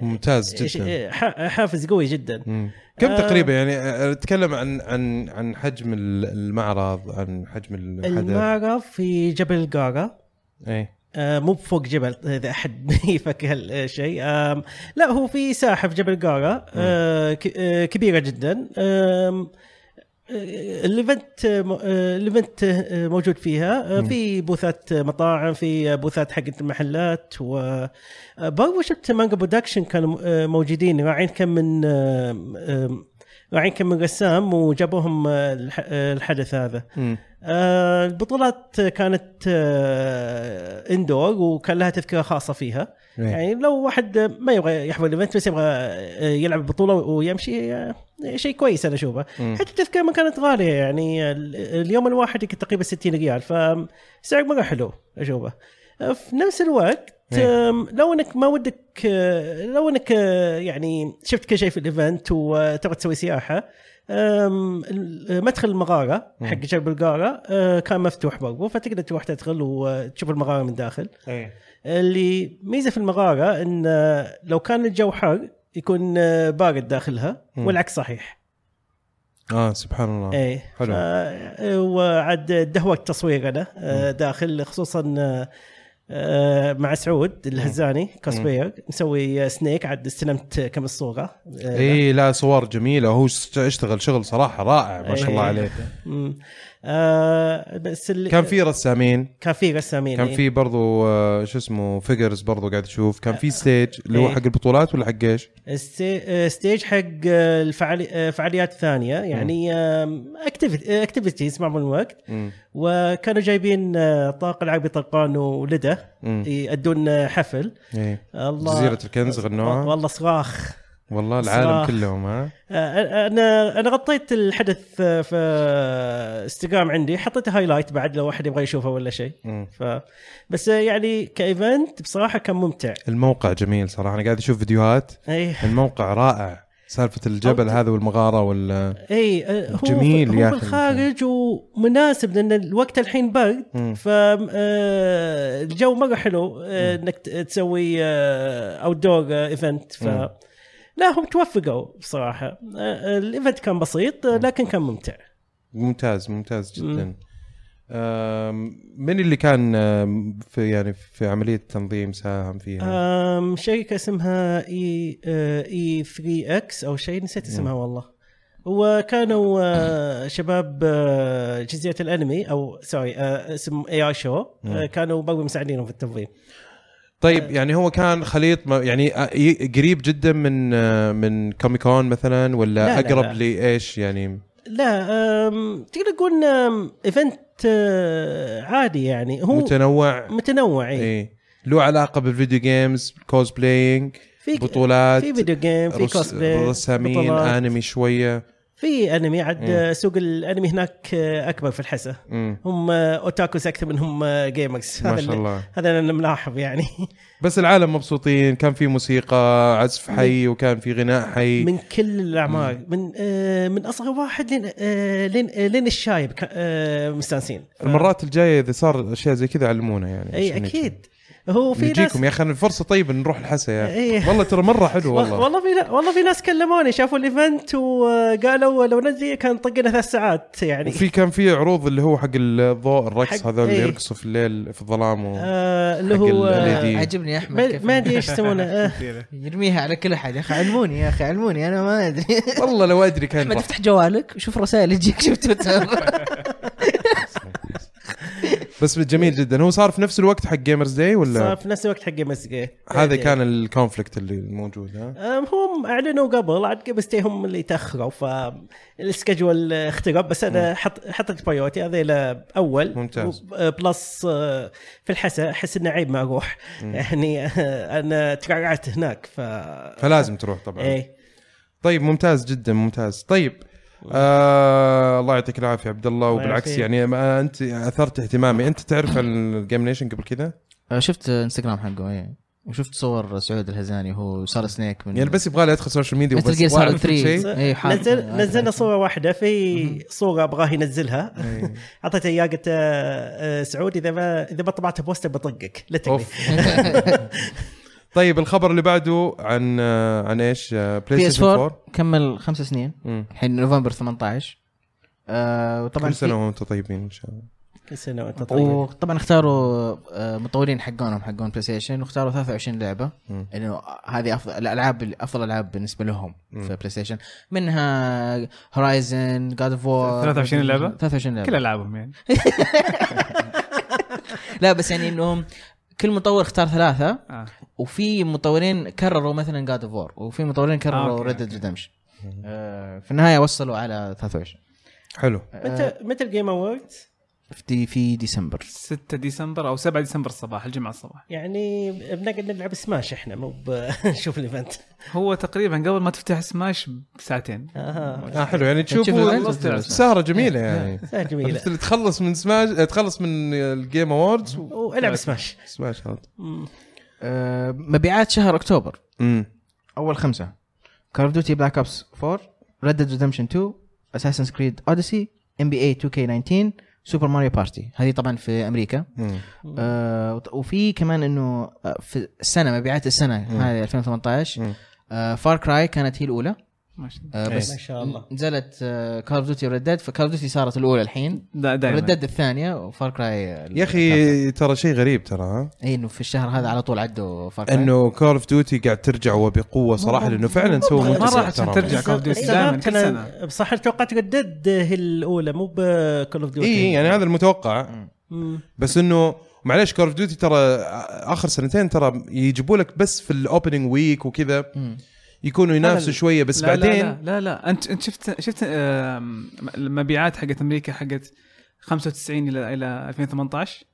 [SPEAKER 1] ممتاز
[SPEAKER 4] إيش-
[SPEAKER 1] جدا
[SPEAKER 4] إيه، ح- حافز قوي جدا
[SPEAKER 1] مم. كم
[SPEAKER 4] آه،
[SPEAKER 1] تقريبا يعني آه، اتكلم عن عن عن حجم ال- المعرض عن حجم الحدث
[SPEAKER 4] المعرض في جبل قارة
[SPEAKER 1] ايه
[SPEAKER 4] آه، مو فوق جبل اذا احد يفكر هالشيء آم، لا هو في ساحه في جبل قارة آه، ك- آه، كبيره جدا آم، آه، الايفنت آه، م- آه، الايفنت آه، موجود فيها آه، في بوثات آه، مطاعم في آه، بوثات حقت المحلات وبرضه شفت مانجا برودكشن كانوا آه، موجودين راعين كم من آه، آه، راعين كم من رسام وجابوهم آه، الح- آه، الحدث هذا
[SPEAKER 1] مم.
[SPEAKER 4] آه، البطولات كانت آه، اندور وكان لها تذكره خاصه فيها
[SPEAKER 1] ايه
[SPEAKER 4] يعني لو واحد ما يبغى يحضر الايفنت بس يبغى آه، يلعب البطوله ويمشي آه، شيء كويس انا اشوفه
[SPEAKER 1] مم.
[SPEAKER 4] حتى التذكره ما كانت غاليه يعني ال- اليوم الواحد كانت تقريبا 60 ريال فسعر مره حلو اشوفه آه، في نفس الوقت
[SPEAKER 1] إيه.
[SPEAKER 4] آم، لو انك ما ودك آه، لو انك آه، يعني شفت كل شيء في الايفنت وتبغى تسوي سياحه آم، ال- مدخل المغاره
[SPEAKER 1] مم.
[SPEAKER 4] حق جبل القاره آه، كان مفتوح برضه فتقدر تروح تدخل وتشوف المغاره من داخل
[SPEAKER 1] ايه
[SPEAKER 4] اللي ميزه في المغاره ان آه، لو كان الجو حار يكون آه، بارد داخلها
[SPEAKER 1] مم.
[SPEAKER 4] والعكس صحيح
[SPEAKER 1] اه سبحان الله
[SPEAKER 4] ايه
[SPEAKER 1] حلو.
[SPEAKER 4] إيه، آه وعد دهوة تصوير انا آه داخل خصوصا آه، آه آه، مع سعود الهزاني كوسبلاير مسوي سنيك عاد استلمت كم الصوره
[SPEAKER 1] اي
[SPEAKER 4] آه،
[SPEAKER 1] إيه، لا صور جميله هو ش- اشتغل شغل صراحه رائع ما شاء الله
[SPEAKER 4] إيه.
[SPEAKER 1] عليه
[SPEAKER 4] مم. آه، بس ال-
[SPEAKER 1] كان في رسامين
[SPEAKER 4] كان في رسامين
[SPEAKER 1] كان
[SPEAKER 4] إيه.
[SPEAKER 1] في برضو آه، شو اسمه فيجرز برضو قاعد اشوف كان في ستيج اللي هو
[SPEAKER 4] إيه.
[SPEAKER 1] حق البطولات ولا حق ايش؟
[SPEAKER 4] الستي- آه، ستيج حق آه، الفعالي- آه، فعاليات ثانيه يعني اكتيفيتيز مع الوقت
[SPEAKER 1] مم.
[SPEAKER 4] وكانوا جايبين آه، طاقه العاب طرقان ولدى
[SPEAKER 1] مم.
[SPEAKER 4] يأدون آه، حفل
[SPEAKER 1] إيه.
[SPEAKER 4] الله
[SPEAKER 1] جزيره الكنز غنوها
[SPEAKER 4] والله صراخ
[SPEAKER 1] والله العالم
[SPEAKER 4] صراحة.
[SPEAKER 1] كلهم ها
[SPEAKER 4] آه، انا انا غطيت الحدث آه، في انستغرام عندي حطيت هايلايت بعد لو احد يبغى يشوفه ولا شيء
[SPEAKER 1] مم.
[SPEAKER 4] ف بس آه، يعني كايفنت بصراحه كان ممتع إيه،
[SPEAKER 1] الموقع جميل صراحه انا قاعد اشوف فيديوهات
[SPEAKER 4] اي
[SPEAKER 1] الموقع رائع سالفه الجبل هذا والمغاره وال
[SPEAKER 4] اي آه، هو
[SPEAKER 1] جميل
[SPEAKER 4] جميل
[SPEAKER 1] يا
[SPEAKER 4] هو في
[SPEAKER 1] أخي.
[SPEAKER 4] الخارج ومناسب لان الوقت الحين
[SPEAKER 1] مم.
[SPEAKER 4] برد فالجو مره حلو آه، انك ت- تسوي اوت دور ايفنت ف
[SPEAKER 1] مم.
[SPEAKER 4] لا هم توفقوا بصراحه آه، آه، الايفنت كان بسيط آه، لكن كان ممتع
[SPEAKER 1] ممتاز ممتاز جدا
[SPEAKER 4] مم.
[SPEAKER 1] أم، من اللي كان أم، في يعني في عمليه التنظيم ساهم
[SPEAKER 4] آه،
[SPEAKER 1] فيها؟
[SPEAKER 4] آم، شركه اسمها E، أه، اي اي 3 اكس او شيء
[SPEAKER 1] نعم.
[SPEAKER 4] نسيت اسمها والله وكانوا آه، شباب آه، جزيره الانمي او سوري آه، اسم اي اي شو
[SPEAKER 1] مم.
[SPEAKER 4] أه، كانوا برضو مساعدينهم في التنظيم آه.
[SPEAKER 1] طيب يعني هو كان خليط ما يعني أ- ي- قريب جدا من آه، من كوميكون مثلا ولا
[SPEAKER 4] لا، لا،
[SPEAKER 1] اقرب
[SPEAKER 4] لا.
[SPEAKER 1] لايش يعني؟
[SPEAKER 4] لا آم، تقدر تقول آم، ايفنت آه، عادي يعني هو
[SPEAKER 1] متنوع
[SPEAKER 4] متنوع إيه.
[SPEAKER 1] اي له علاقه بالفيديو جيمز كوز بلاينج
[SPEAKER 4] في
[SPEAKER 1] بطولات
[SPEAKER 4] في فيديو جيم في
[SPEAKER 1] رس-
[SPEAKER 4] كوسبلاي
[SPEAKER 1] رسامين
[SPEAKER 4] بطولات.
[SPEAKER 1] انمي شويه
[SPEAKER 4] في انمي عاد
[SPEAKER 1] مم.
[SPEAKER 4] آه، سوق الانمي هناك آه، اكبر في الحسا
[SPEAKER 1] مم.
[SPEAKER 4] هم آه، اوتاكوز اكثر منهم آه، جيمرز
[SPEAKER 1] ما
[SPEAKER 4] هذا
[SPEAKER 1] شاء
[SPEAKER 4] اللي-
[SPEAKER 1] الله
[SPEAKER 4] هذا انا ملاحظ يعني
[SPEAKER 1] بس العالم مبسوطين كان في موسيقى عزف حي وكان في غناء حي
[SPEAKER 4] من كل الاعمار من آه، من اصغر واحد لين آه، لين آه، لين الشايب ك- آه، مستانسين ف-
[SPEAKER 1] المرات الجايه اذا صار اشياء زي كذا علمونا يعني
[SPEAKER 4] اي
[SPEAKER 1] عشان
[SPEAKER 4] اكيد هو
[SPEAKER 1] نجي.
[SPEAKER 4] في ناس
[SPEAKER 1] نجيكم يا اخي الفرصه طيبه نروح الحسا يا أخي.
[SPEAKER 4] إيه.
[SPEAKER 1] والله ترى مره حلو
[SPEAKER 4] والله
[SPEAKER 1] والله
[SPEAKER 4] والله في نا- والله في ناس كلموني شافوا الايفنت وقالوا لو نجي كان طقنا ثلاث ساعات يعني
[SPEAKER 1] وفي كان في عروض اللي هو حق الضوء الرقص
[SPEAKER 4] حق-
[SPEAKER 1] هذول اللي
[SPEAKER 4] إيه.
[SPEAKER 1] يرقصوا في الليل في الظلام و...
[SPEAKER 4] آه اللي
[SPEAKER 1] حق
[SPEAKER 4] هو
[SPEAKER 1] ال LED.
[SPEAKER 4] آه،
[SPEAKER 1] LED.
[SPEAKER 2] عجبني احمد
[SPEAKER 4] ما
[SPEAKER 2] كيف
[SPEAKER 4] ما ادري ايش يسمونه آه،
[SPEAKER 2] يرميها على كل احد يا اخي علموني يا اخي علموني انا ما ادري
[SPEAKER 1] والله لو ادري كان
[SPEAKER 2] احمد
[SPEAKER 1] رحت.
[SPEAKER 2] افتح جوالك وشوف رسائل اللي تجيك شوف تويتر
[SPEAKER 1] بس جميل جدا هو صار في نفس الوقت حق جيمرز داي
[SPEAKER 4] صار
[SPEAKER 1] ولا
[SPEAKER 4] في نفس الوقت حق يعني مسقه
[SPEAKER 1] هذا كان الكونفليكت اللي موجود
[SPEAKER 4] آه.
[SPEAKER 1] ها
[SPEAKER 4] هم اعلنوا قبل عاد قبل ستي هم اللي تاخروا فالسكجول اخترب بس انا حط حطيت بايوتي هذا اول
[SPEAKER 1] ممتاز.
[SPEAKER 4] وب- بلس آه، في الحسا احس انه عيب ما اروح يعني آه، انا ترعرعت هناك ف
[SPEAKER 1] فلازم تروح طبعا
[SPEAKER 4] ايه
[SPEAKER 1] طيب ممتاز جدا ممتاز طيب آه الله يعطيك العافيه عبد الله
[SPEAKER 4] الله
[SPEAKER 1] وبالعكس
[SPEAKER 4] يعافيك.
[SPEAKER 1] يعني ما انت اثرت اهتمامي انت تعرف عن الجيم نيشن قبل كذا
[SPEAKER 2] شفت انستغرام حقه اي وشفت صور سعود الهزاني وهو صار سنيك من
[SPEAKER 1] يعني بس يبغى لي ادخل سوشيال ميديا
[SPEAKER 2] مثل
[SPEAKER 1] وبس
[SPEAKER 2] جير
[SPEAKER 1] وأعرف كل
[SPEAKER 2] سوليد 3
[SPEAKER 1] شيء.
[SPEAKER 2] اي حاط-
[SPEAKER 4] نزل نزلنا صوره واحده في صوره ابغاه ينزلها
[SPEAKER 1] إيه.
[SPEAKER 4] اعطيته اياه قلت آه، آه، سعود اذا ما اذا ما طبعت بوستر بطقك لا تقلق.
[SPEAKER 1] اوف طيب الخبر اللي بعده عن آه، عن ايش آه، بلاي
[SPEAKER 2] بي اس
[SPEAKER 1] ستيشن 4
[SPEAKER 2] 4 كمل خمس سنين
[SPEAKER 1] مم.
[SPEAKER 2] الحين نوفمبر 18 آه وطبعا
[SPEAKER 1] كل
[SPEAKER 2] في-
[SPEAKER 1] سنه وانتم طيبين ان شاء الله
[SPEAKER 4] كل سنه وانت طيب
[SPEAKER 2] وطبعا اختاروا آه، مطورين حقونهم حقون بلاي ستيشن واختاروا 23 لعبه
[SPEAKER 1] مم.
[SPEAKER 2] انه يعني هذه افضل الالعاب افضل العاب بالنسبه لهم في بلاي ستيشن منها هورايزن جاد اوف وور
[SPEAKER 3] 23 لعبة؟
[SPEAKER 2] 23 لعبه
[SPEAKER 3] كل العابهم يعني
[SPEAKER 2] لا بس يعني انهم كل مطور اختار ثلاثه
[SPEAKER 3] آه.
[SPEAKER 2] وفي مطورين كرروا مثلا جاد اوف وور وفي مطورين كرروا
[SPEAKER 3] آه، أوكي.
[SPEAKER 2] ريد ديد ريدمشن آه، في النهايه وصلوا على 23
[SPEAKER 1] حلو
[SPEAKER 4] متى متى الجيم اوورد؟
[SPEAKER 2] في في ديسمبر
[SPEAKER 3] 6 ديسمبر او 7 ديسمبر الصباح الجمعه الصباح
[SPEAKER 4] يعني بنقعد نلعب سماش احنا مو بنشوف الايفنت
[SPEAKER 3] هو تقريبا قبل ما تفتح سماش بساعتين
[SPEAKER 4] اها
[SPEAKER 1] آه حلو يعني
[SPEAKER 2] تشوفوا-
[SPEAKER 1] تشوفوا سهره جيمه يعني
[SPEAKER 4] ساعة جميله
[SPEAKER 1] عرفت اللي تخلص من سماش تخلص من الجيم اووردز و-
[SPEAKER 4] والعب سماش
[SPEAKER 1] سماش هذا
[SPEAKER 4] مم.
[SPEAKER 2] آه، مبيعات شهر اكتوبر
[SPEAKER 1] مم.
[SPEAKER 2] اول خمسه كول اوف ديوتي بلاك اوبس 4 ريد ديد ريدمشن 2 اساسن كريد اوديسي ام بي اي 2 كي 19 سوبر ماريو بارتي هذه طبعا في امريكا
[SPEAKER 1] مم.
[SPEAKER 2] آه وط- وفي كمان انه آه، في السنه مبيعات السنه هذه 2018 فار كراي آه، كانت هي الاولى
[SPEAKER 3] ما شاء الله
[SPEAKER 2] آه
[SPEAKER 1] إيه.
[SPEAKER 2] بس
[SPEAKER 4] ما شاء الله.
[SPEAKER 2] نزلت آه، كارف دوتي وردد فكارف دوتي صارت الاولى الحين
[SPEAKER 3] دا- دايما
[SPEAKER 2] ردد الثانيه وفار كراي
[SPEAKER 1] يا اخي ترى شيء غريب ترى ها
[SPEAKER 2] اي انه إيه، في الشهر هذا على طول عدوا فار كراي
[SPEAKER 1] انه كول اوف ديوتي قاعد ترجع وبقوه صراحه لانه فعلا سووا
[SPEAKER 4] مرة
[SPEAKER 1] منتج
[SPEAKER 3] عشان
[SPEAKER 1] محترم.
[SPEAKER 3] ترجع. Call of Duty دائماً، كل سنة.
[SPEAKER 4] بصح أنا توقعت ردد هي الاولى مو بكول اوف ديوتي
[SPEAKER 3] إيه،
[SPEAKER 1] اي يعني هذا المتوقع بس انه معلش كول اوف ديوتي ترى اخر سنتين ترى يجيبوا لك بس في الاوبننج ويك وكذا
[SPEAKER 2] مم.
[SPEAKER 1] يكونوا ينافسوا شويه بس
[SPEAKER 3] لا
[SPEAKER 1] بعدين
[SPEAKER 3] لا, لا لا لا انت انت شفت شفت آم، المبيعات حقت امريكا حقت 95 الى الى 2018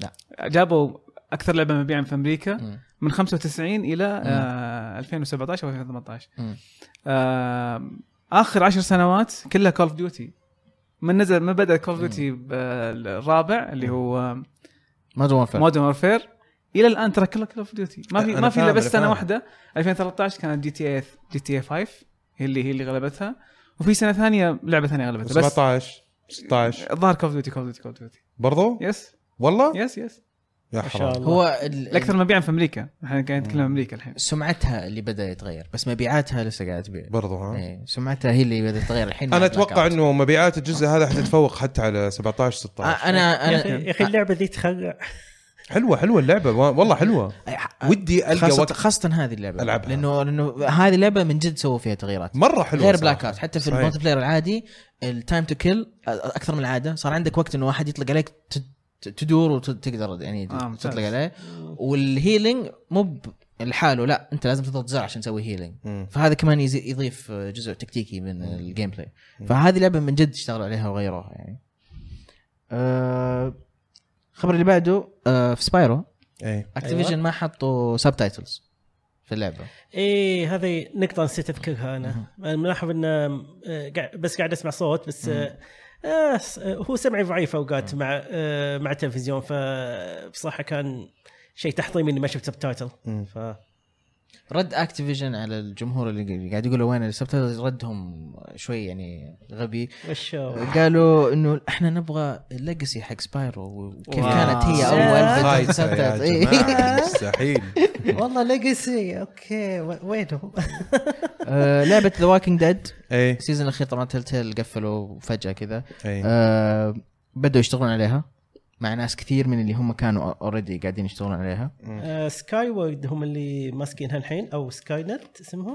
[SPEAKER 2] لا.
[SPEAKER 3] جابوا اكثر لعبه مبيعا في امريكا
[SPEAKER 2] مم.
[SPEAKER 3] من 95 الى آه 2017 او 2018
[SPEAKER 2] مم.
[SPEAKER 3] آم، اخر عشر سنوات كلها كول اوف ديوتي من نزل من بدا كول اوف ديوتي الرابع اللي هو
[SPEAKER 2] مودرن وورفير
[SPEAKER 3] مودرن وورفير الى الان ترى كلها كول اوف ديوتي ما في
[SPEAKER 1] أنا
[SPEAKER 3] ما في الا
[SPEAKER 1] فاهم،
[SPEAKER 3] بس
[SPEAKER 1] أنا
[SPEAKER 3] سنه
[SPEAKER 1] فاهم.
[SPEAKER 3] واحده 2013 كانت جي تي اي جي تي اي 5 هي اللي هي اللي غلبتها وفي سنه ثانيه لعبه ثانيه غلبتها بس
[SPEAKER 1] 17 16
[SPEAKER 3] الظاهر كول اوف ديوتي كول اوف ديوتي كول اوف ديوتي
[SPEAKER 1] برضو
[SPEAKER 3] يس
[SPEAKER 1] والله
[SPEAKER 3] يس يس
[SPEAKER 1] يا
[SPEAKER 4] ما شاء
[SPEAKER 1] حرام
[SPEAKER 4] الله
[SPEAKER 2] هو ال-
[SPEAKER 3] الاكثر مبيعا في امريكا احنا قاعدين
[SPEAKER 1] إيه.
[SPEAKER 3] نتكلم امريكا الحين
[SPEAKER 2] سمعتها اللي بدا يتغير بس مبيعاتها لسه قاعده تبيع
[SPEAKER 1] برضو ها
[SPEAKER 2] إيه، سمعتها هي اللي بدات تتغير الحين
[SPEAKER 1] انا
[SPEAKER 2] مع
[SPEAKER 1] اتوقع
[SPEAKER 2] Blackout.
[SPEAKER 1] انه مبيعات الجزء هذا حتتفوق حتى على 17 16
[SPEAKER 2] آه، انا
[SPEAKER 4] يا
[SPEAKER 2] انا
[SPEAKER 4] أخي- يا اخي اللعبه ذي تخرع
[SPEAKER 1] حلوه حلوه اللعبه وا- والله حلوه ودي القى
[SPEAKER 2] آه، خاصة,
[SPEAKER 1] وقت
[SPEAKER 2] خاصة هذه اللعبة
[SPEAKER 1] ألعبها.
[SPEAKER 2] لانه لانه هذه اللعبة من جد سووا فيها تغييرات
[SPEAKER 1] مره حلوه
[SPEAKER 2] غير
[SPEAKER 1] صراحة.
[SPEAKER 2] بلاك اوت حتى في
[SPEAKER 1] صحيح.
[SPEAKER 2] الملتي بلاير العادي التايم تو كيل اكثر من العاده صار عندك وقت انه واحد يطلق عليك ت- ت- تدور وتقدر يعني
[SPEAKER 3] آه،
[SPEAKER 2] تطلق
[SPEAKER 3] ممتاز.
[SPEAKER 2] عليه والهيلينج مو لحاله لا انت لازم تضغط زر عشان تسوي هيلينج
[SPEAKER 1] مم.
[SPEAKER 2] فهذا كمان يزي- يضيف جزء تكتيكي من الجيم بلاي فهذه لعبه من جد اشتغلوا عليها وغيروها يعني آه، الخبر اللي بعده آه، في
[SPEAKER 3] أيوة.
[SPEAKER 2] سبايرو
[SPEAKER 1] ايه
[SPEAKER 2] اكتيفيجن ما حطوا سب تايتلز في اللعبه
[SPEAKER 4] ايه هذه نقطة نسيت اذكرها انا انا ملاحظ ان آه، قاعد- بس قاعد اسمع صوت بس آه، آه س- آه، هو سمعي ضعيف اوقات مع آه مع التلفزيون فبصراحة كان شيء تحطيمي اني ما شفت سبتايتل
[SPEAKER 1] مم.
[SPEAKER 4] ف
[SPEAKER 2] رد اكتيفيجن على الجمهور اللي قاعد يقولوا وين السبتايتلز ردهم شوي يعني غبي
[SPEAKER 4] وش
[SPEAKER 2] قالوا انه احنا نبغى الليجسي حق سبايرو وكيف
[SPEAKER 3] واو.
[SPEAKER 2] كانت هي
[SPEAKER 4] يا
[SPEAKER 2] اول بدت
[SPEAKER 1] خايسة يا
[SPEAKER 2] السبتايتلز. إيه.
[SPEAKER 1] جماعة، مستحيل
[SPEAKER 4] والله ليجسي اوكي وينهم
[SPEAKER 2] آه، لعبه ذا واكينج ديد
[SPEAKER 1] ايه
[SPEAKER 2] السيزون الاخير طبعا تيل تيل قفلوا فجاه كذا
[SPEAKER 1] ايه
[SPEAKER 2] آه، بدوا يشتغلون عليها مع ناس كثير من اللي هم كانوا اوريدي قاعدين يشتغلون عليها
[SPEAKER 4] سكاي وورد آه، هم اللي ماسكينها الحين او سكاي نت اسمهم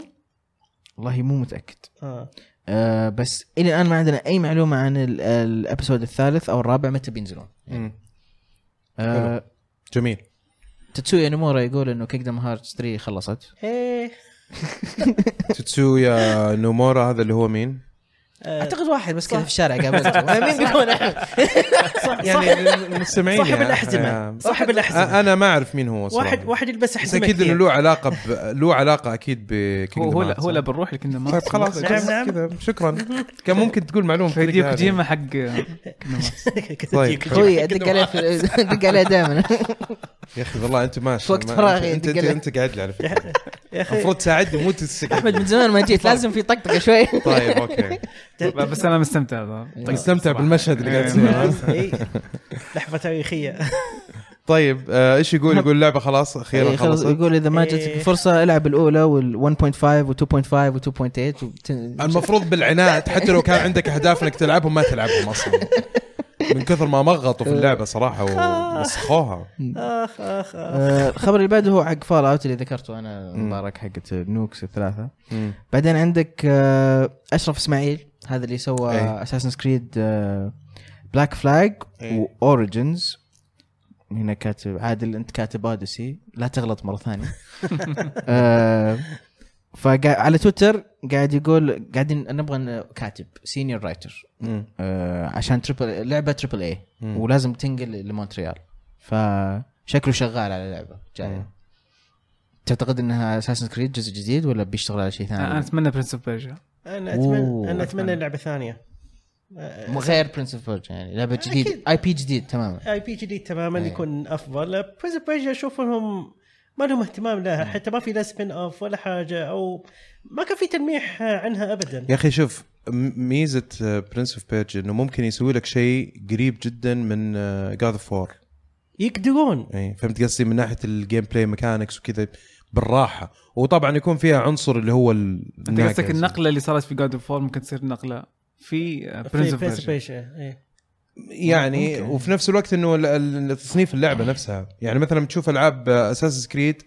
[SPEAKER 2] والله مو متاكد
[SPEAKER 4] اه
[SPEAKER 2] آه، بس الى الان ما عندنا اي معلومه عن ال- الابسود الثالث او الرابع متى بينزلون
[SPEAKER 1] مم.
[SPEAKER 2] آه،
[SPEAKER 1] جميل
[SPEAKER 2] تتسويا نمورا يقول انه كيكدم هارت 3 خلصت
[SPEAKER 4] ايه
[SPEAKER 1] تتسويا نومورا هذا اللي هو مين؟
[SPEAKER 4] آه،
[SPEAKER 1] إيه.
[SPEAKER 2] اعتقد واحد بس كذا في الشارع قابلته مين بيكون
[SPEAKER 1] يعني المستمعين
[SPEAKER 4] صاحب
[SPEAKER 1] يعني-
[SPEAKER 4] الاحزمه
[SPEAKER 1] آه،
[SPEAKER 4] صاحب الاحزمه
[SPEAKER 1] آه، انا ما اعرف مين هو صراحه
[SPEAKER 4] واحد واحد يلبس
[SPEAKER 1] بس
[SPEAKER 4] احزمه
[SPEAKER 1] اكيد انه
[SPEAKER 4] كثير
[SPEAKER 1] له علاقه ب... له علاقه اكيد بكينجدم
[SPEAKER 3] هو هو لا- هو لا بنروح لكن ما
[SPEAKER 1] طيب خلاص
[SPEAKER 4] نعم، نعم.
[SPEAKER 1] كذا شكرا كان ممكن تقول معلومه في
[SPEAKER 3] فيديو
[SPEAKER 1] الطريقة هذه.
[SPEAKER 3] كوجيما حق كنا ماس.
[SPEAKER 1] طيب.
[SPEAKER 2] اخوي ادق عليه في- ادق عليه دائما
[SPEAKER 1] يا اخي والله انت ماشي
[SPEAKER 2] في وقت
[SPEAKER 1] ما- أنت-
[SPEAKER 2] فراغي
[SPEAKER 1] انت
[SPEAKER 2] يدق
[SPEAKER 1] انت, انت
[SPEAKER 2] لك.
[SPEAKER 1] قاعد لي على فكره
[SPEAKER 4] يا اخي
[SPEAKER 1] المفروض تساعدني مو تستقعد
[SPEAKER 2] احمد من زمان ما جيت لازم في طقطقه شوي
[SPEAKER 1] طيب اوكي
[SPEAKER 3] بس انا مستمتع طبعاً.
[SPEAKER 1] طيب نعم. استمتع بالمشهد اللي قاعد
[SPEAKER 3] إيه.
[SPEAKER 1] تصير
[SPEAKER 4] إي. لحظه تاريخيه
[SPEAKER 1] طيب آه، ايش يقول يقول اللعبه خلاص اخيرا
[SPEAKER 2] إيه، خلاص
[SPEAKER 1] خلصت
[SPEAKER 2] يقول اذا ما جتك
[SPEAKER 4] إيه.
[SPEAKER 2] فرصه العب الاولى وال1.5 و2.5 و2.8 وبت-
[SPEAKER 1] المفروض بالعناد حتى لو كان عندك اهداف انك تلعبهم ما تلعبهم اصلا من كثر ما مغطوا في اللعبه صراحه ومسخوها
[SPEAKER 4] اخ اخ اخ
[SPEAKER 2] آه، الخبر اللي بعده هو حق فال اوت اللي ذكرته انا
[SPEAKER 1] مم.
[SPEAKER 2] مبارك حقت نوكس الثلاثه
[SPEAKER 1] مم.
[SPEAKER 2] بعدين عندك آه، اشرف اسماعيل هذا اللي سوى آه،
[SPEAKER 1] إيه.
[SPEAKER 2] اساسن كريد بلاك فلاج
[SPEAKER 1] إيه.
[SPEAKER 2] واوريجنز هنا كاتب عادل انت كاتب اوديسي لا تغلط مره ثانيه آه، فقا على تويتر قاعد يقول قاعدين نبغى ن- كاتب سينيور رايتر
[SPEAKER 1] مم.
[SPEAKER 2] عشان تريبل لعبه تريبل اي
[SPEAKER 1] مم.
[SPEAKER 2] ولازم تنقل لمونتريال فشكله شغال على لعبه
[SPEAKER 1] مم.
[SPEAKER 2] جايه تعتقد انها اساسن كريد جزء جديد ولا بيشتغل على شيء
[SPEAKER 1] نعم.
[SPEAKER 2] ثاني؟
[SPEAKER 3] انا اتمنى برنس اوف بيرجا
[SPEAKER 4] انا اتمنى
[SPEAKER 2] أوه.
[SPEAKER 4] انا اتمنى لعبه ثانيه
[SPEAKER 2] مو غير برنس اوف بيرج يعني لعبه جديد اي بي جديد تماما
[SPEAKER 4] اي بي جديد تماما
[SPEAKER 2] إيه.
[SPEAKER 4] يكون افضل بريز بريجر اشوف انهم ما لهم اهتمام لها حتى ما في لا سبين اوف ولا حاجه او ما كان في تلميح عنها ابدا
[SPEAKER 1] يا اخي شوف م- آه، ميزه برنس اوف بيرج انه ممكن يسوي لك شيء قريب جدا من آه، جاد اوف وور
[SPEAKER 4] يقدرون
[SPEAKER 1] يعني اي فهمت قصدي من ناحيه الجيم بلاي ميكانكس وكذا بالراحه وطبعا يكون فيها عنصر اللي هو ال-
[SPEAKER 3] انت
[SPEAKER 1] الناقص.
[SPEAKER 3] قصدك النقله اللي صارت في جاد اوف فور ممكن تصير نقله في آه، برنس
[SPEAKER 4] في
[SPEAKER 3] اوف
[SPEAKER 4] برنس
[SPEAKER 3] بيرجيا.
[SPEAKER 4] إيه.
[SPEAKER 1] يعني
[SPEAKER 3] ممكن.
[SPEAKER 1] وفي نفس الوقت انه ال- ال- تصنيف اللعبه نفسها يعني مثلا تشوف العاب اساس كريد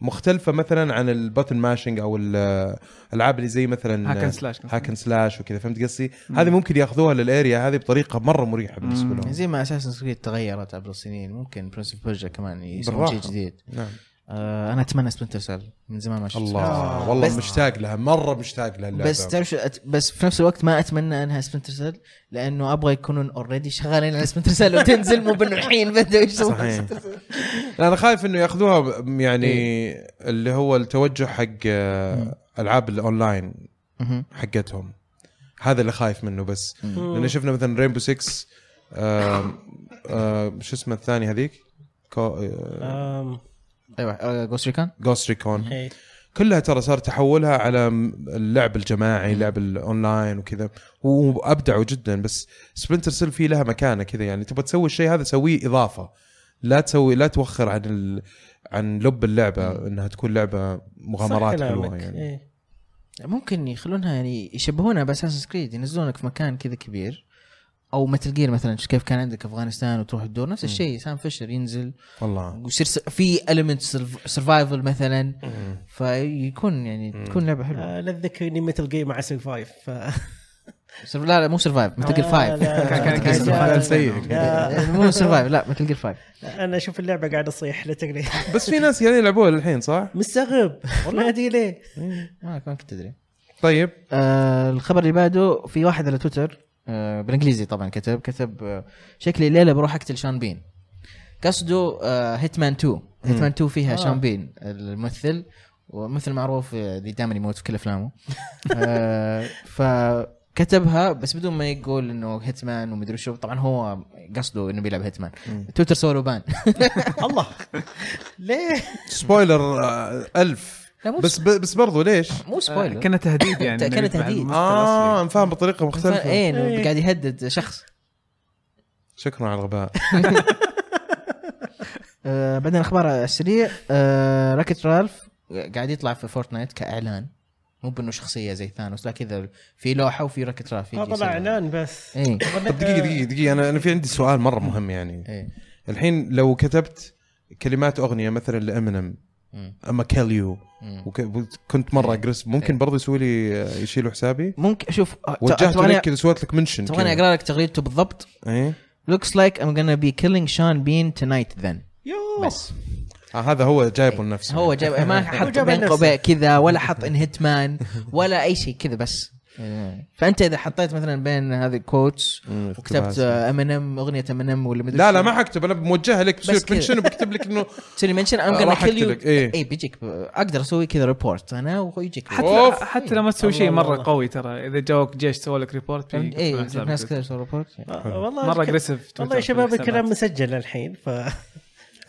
[SPEAKER 1] مختلفه مثلا عن البتن ماشنج او ال- الالعاب اللي زي مثلا
[SPEAKER 3] هاكن سلاش قصدي.
[SPEAKER 1] هاكن سلاش وكذا فهمت قصدي؟ هذه ممكن ياخذوها للاريا هذه بطريقه مره مريحه بالنسبه
[SPEAKER 3] مم.
[SPEAKER 1] لهم
[SPEAKER 2] يعني زي ما اساسن كريد تغيرت عبر السنين ممكن برنس اوف بيرجا كمان يسوون
[SPEAKER 1] بالراحة.
[SPEAKER 2] شيء جديد
[SPEAKER 1] نعم
[SPEAKER 2] آه انا اتمنى سبنتر سيل من زمان ما شفت
[SPEAKER 1] الله
[SPEAKER 4] آه.
[SPEAKER 1] والله
[SPEAKER 2] بس-
[SPEAKER 1] مشتاق لها مره مشتاق لها اللعبه
[SPEAKER 2] بس تعرف شو أت- بس في نفس الوقت ما اتمنى انها سبنتر سيل لانه ابغى يكونون اوريدي شغالين على سبنتر سيل وتنزل مو بانه الحين بدوا يشتغلوا على
[SPEAKER 1] صحيح.
[SPEAKER 2] Splinter Cell.
[SPEAKER 1] لا انا خايف انه ياخذوها ب- يعني اللي هو التوجه حق آه، العاب الاونلاين
[SPEAKER 2] مهم.
[SPEAKER 1] حقتهم هذا اللي خايف منه بس
[SPEAKER 4] مم.
[SPEAKER 1] لان شفنا مثلا رينبو 6 آه آه شو اسمه الثاني هذيك آه،
[SPEAKER 4] آم،
[SPEAKER 2] ايوه جوست ريكون
[SPEAKER 1] جوست ريكون
[SPEAKER 4] إيه.
[SPEAKER 1] كلها ترى صار تحولها على م- اللعب الجماعي لعب الاونلاين وكذا وابدعوا جدا بس سبلنتر سيل في لها مكانه كذا يعني تبغى تسوي الشيء هذا سويه اضافه لا تسوي لا توخر عن ال... عن لب اللعبه انها تكون لعبه
[SPEAKER 4] صح
[SPEAKER 1] مغامرات
[SPEAKER 4] كلامك.
[SPEAKER 1] حلوه يعني
[SPEAKER 4] إيه.
[SPEAKER 2] ممكن يخلونها يعني يشبهونها باساس كريد ينزلونك في مكان كذا كبير او متل جير مثلا شوف كيف كان عندك افغانستان وتروح تدور نفس الشيء سام فيشر ينزل
[SPEAKER 1] والله
[SPEAKER 2] ويصير س- في المنت سرفايفل مثلا فيكون يعني تكون لعبه حلوه
[SPEAKER 4] آه، لا تذكرني مثل جيم مع سرفايف ف
[SPEAKER 2] Surv- لا لا مو سرفايف متل جير
[SPEAKER 4] آه،
[SPEAKER 2] فايف
[SPEAKER 4] لا، لا،
[SPEAKER 3] كان- كان- كان-
[SPEAKER 1] اسمه
[SPEAKER 4] كان-
[SPEAKER 1] حلال سيء.
[SPEAKER 4] آه،
[SPEAKER 2] مو سرفايف لا متل جير فايف
[SPEAKER 4] انا اشوف اللعبه قاعد اصيح لا تقلي
[SPEAKER 1] بس في ناس قاعدين يلعبوها للحين صح؟
[SPEAKER 4] مستغرب ما ادري ليه
[SPEAKER 2] ما ما آه، كنت تدري
[SPEAKER 1] طيب
[SPEAKER 2] آه الخبر اللي بعده في واحد على تويتر آه بالانجليزي طبعا كتب كتب آه شكلي الليله بروح اقتل شان بين قصده آه هيتمان 2 هيتمان 2 فيها آه. شان بين الممثل ومثل معروف آه، اللي دائما يموت في كل افلامه آه فكتبها بس بدون ما يقول انه هيتمان ومدري شو طبعا هو قصده انه بيلعب هيتمان تويتر سوى له بان
[SPEAKER 4] الله ليه
[SPEAKER 1] سبويلر آه، ألف
[SPEAKER 2] لا مو
[SPEAKER 1] بس بس برضو ليش؟
[SPEAKER 2] مو
[SPEAKER 3] آه،
[SPEAKER 2] سبويلر
[SPEAKER 3] كان تهديد يعني
[SPEAKER 2] كان
[SPEAKER 3] إنه يتبع
[SPEAKER 2] تهديد.
[SPEAKER 3] الممثل الأصلي.
[SPEAKER 1] اه فاهم بطريقه مختلفه
[SPEAKER 2] ايه إنه
[SPEAKER 4] إيه.
[SPEAKER 2] قاعد يهدد شخص
[SPEAKER 1] شكرا على الغباء
[SPEAKER 2] آه بعدين اخبار على السريع آه راكت رالف قاعد يطلع في فورتنايت كاعلان مو بانه شخصيه زي ثانوس لا كذا في لوحه وفي راكت رالف
[SPEAKER 4] آه،
[SPEAKER 2] يجي
[SPEAKER 4] طلع
[SPEAKER 2] يسوي.
[SPEAKER 4] اعلان بس
[SPEAKER 2] ايه
[SPEAKER 1] طب دقيقه دقيقه دقيقه انا انا في عندي سؤال مره مهم يعني
[SPEAKER 2] ايه
[SPEAKER 1] الحين لو كتبت كلمات اغنيه مثلا لامينيم
[SPEAKER 2] مم.
[SPEAKER 1] اما كيل يو
[SPEAKER 2] مم.
[SPEAKER 1] وكنت مره اجريس
[SPEAKER 2] إيه.
[SPEAKER 1] ممكن برضو يسوي لي آه، يشيلوا حسابي
[SPEAKER 2] ممكن شوف آه،
[SPEAKER 1] وجهته لك كذا سويت لك منشن
[SPEAKER 2] تبغاني اقرا لك تغريدته بالضبط
[SPEAKER 1] ايه
[SPEAKER 2] looks like I'm gonna be killing Sean Bean tonight then
[SPEAKER 4] يوه
[SPEAKER 2] بس
[SPEAKER 1] آه هذا هو جايبه لنفسه
[SPEAKER 2] إيه. هو جاب ما
[SPEAKER 4] هو
[SPEAKER 2] حط
[SPEAKER 4] جاب
[SPEAKER 2] بين
[SPEAKER 4] نفسه.
[SPEAKER 2] قوسين كذا ولا حط ان هيتمان ولا اي شيء كذا بس
[SPEAKER 1] إيه.
[SPEAKER 2] فانت اذا حطيت مثلا بين هذه كوتس
[SPEAKER 1] مم،
[SPEAKER 2] وكتبت
[SPEAKER 1] اكتبها.
[SPEAKER 2] ام ان ام اغنيه ام ان ام ولا مدري
[SPEAKER 1] لا
[SPEAKER 2] شو.
[SPEAKER 1] لا ما حكتب انا موجهه لك بسوي
[SPEAKER 2] كذا.
[SPEAKER 1] منشن وبكتب لك انه
[SPEAKER 2] تسوي منشن ام
[SPEAKER 1] آه،
[SPEAKER 2] جونا
[SPEAKER 1] راح
[SPEAKER 2] كيل يو
[SPEAKER 1] أقتلك، إيه.
[SPEAKER 2] اي بيجيك اقدر اسوي كذا ريبورت انا ويجيك
[SPEAKER 1] أوف.
[SPEAKER 3] حتى حتى لو ما تسوي شيء
[SPEAKER 4] الله
[SPEAKER 3] مره
[SPEAKER 4] الله.
[SPEAKER 3] قوي ترى اذا جاوك جيش سوى لك
[SPEAKER 1] إيه،
[SPEAKER 3] ريبورت بيقفل
[SPEAKER 2] اي
[SPEAKER 3] حسابك.
[SPEAKER 2] ناس إيه، كذا يسوي ريبورت
[SPEAKER 4] آه، والله
[SPEAKER 3] مره
[SPEAKER 4] الك-
[SPEAKER 3] اجريسف
[SPEAKER 4] والله يا شباب الكلام مسجل الحين ف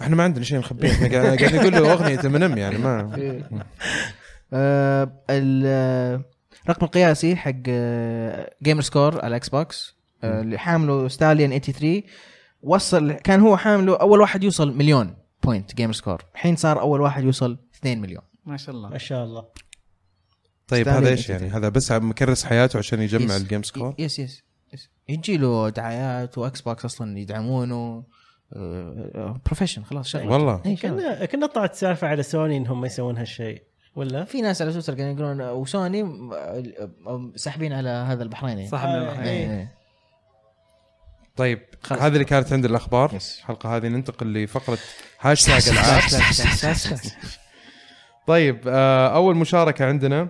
[SPEAKER 1] احنا ما عندنا شيء نخبيه احنا قاعد- قاعدين نقول له اغنيه امينيم يعني ما
[SPEAKER 2] إيه. آه، ال- آه، الرقم القياسي حق جيمر سكور على الاكس بوكس آه، اللي حامله ستاليون 83 وصل كان هو حامله اول واحد يوصل مليون بوينت جيمر سكور الحين صار اول واحد يوصل 2 مليون
[SPEAKER 3] ما شاء الله
[SPEAKER 4] ما شاء الله
[SPEAKER 1] طيب
[SPEAKER 2] ستانلي
[SPEAKER 1] هذا ايش
[SPEAKER 2] إنتيتي.
[SPEAKER 1] يعني هذا بس عم مكرس حياته عشان يجمع
[SPEAKER 2] يس.
[SPEAKER 1] الجيم سكور
[SPEAKER 2] يس يس يس. يجي له دعايات واكس بوكس اصلا يدعمونه بروفيشن خلاص شغله
[SPEAKER 1] والله.
[SPEAKER 2] إيه، شغلة.
[SPEAKER 4] كنا كنا طلعت سالفه على سوني انهم ما يسوون هالشيء ولا؟
[SPEAKER 2] في ناس على تويتر قاعدين يقولون وسوني م- م- ساحبين على هذا البحريني
[SPEAKER 3] صح من
[SPEAKER 4] آه،
[SPEAKER 3] الرحيم.
[SPEAKER 2] إيه، إيه.
[SPEAKER 1] طيب
[SPEAKER 2] خلاص.
[SPEAKER 1] هذه اللي كانت عند الاخبار
[SPEAKER 2] يس.
[SPEAKER 1] الحلقه هذه ننتقل لفقره هاشتاج العاب طيب آه اول مشاركه عندنا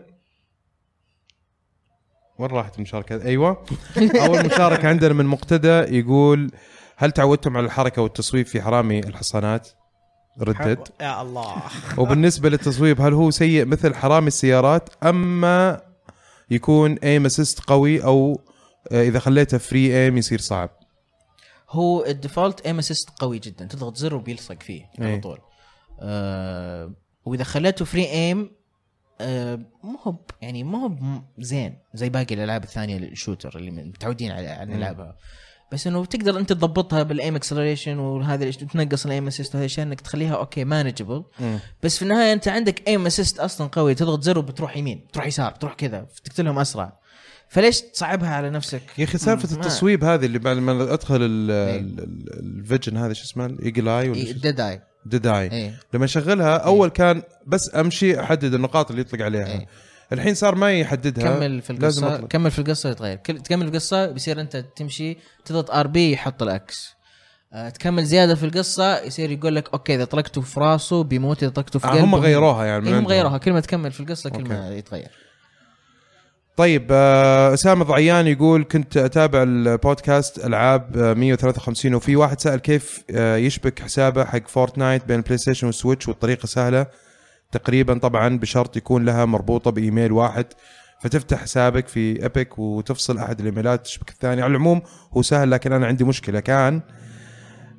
[SPEAKER 1] وين راحت المشاركه ايوه اول مشاركه عندنا من مقتدى يقول هل تعودتم على الحركه والتصويب في حرامي الحصانات ردت
[SPEAKER 4] يا الله
[SPEAKER 1] وبالنسبه للتصويب هل هو سيء مثل حرامي السيارات اما يكون ايم اسيست قوي او آه، اذا خليته فري ايم يصير صعب
[SPEAKER 2] هو الديفولت ايم اسيست قوي جدا تضغط زر وبيلصق فيه
[SPEAKER 1] إيه.
[SPEAKER 2] على طول آه، واذا خليته فري ايم ما هو ب-
[SPEAKER 1] إيه.
[SPEAKER 2] يعني ما هو ب- زين زي باقي الالعاب الثانيه الشوتر اللي متعودين على على نلعبها بس انه تقدر انت تضبطها بالايم اكسلريشن وهذا الاشي تنقص الايم اسيست وهذه الاشياء انك تخليها اوكي مانجبل
[SPEAKER 1] إيه.
[SPEAKER 2] بس في النهايه انت عندك ايم اسيست اصلا قوي تضغط زر وبتروح يمين بتروح يسار بتروح كذا تقتلهم اسرع فليش تصعبها على نفسك؟
[SPEAKER 1] يا اخي سالفه
[SPEAKER 2] ما- إيه.
[SPEAKER 1] التصويب هذه اللي بعد ما ادخل ال- ال- ال- الفيجن هذا شو اسمه الايجل اي ولا
[SPEAKER 2] ديد اي
[SPEAKER 1] ديد اي
[SPEAKER 2] اي
[SPEAKER 1] لما شغلها اول كان بس امشي احدد النقاط اللي يطلق عليها
[SPEAKER 2] إيه.
[SPEAKER 1] الحين صار ما يحددها
[SPEAKER 2] كمل في
[SPEAKER 1] لازم
[SPEAKER 2] القصه
[SPEAKER 1] أطلق.
[SPEAKER 2] كمل في القصه يتغير كل- تكمل القصه بيصير انت تمشي تضغط ار بي يحط الاكس آه، تكمل زياده في القصه يصير يقول لك اوكي اذا طلقته في راسه بيموت اذا طلقته في
[SPEAKER 1] آه،
[SPEAKER 2] قلبه
[SPEAKER 1] هم غيروها يعني من
[SPEAKER 2] إيه هم
[SPEAKER 1] عندهم.
[SPEAKER 2] غيروها كل ما تكمل في القصه كل ما
[SPEAKER 1] أوكي.
[SPEAKER 2] يتغير
[SPEAKER 1] طيب آه، اسامه ضعيان يقول كنت اتابع البودكاست العاب آه، 153 وفي واحد سال كيف آه، يشبك حسابه حق فورتنايت بين البلاي ستيشن والسويتش والطريقه سهله تقريبا طبعا بشرط يكون لها مربوطه بايميل واحد فتفتح حسابك في ابيك وتفصل احد الايميلات تشبك الثاني على العموم هو سهل لكن انا عندي مشكله كان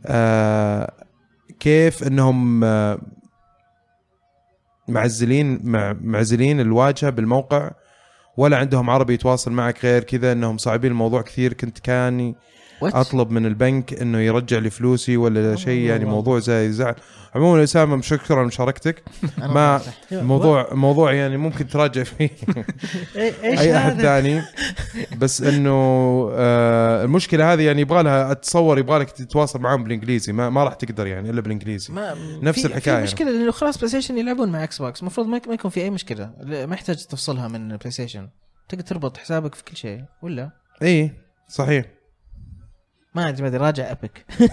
[SPEAKER 1] آه كيف انهم آه معزلين مع معزلين الواجهه بالموقع ولا عندهم عربي يتواصل معك غير كذا انهم صعبين الموضوع كثير كنت كاني
[SPEAKER 2] What؟
[SPEAKER 1] اطلب من البنك انه يرجع لي فلوسي ولا شيء يعني
[SPEAKER 2] والله.
[SPEAKER 1] موضوع زي زعل عموما اسامه شكرا لمشاركتك
[SPEAKER 2] أنا
[SPEAKER 1] ما
[SPEAKER 2] أعرف.
[SPEAKER 1] موضوع موضوع يعني ممكن تراجع فيه
[SPEAKER 4] إيه- ايش
[SPEAKER 1] اي احد
[SPEAKER 4] هذا؟
[SPEAKER 1] ثاني بس انه آه المشكله هذه يعني يبغى لها اتصور يبغى لك تتواصل معاهم بالانجليزي ما, ما راح تقدر يعني الا بالانجليزي
[SPEAKER 2] ما
[SPEAKER 1] نفس
[SPEAKER 2] في-
[SPEAKER 1] الحكاية.
[SPEAKER 2] في مشكله لانه خلاص بلاي ستيشن يلعبون مع اكس بوكس المفروض ما ما يكون في اي مشكله لا، ما يحتاج تفصلها من بلاي ستيشن تقدر تربط حسابك في كل شيء ولا
[SPEAKER 1] اي
[SPEAKER 2] إيه.
[SPEAKER 1] صحيح
[SPEAKER 2] ما ادري ما ادري راجع ابك
[SPEAKER 1] اي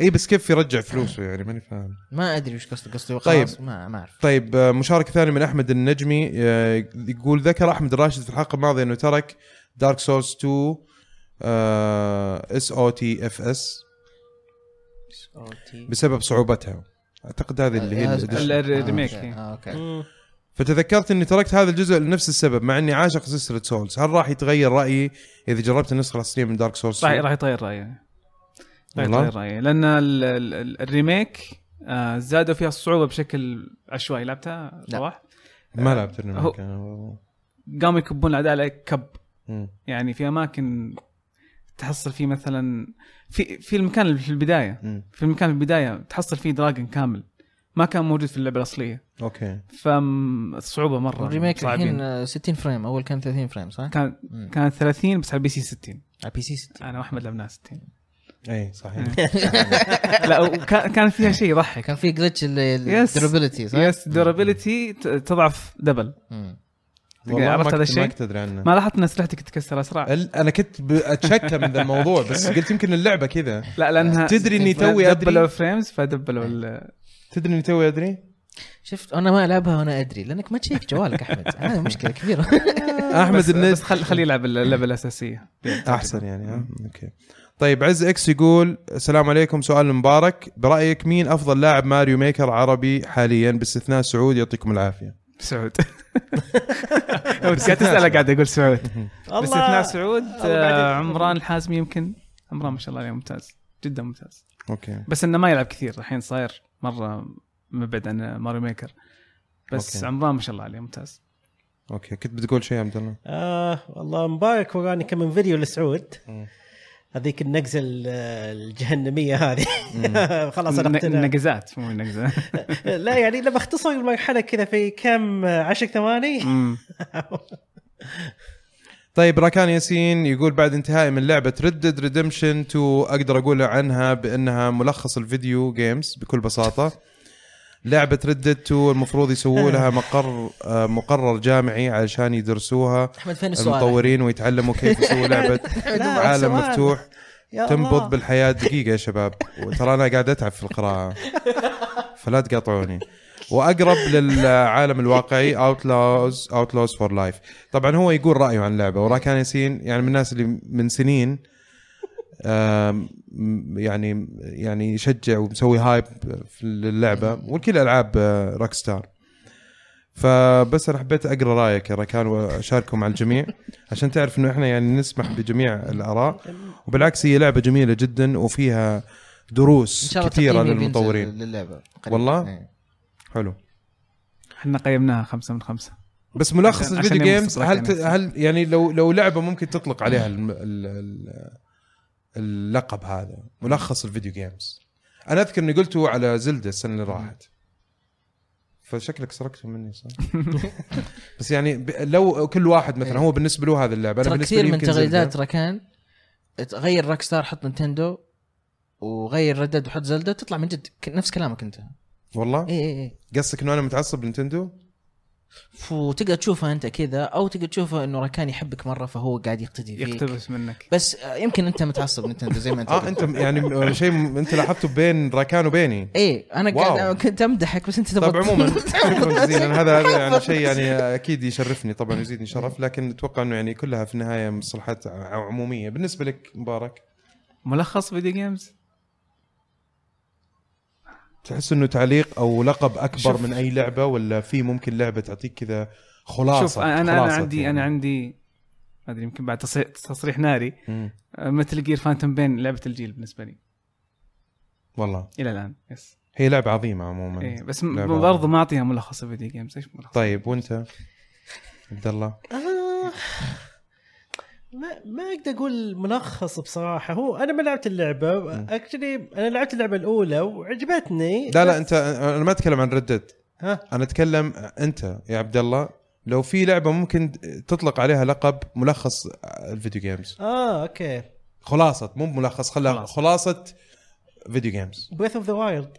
[SPEAKER 1] إيه، بس كيف يرجع فلوسه يعني ماني فاهم
[SPEAKER 2] ما ادري وش قصدي قصدي
[SPEAKER 1] طيب.
[SPEAKER 2] خلاص ما ما اعرف
[SPEAKER 1] طيب آه، مشاركة ثانية من أحمد النجمي آه، يقول ذكر أحمد الراشد في الحلقة الماضية أنه ترك دارك سورس 2 اس او تي اف اس بسبب صعوبتها أعتقد هذه اللي هي
[SPEAKER 3] ال-
[SPEAKER 1] الإديشن.
[SPEAKER 3] ال- الريميك.
[SPEAKER 2] آه، آه، اوكي
[SPEAKER 4] مم.
[SPEAKER 1] فتذكرت اني تركت هذا الجزء لنفس السبب مع اني عاشق سلسله سولز هل راح يتغير رايي اذا جربت النسخه الاصليه من دارك سولز
[SPEAKER 3] راح راح يتغير رايه راح
[SPEAKER 1] والله؟
[SPEAKER 3] يتغير رايه لان ال- ال- ال- الريميك آه، زادوا فيها الصعوبه بشكل عشوائي لعبتها
[SPEAKER 2] لا.
[SPEAKER 3] صباح
[SPEAKER 1] ما لعبت
[SPEAKER 3] هو-
[SPEAKER 1] الريميك أنا والله.
[SPEAKER 3] قاموا يكبون الاعداء عليك كب
[SPEAKER 1] مم.
[SPEAKER 3] يعني في اماكن تحصل فيه مثلا في في المكان اللي في البدايه
[SPEAKER 1] مم.
[SPEAKER 3] في المكان في البدايه تحصل فيه دراجن كامل ما كان موجود في اللعبه الاصليه
[SPEAKER 1] اوكي
[SPEAKER 3] فالصعوبه مره
[SPEAKER 2] الريميك
[SPEAKER 3] صعبين.
[SPEAKER 2] الحين آه، 60 فريم اول كان 30 فريم صح؟
[SPEAKER 3] كان
[SPEAKER 2] مم.
[SPEAKER 3] كان 30 بس على البي سي 60
[SPEAKER 2] على بي سي 60
[SPEAKER 3] انا واحمد لعبناها 60
[SPEAKER 1] اي صحيح
[SPEAKER 3] لا وكان كان فيها شيء يضحك
[SPEAKER 2] كان في جلتش
[SPEAKER 3] Yes.
[SPEAKER 2] الدربلتي صح؟
[SPEAKER 3] يس دورابيلتي تضعف دبل
[SPEAKER 2] مم.
[SPEAKER 1] والله ما
[SPEAKER 3] عرفت هذا
[SPEAKER 1] كنت-
[SPEAKER 3] الشيء؟
[SPEAKER 1] ما كنت ادري عنه
[SPEAKER 3] ما لاحظت ان اسلحتك تتكسر اسرع
[SPEAKER 1] ال- انا كنت ب- اتشكى من ذا الموضوع بس قلت يمكن اللعبه كذا
[SPEAKER 3] لا لانها
[SPEAKER 1] تدري إني توي أدري؟
[SPEAKER 3] دبلوا فريمز فدبلوا ال-
[SPEAKER 1] تدري اني توي ادري
[SPEAKER 2] شفت انا ما العبها وانا ادري لانك ما تشيك جوالك احمد هذه مشكله كبيره
[SPEAKER 1] احمد
[SPEAKER 3] بس, بس
[SPEAKER 1] النز
[SPEAKER 3] خل خليه يلعب اللعبه الاساسيه
[SPEAKER 1] احسن يعني ها اوكي طيب عز اكس يقول السلام عليكم سؤال مبارك برايك مين افضل لاعب ماريو ميكر عربي حاليا باستثناء سعود يعطيكم العافيه
[SPEAKER 3] سعود قاعد تساله قاعد اقول سعود باستثناء
[SPEAKER 4] الله
[SPEAKER 3] سعود
[SPEAKER 4] الله
[SPEAKER 3] آه،
[SPEAKER 4] بعدين.
[SPEAKER 3] عمران الحازمي يمكن عمران ما شاء الله عليه ممتاز جدا ممتاز
[SPEAKER 1] اوكي
[SPEAKER 3] بس انه ما يلعب كثير الحين صاير مره مبعد عن ماريو ميكر بس
[SPEAKER 1] أوكي.
[SPEAKER 3] عمران ما شاء الله عليه ممتاز
[SPEAKER 1] اوكي كنت بتقول شيء يا عبد الله
[SPEAKER 4] آه والله مبارك وراني كم من فيديو لسعود
[SPEAKER 1] مم.
[SPEAKER 4] هذيك النقزه ال- الجهنميه هذه خلاص انا
[SPEAKER 3] ن-
[SPEAKER 4] اقتنعت.
[SPEAKER 3] نقزات مو نقزات
[SPEAKER 4] لا يعني لما اختصر المرحله كذا في كم آه، عشر ثواني
[SPEAKER 3] مم.
[SPEAKER 1] طيب راكان ياسين يقول بعد انتهائي من لعبه ريد ديد ريدمشن 2 اقدر اقول عنها بانها ملخص الفيديو جيمز بكل بساطه لعبه ريد ديد 2 المفروض يسووا لها مقر آه، مقرر جامعي علشان يدرسوها
[SPEAKER 2] احمد فين السؤال؟
[SPEAKER 1] المطورين ويتعلموا كيف يسووا لعبه
[SPEAKER 4] لا،
[SPEAKER 1] عالم
[SPEAKER 4] سؤال.
[SPEAKER 1] مفتوح
[SPEAKER 4] يا
[SPEAKER 1] تنبض
[SPEAKER 4] الله.
[SPEAKER 1] بالحياه دقيقه يا شباب وترى انا قاعد اتعب في القراءه فلا تقاطعوني واقرب للعالم الواقعي اوتلاوز اوتلاوز فور لايف طبعا هو يقول رايه عن اللعبه وراكان ياسين يعني من الناس اللي من سنين آم، يعني يعني يشجع ومسوي هايب في اللعبه والكل آه، العاب روك ستار فبس انا حبيت اقرا رايك يا ركان واشاركه مع الجميع عشان تعرف انه احنا يعني نسمح بجميع الاراء وبالعكس هي لعبه جميله جدا وفيها
[SPEAKER 2] ان
[SPEAKER 1] دروس
[SPEAKER 2] شاء الله
[SPEAKER 1] كثيره
[SPEAKER 2] تقييمي بينزل
[SPEAKER 1] للمطورين
[SPEAKER 2] للعبه قريب.
[SPEAKER 1] والله؟
[SPEAKER 2] إيه.
[SPEAKER 1] حلو
[SPEAKER 3] احنا قيمناها خمسة من خمسة
[SPEAKER 1] بس ملخص
[SPEAKER 3] عشان-
[SPEAKER 1] الفيديو
[SPEAKER 3] عشان
[SPEAKER 1] جيمز
[SPEAKER 3] ينبسط
[SPEAKER 1] هل ت...
[SPEAKER 3] يعني.
[SPEAKER 1] هل يعني لو لو لعبه ممكن تطلق عليها الم... ال... ال... اللقب هذا ملخص الفيديو جيمز انا اذكر اني قلته على زلدة السنه اللي راحت فشكلك سرقته مني صح؟ بس يعني ب- لو كل واحد مثلا هو بالنسبه له هذه اللعبه انا
[SPEAKER 2] ترى
[SPEAKER 1] بالنسبه لي
[SPEAKER 2] كثير من
[SPEAKER 1] يمكن زلدة.
[SPEAKER 2] تغريدات ركان غير روك ستار حط نينتندو وغير ردد وحط زلدة تطلع من جد ك- نفس كلامك إيه، انت
[SPEAKER 1] والله
[SPEAKER 2] اي اي اي
[SPEAKER 1] قصدك انه انا متعصب نينتندو؟
[SPEAKER 2] وتقدر تشوفها انت كذا او تقدر تشوفه انه ركان يحبك مره فهو قاعد يقتدي فيك
[SPEAKER 3] يقتبس منك
[SPEAKER 2] بس آه، يمكن انت متعصب نينتندو زي ما انت
[SPEAKER 1] اه انت م- يعني م- شيء م- انت لاحظته بين راكان وبيني
[SPEAKER 2] ايه انا
[SPEAKER 1] واو.
[SPEAKER 2] قاعد كنت امدحك بس انت تبغى
[SPEAKER 1] طيب عموما شكرا جزيلا هذا هذا يعني شيء يعني اكيد يشرفني طبعا ويزيدني شرف لكن اتوقع انه يعني كلها في النهايه مصطلحات ع- عموميه بالنسبه لك مبارك
[SPEAKER 3] ملخص فيديو جيمز
[SPEAKER 1] تحس انه تعليق او لقب اكبر
[SPEAKER 3] شوف.
[SPEAKER 1] من اي لعبه ولا في ممكن لعبه تعطيك كذا خلاصه
[SPEAKER 3] شوف انا انا
[SPEAKER 1] خلاصة
[SPEAKER 3] عندي
[SPEAKER 1] يعني.
[SPEAKER 3] انا عندي ما ادري يمكن بعد تصريح- تصريح ناري
[SPEAKER 1] مم.
[SPEAKER 3] مثل جير فانتوم بين لعبه الجيل بالنسبه لي
[SPEAKER 1] والله
[SPEAKER 3] الى الان يس
[SPEAKER 1] هي لعبه عظيمه عموما
[SPEAKER 3] إيه بس
[SPEAKER 1] لعبة
[SPEAKER 3] م- برضه ما اعطيها ملخص الفيديو جيمز ايش ملخص
[SPEAKER 1] طيب وانت عبد الله
[SPEAKER 4] آه، ما ما اقدر اقول ملخص بصراحه هو انا ما لعبت اللعبه اكشلي انا لعبت اللعبه الاولى وعجبتني
[SPEAKER 1] لا لا
[SPEAKER 4] بس-
[SPEAKER 1] انت انا ما اتكلم عن ردد
[SPEAKER 4] ها
[SPEAKER 1] انا اتكلم انت يا عبد الله لو في لعبه ممكن تطلق عليها لقب ملخص الفيديو جيمز
[SPEAKER 4] اه اوكي
[SPEAKER 1] خلاصه مو ملخص خلا
[SPEAKER 3] خلاصة.
[SPEAKER 1] خلاصه فيديو جيمز
[SPEAKER 4] بريث اوف ذا وايلد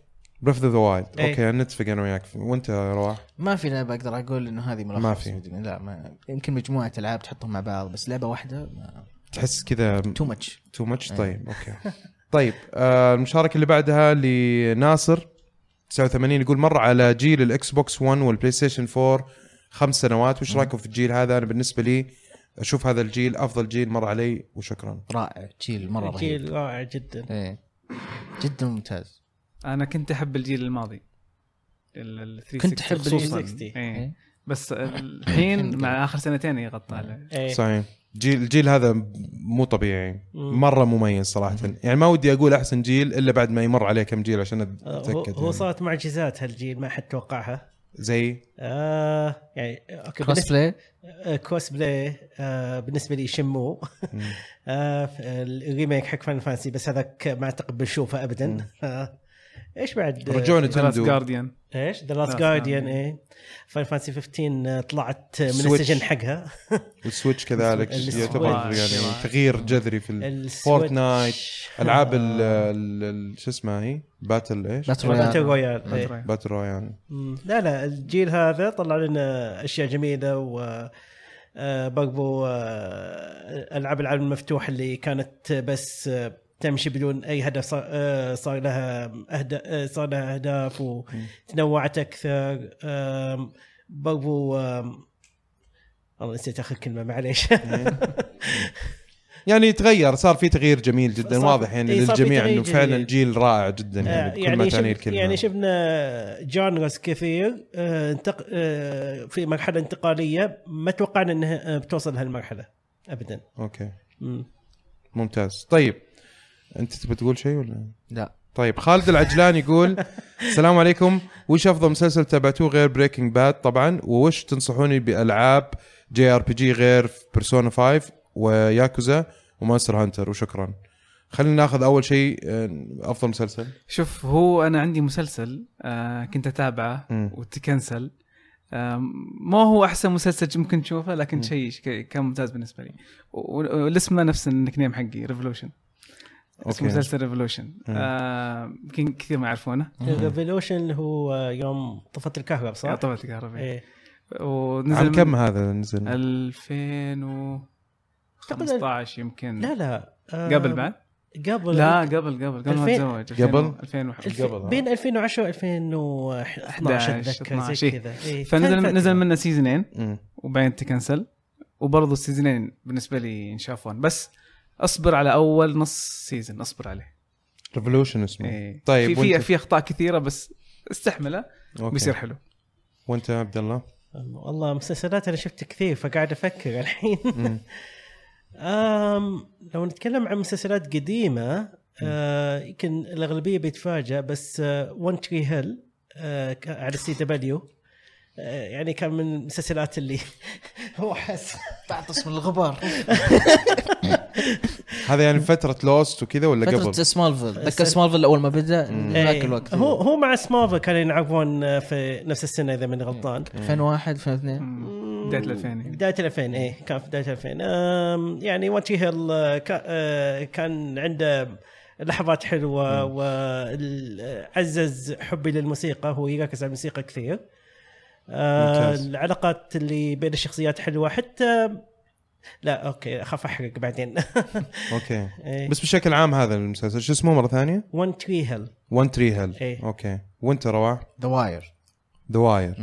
[SPEAKER 1] بريف ذا وايلد
[SPEAKER 4] إيه.
[SPEAKER 1] اوكي نتفق انا وياك وانت رواح
[SPEAKER 2] ما في لعبه اقدر اقول انه هذه ملخص
[SPEAKER 1] ما في.
[SPEAKER 2] لا ما يمكن مجموعه العاب تحطهم مع بعض بس لعبه واحده
[SPEAKER 1] تحس كذا
[SPEAKER 2] تو ماتش
[SPEAKER 1] تو ماتش
[SPEAKER 2] إيه.
[SPEAKER 1] طيب اوكي طيب آه المشاركه اللي بعدها لناصر 89 يقول مر على جيل الاكس بوكس 1 والبلاي ستيشن 4 خمس سنوات وش رايكم في الجيل هذا انا بالنسبه لي اشوف هذا الجيل افضل جيل مر علي وشكرا
[SPEAKER 2] رائع تشيل مره رهيب
[SPEAKER 4] جيل رائع جدا
[SPEAKER 2] ايه جدا ممتاز
[SPEAKER 3] انا كنت احب الجيل الماضي ال- ال 360
[SPEAKER 2] كنت أحب ال
[SPEAKER 3] خصوصاً.
[SPEAKER 4] 360.
[SPEAKER 3] إيه.
[SPEAKER 2] إيه.
[SPEAKER 3] بس الحين مع اخر سنتين يغطى عليه
[SPEAKER 4] إيه.
[SPEAKER 1] صحيح جيل الجيل هذا مو طبيعي مره مميز صراحه يعني ما ودي اقول احسن جيل الا بعد ما يمر عليه كم جيل عشان
[SPEAKER 4] آه، هو
[SPEAKER 1] اتاكد
[SPEAKER 4] هو
[SPEAKER 1] يعني.
[SPEAKER 4] صارت معجزات هالجيل ما حد توقعها
[SPEAKER 1] زي
[SPEAKER 4] آه يعني اوكي
[SPEAKER 2] كروس بلاي
[SPEAKER 4] كروس بلاي آه بالنسبه لي شمو
[SPEAKER 1] مم.
[SPEAKER 4] آه ف- الريميك حق فان فانسي بس هذاك ما اعتقد بنشوفه ابدا آه ايش بعد
[SPEAKER 1] رجعوا
[SPEAKER 3] ذا لاست
[SPEAKER 1] نتندو
[SPEAKER 3] جارديان
[SPEAKER 4] ايش ذا
[SPEAKER 1] نعم،
[SPEAKER 4] لاست
[SPEAKER 3] Last
[SPEAKER 4] جارديان
[SPEAKER 3] Guardian.
[SPEAKER 4] اي فاين فانسي 15 آه، طلعت من
[SPEAKER 1] Switch.
[SPEAKER 4] السجن حقها
[SPEAKER 1] والسويتش كذلك
[SPEAKER 4] السويتش.
[SPEAKER 1] يعتبر يعني تغيير جذري في ال- فورتنايت، العاب ال-
[SPEAKER 4] آه.
[SPEAKER 1] ال- ال- شو اسمها هي باتل ايش
[SPEAKER 2] باتل
[SPEAKER 4] باتل
[SPEAKER 2] رويال
[SPEAKER 4] رويال إيه.
[SPEAKER 3] أدري.
[SPEAKER 1] باتل رويال
[SPEAKER 4] مم. لا لا الجيل هذا طلع لنا اشياء جميله و آه، برضو آه، العاب العالم المفتوح اللي كانت بس آه، تمشي بدون اي هدف صار- آه، صار لها أهد- آه، صار لها اهداف وتنوعت اكثر آم، برضو آم، والله نسيت اخر كلمه معليش
[SPEAKER 1] إيه. يعني تغير صار في تغيير جميل جدا
[SPEAKER 4] صار-
[SPEAKER 1] واضح يعني
[SPEAKER 4] إيه، صار في
[SPEAKER 1] للجميع
[SPEAKER 4] تغيير
[SPEAKER 1] انه فعلا
[SPEAKER 4] جميل.
[SPEAKER 1] جيل رائع جدا يعني بكل ما
[SPEAKER 4] يعني
[SPEAKER 1] تعنيه
[SPEAKER 4] شف
[SPEAKER 1] الكلمه
[SPEAKER 4] يعني شفنا جانرز كثير آه، انتق... آه، في مرحله انتقاليه ما توقعنا انها آه، بتوصل لهالمرحله ابدا
[SPEAKER 1] اوكي
[SPEAKER 4] مم.
[SPEAKER 1] ممتاز طيب انت تبي تقول شيء ولا
[SPEAKER 2] لا
[SPEAKER 1] طيب خالد العجلان يقول السلام عليكم وش افضل مسلسل تابعتوه غير بريكنج باد طبعا ووش تنصحوني بالعاب جي ار بي جي غير بيرسونا 5 وياكوزا وماستر هانتر وشكرا خلينا ناخذ اول شيء آه، افضل مسلسل
[SPEAKER 3] شوف هو انا عندي مسلسل آه كنت اتابعه
[SPEAKER 1] مم.
[SPEAKER 3] وتكنسل آه ما هو احسن مسلسل ممكن تشوفه لكن شيء ك- كان ممتاز بالنسبه لي و- و- والاسم نفس النيك نيم حقي ريفولوشن
[SPEAKER 1] أوكي.
[SPEAKER 3] اسمه مسلسل ريفولوشن
[SPEAKER 1] مم.
[SPEAKER 3] يمكن كثير ما يعرفونه
[SPEAKER 4] ريفولوشن اللي هو يوم طفت الكهرباء صح؟
[SPEAKER 3] طبعا
[SPEAKER 2] إيه.
[SPEAKER 3] الكهرباء
[SPEAKER 4] ايه
[SPEAKER 3] ونزل
[SPEAKER 1] عن كم
[SPEAKER 3] من
[SPEAKER 1] هذا نزل
[SPEAKER 3] 2015 يمكن
[SPEAKER 4] لا لا آه،
[SPEAKER 3] قبل بعد؟
[SPEAKER 4] قبل
[SPEAKER 3] لا قبل قبل قبل قبل ما
[SPEAKER 4] 2000
[SPEAKER 3] اتزوج
[SPEAKER 1] قبل؟
[SPEAKER 3] 2011
[SPEAKER 4] الف...
[SPEAKER 1] قبل، آه.
[SPEAKER 4] بين 2010 و 2011
[SPEAKER 3] 11
[SPEAKER 4] اتذكر زي
[SPEAKER 3] 12.
[SPEAKER 4] كذا إيه.
[SPEAKER 3] فنزل
[SPEAKER 4] كان فترة.
[SPEAKER 3] نزل منه سيزونين
[SPEAKER 1] مم.
[SPEAKER 3] وبعدين تكنسل وبرضه السيزونين بالنسبه لي ينشافون بس اصبر على اول نص سيزون اصبر عليه
[SPEAKER 1] ريفولوشن اسمه
[SPEAKER 3] إيه.
[SPEAKER 1] طيب
[SPEAKER 3] في في,
[SPEAKER 1] وانت
[SPEAKER 3] في اخطاء كثيره بس استحمله
[SPEAKER 1] أوكي.
[SPEAKER 3] بيصير حلو
[SPEAKER 1] وانت يا عبد الله
[SPEAKER 4] والله مسلسلات انا شفت كثير فقاعد افكر الحين
[SPEAKER 1] مم.
[SPEAKER 4] أم لو نتكلم عن مسلسلات قديمة آه، يمكن آه، الأغلبية بيتفاجأ بس ون تري هيل على السي دبليو آه، يعني كان من المسلسلات اللي هو حس
[SPEAKER 2] تعطس من الغبار
[SPEAKER 1] هذا يعني فتره لوست وكذا ولا
[SPEAKER 2] فتره
[SPEAKER 1] قبل؟
[SPEAKER 2] سمالفيل ذكر سمالفيل اول ما بدا ذاك
[SPEAKER 4] إيه.
[SPEAKER 2] الوقت
[SPEAKER 4] هو هو مع سمارفا كانوا ينعرفون في نفس السنه اذا ماني غلطان
[SPEAKER 2] 2001 2002
[SPEAKER 3] مم. بدايه
[SPEAKER 1] يعني.
[SPEAKER 3] الالفين
[SPEAKER 4] بدايه 2000 ايه كان في بدايه 2000 أم، يعني وان هيل آه، كا- آه، كان عنده لحظات حلوه وعزز حبي للموسيقى هو يركز على الموسيقى كثير آه،
[SPEAKER 1] ممتاز.
[SPEAKER 4] العلاقات اللي بين الشخصيات حلوه حتى لا اوكي اخاف احرق بعدين إيه،
[SPEAKER 1] اوكي
[SPEAKER 3] إيه.
[SPEAKER 1] بس بشكل عام هذا المسلسل شو اسمه مره ثانيه؟
[SPEAKER 4] وان تري هيل
[SPEAKER 1] ون تري هيل
[SPEAKER 4] إيه.
[SPEAKER 1] اوكي وانت رواح
[SPEAKER 2] ذا واير
[SPEAKER 1] ذا واير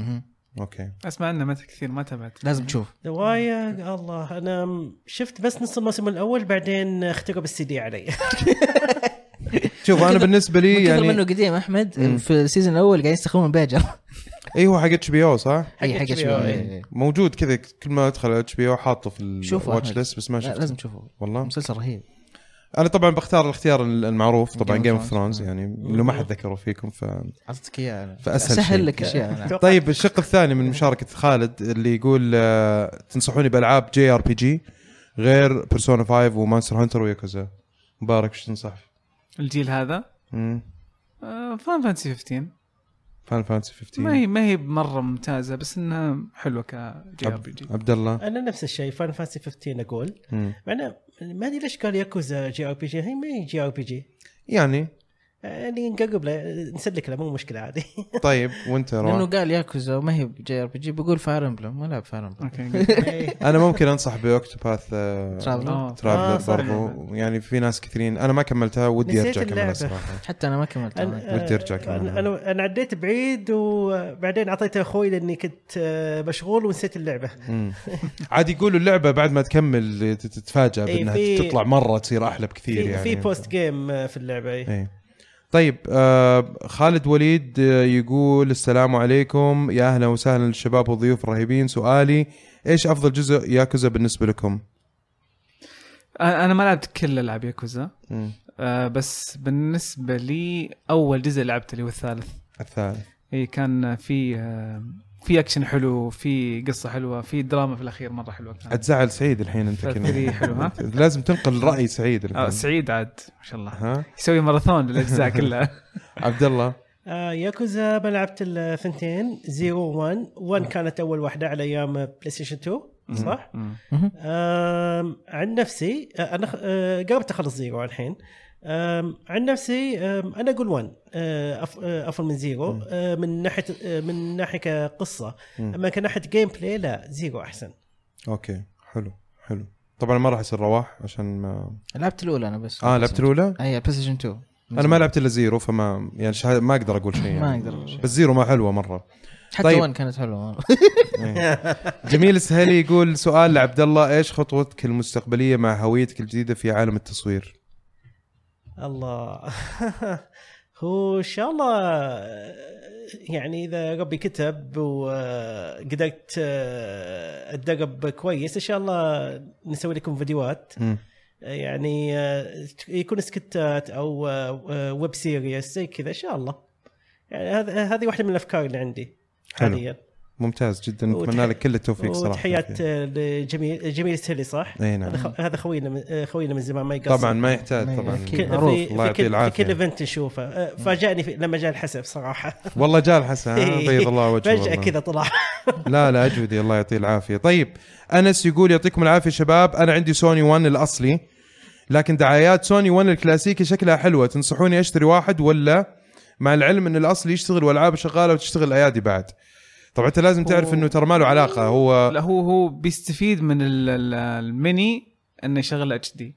[SPEAKER 1] اوكي
[SPEAKER 3] اسمع عنه متى كثير ما تابعت
[SPEAKER 2] لازم تشوف
[SPEAKER 4] ذا واير الله انا م- شفت بس نص الموسم الاول بعدين اخترب السي دي علي
[SPEAKER 1] شوف انا
[SPEAKER 2] كثر-
[SPEAKER 1] بالنسبه
[SPEAKER 2] من
[SPEAKER 1] لي
[SPEAKER 2] كثر منه
[SPEAKER 1] يعني
[SPEAKER 2] قديم احمد في السيزون الاول قاعدين يستخدمون بيجر
[SPEAKER 1] اي إيه، هو حق اتش بي او صح؟
[SPEAKER 2] اي حق
[SPEAKER 4] HBO
[SPEAKER 1] آه، يعني.
[SPEAKER 2] شوي
[SPEAKER 1] موجود كذا كل ما ادخل اتش بي او حاطه في
[SPEAKER 2] شوفه
[SPEAKER 1] الواتش
[SPEAKER 2] أحمد.
[SPEAKER 1] ليست بس ما
[SPEAKER 2] لا
[SPEAKER 1] شفته
[SPEAKER 2] لازم تشوفه
[SPEAKER 1] والله
[SPEAKER 2] مسلسل رهيب
[SPEAKER 1] انا طبعا بختار الاختيار المعروف طبعا
[SPEAKER 2] Game of
[SPEAKER 1] جيم اوف
[SPEAKER 2] Thrones.
[SPEAKER 1] ثرونز يعني لو ما حد ذكره فيكم ف
[SPEAKER 2] اعطيتك اياه انا
[SPEAKER 1] فأسهل شيء.
[SPEAKER 2] اسهل لك اشياء أنا.
[SPEAKER 4] أتوقع
[SPEAKER 1] طيب الشق الثاني من مشاركه خالد اللي يقول آه، تنصحوني بالعاب جي ار بي جي غير بيرسونا 5 ومانستر هانتر وياكوزا مبارك وش تنصح؟
[SPEAKER 3] الجيل هذا آه، فان فانتسي 15
[SPEAKER 1] فان فانتسي
[SPEAKER 3] ما
[SPEAKER 1] 15
[SPEAKER 3] هي ما هي مره ممتازه بس انها حلوه كجي ار بي جي
[SPEAKER 1] عبد الله
[SPEAKER 4] انا نفس الشيء فان فانسي 15 اقول
[SPEAKER 1] مم.
[SPEAKER 4] مع انه ما ادري ليش قال ياكوزا جي ار بي جي هي ما هي جي ار بي جي
[SPEAKER 1] يعني
[SPEAKER 4] يعني نقرب له نسلك له مو مشكله عادي
[SPEAKER 1] طيب وانت يا
[SPEAKER 2] لانه
[SPEAKER 1] روان
[SPEAKER 2] قال ياكوزا وما هي جي ار بي جي بقول فاير امبلم ما لعب فاير امبلم
[SPEAKER 3] اوكي
[SPEAKER 1] انا ممكن انصح باوكتوباث آه،
[SPEAKER 2] ترافل
[SPEAKER 3] آه،
[SPEAKER 4] آه،
[SPEAKER 1] ترافلر
[SPEAKER 4] صح.
[SPEAKER 1] برضو يعني في ناس كثيرين انا ما كملتها ودي
[SPEAKER 4] نسيت
[SPEAKER 1] ارجع اكملها
[SPEAKER 4] اللعبة. آه،
[SPEAKER 1] صراحه
[SPEAKER 2] حتى انا ما كملت
[SPEAKER 4] أنا-
[SPEAKER 1] ودي أرجع كمان.
[SPEAKER 4] انا انا انا عديت بعيد وبعدين اعطيته اخوي لاني كنت آه، مشغول ونسيت اللعبه
[SPEAKER 1] مم. عاد يقولوا اللعبه بعد ما تكمل تت- تتفاجأ
[SPEAKER 4] إيه،
[SPEAKER 1] بانها
[SPEAKER 4] في-
[SPEAKER 1] تطلع مره تصير احلى بكثير
[SPEAKER 4] في
[SPEAKER 1] يعني
[SPEAKER 4] في بوست جيم آه، في اللعبه إيه.
[SPEAKER 1] إيه. طيب آه خالد وليد آه، يقول السلام عليكم يا اهلا وسهلا للشباب والضيوف الرهيبين سؤالي ايش افضل جزء ياكوزا بالنسبه لكم؟
[SPEAKER 3] انا أنا ما لعبت كل العاب ياكوزا
[SPEAKER 1] مم.
[SPEAKER 3] آه، بس بالنسبه لي اول جزء لعبته اللي هو الثالث
[SPEAKER 1] الثالث
[SPEAKER 3] اي كان في آه، في اكشن حلو في قصه حلوه في دراما في الاخير مره حلوه كانت
[SPEAKER 1] هتزعل سعيد الحين انت
[SPEAKER 3] ثري حلو، ها؟
[SPEAKER 1] كذا لازم تنقل راي سعيد الحين.
[SPEAKER 3] آه، سعيد عاد ما شاء الله
[SPEAKER 1] ها
[SPEAKER 3] يسوي ماراثون للاجزاء كلها
[SPEAKER 1] عبد الله
[SPEAKER 4] آه ياكوزا ما لعبت الثنتين زيرو 1 1 كانت اول واحده على ايام بلاي ستيشن 2 صح؟
[SPEAKER 3] مم.
[SPEAKER 4] آم، عن نفسي آه، انا خ- آه، قربت اخلص زيرو الحين آم، عن نفسي آم، انا اقول 1 أه، افضل من زيرو آه، من ناحيه آه، من ناحيه كقصه
[SPEAKER 1] مم.
[SPEAKER 4] اما كناحيه جيم بلاي لا زيرو احسن
[SPEAKER 1] اوكي حلو حلو طبعا ما راح يصير رواح عشان ما
[SPEAKER 2] لعبت الاولى انا بس
[SPEAKER 1] اه لعبت الاولى؟
[SPEAKER 2] اي بلاي ستيشن 2
[SPEAKER 1] انا ما لعبت الا زيرو فما يعني شهاد- ما اقدر اقول شيء يعني.
[SPEAKER 2] ما أقدر أقول شيء.
[SPEAKER 1] بس زيرو ما حلوه مره
[SPEAKER 2] حتى
[SPEAKER 1] طيب.
[SPEAKER 2] طيب. وان كانت حلوه مره
[SPEAKER 1] إيه. جميل السهيلي يقول سؤال لعبد الله ايش خطوتك المستقبليه مع هويتك الجديده في عالم التصوير؟
[SPEAKER 4] الله هو ان شاء الله آه، يعني اذا ربي كتب وقدرت اتدرب كويس ان شاء الله نسوي لكم فيديوهات
[SPEAKER 1] مم.
[SPEAKER 4] يعني آه، يكون سكتات او آه، ويب سيريس زي كذا ان شاء الله يعني هذا هذه واحده من الافكار اللي عندي
[SPEAKER 1] حلو.
[SPEAKER 4] حاليا
[SPEAKER 1] ممتاز جدا نتمنى
[SPEAKER 4] وتح-
[SPEAKER 1] لك كل التوفيق صراحه
[SPEAKER 4] وتحيات آه، لجميل جميل السهلي صح؟
[SPEAKER 1] اي
[SPEAKER 4] هذا
[SPEAKER 1] نعم
[SPEAKER 4] خ- هذا خوينا من- آه، خوينا من زمان ما يقصر
[SPEAKER 1] طبعا ما يحتاج طبعا
[SPEAKER 2] أكيد.
[SPEAKER 4] ك-
[SPEAKER 2] معروف،
[SPEAKER 4] في,
[SPEAKER 1] الله
[SPEAKER 4] في
[SPEAKER 1] يعطيه نعم.
[SPEAKER 4] كل في
[SPEAKER 1] العافيه
[SPEAKER 4] كل ايفنت نشوفه آه، فاجأني في لما جاء الحسب صراحه
[SPEAKER 1] والله جال حسن ها، بيض الله وجهه
[SPEAKER 4] فجاه
[SPEAKER 1] والله.
[SPEAKER 4] كذا طلع
[SPEAKER 1] لا لا اجودي الله يعطيه العافيه طيب انس يقول يعطيكم العافيه شباب انا عندي سوني 1 الاصلي لكن دعايات سوني 1 الكلاسيكي شكلها حلوه تنصحوني اشتري واحد ولا مع العلم ان الاصلي يشتغل والعاب شغاله وتشتغل ايادي بعد طبعا انت لازم تعرف
[SPEAKER 3] هو-
[SPEAKER 1] انه ترى ما له علاقه هو
[SPEAKER 3] لا هو هو بيستفيد من ال- ال- الميني انه يشغل اتش دي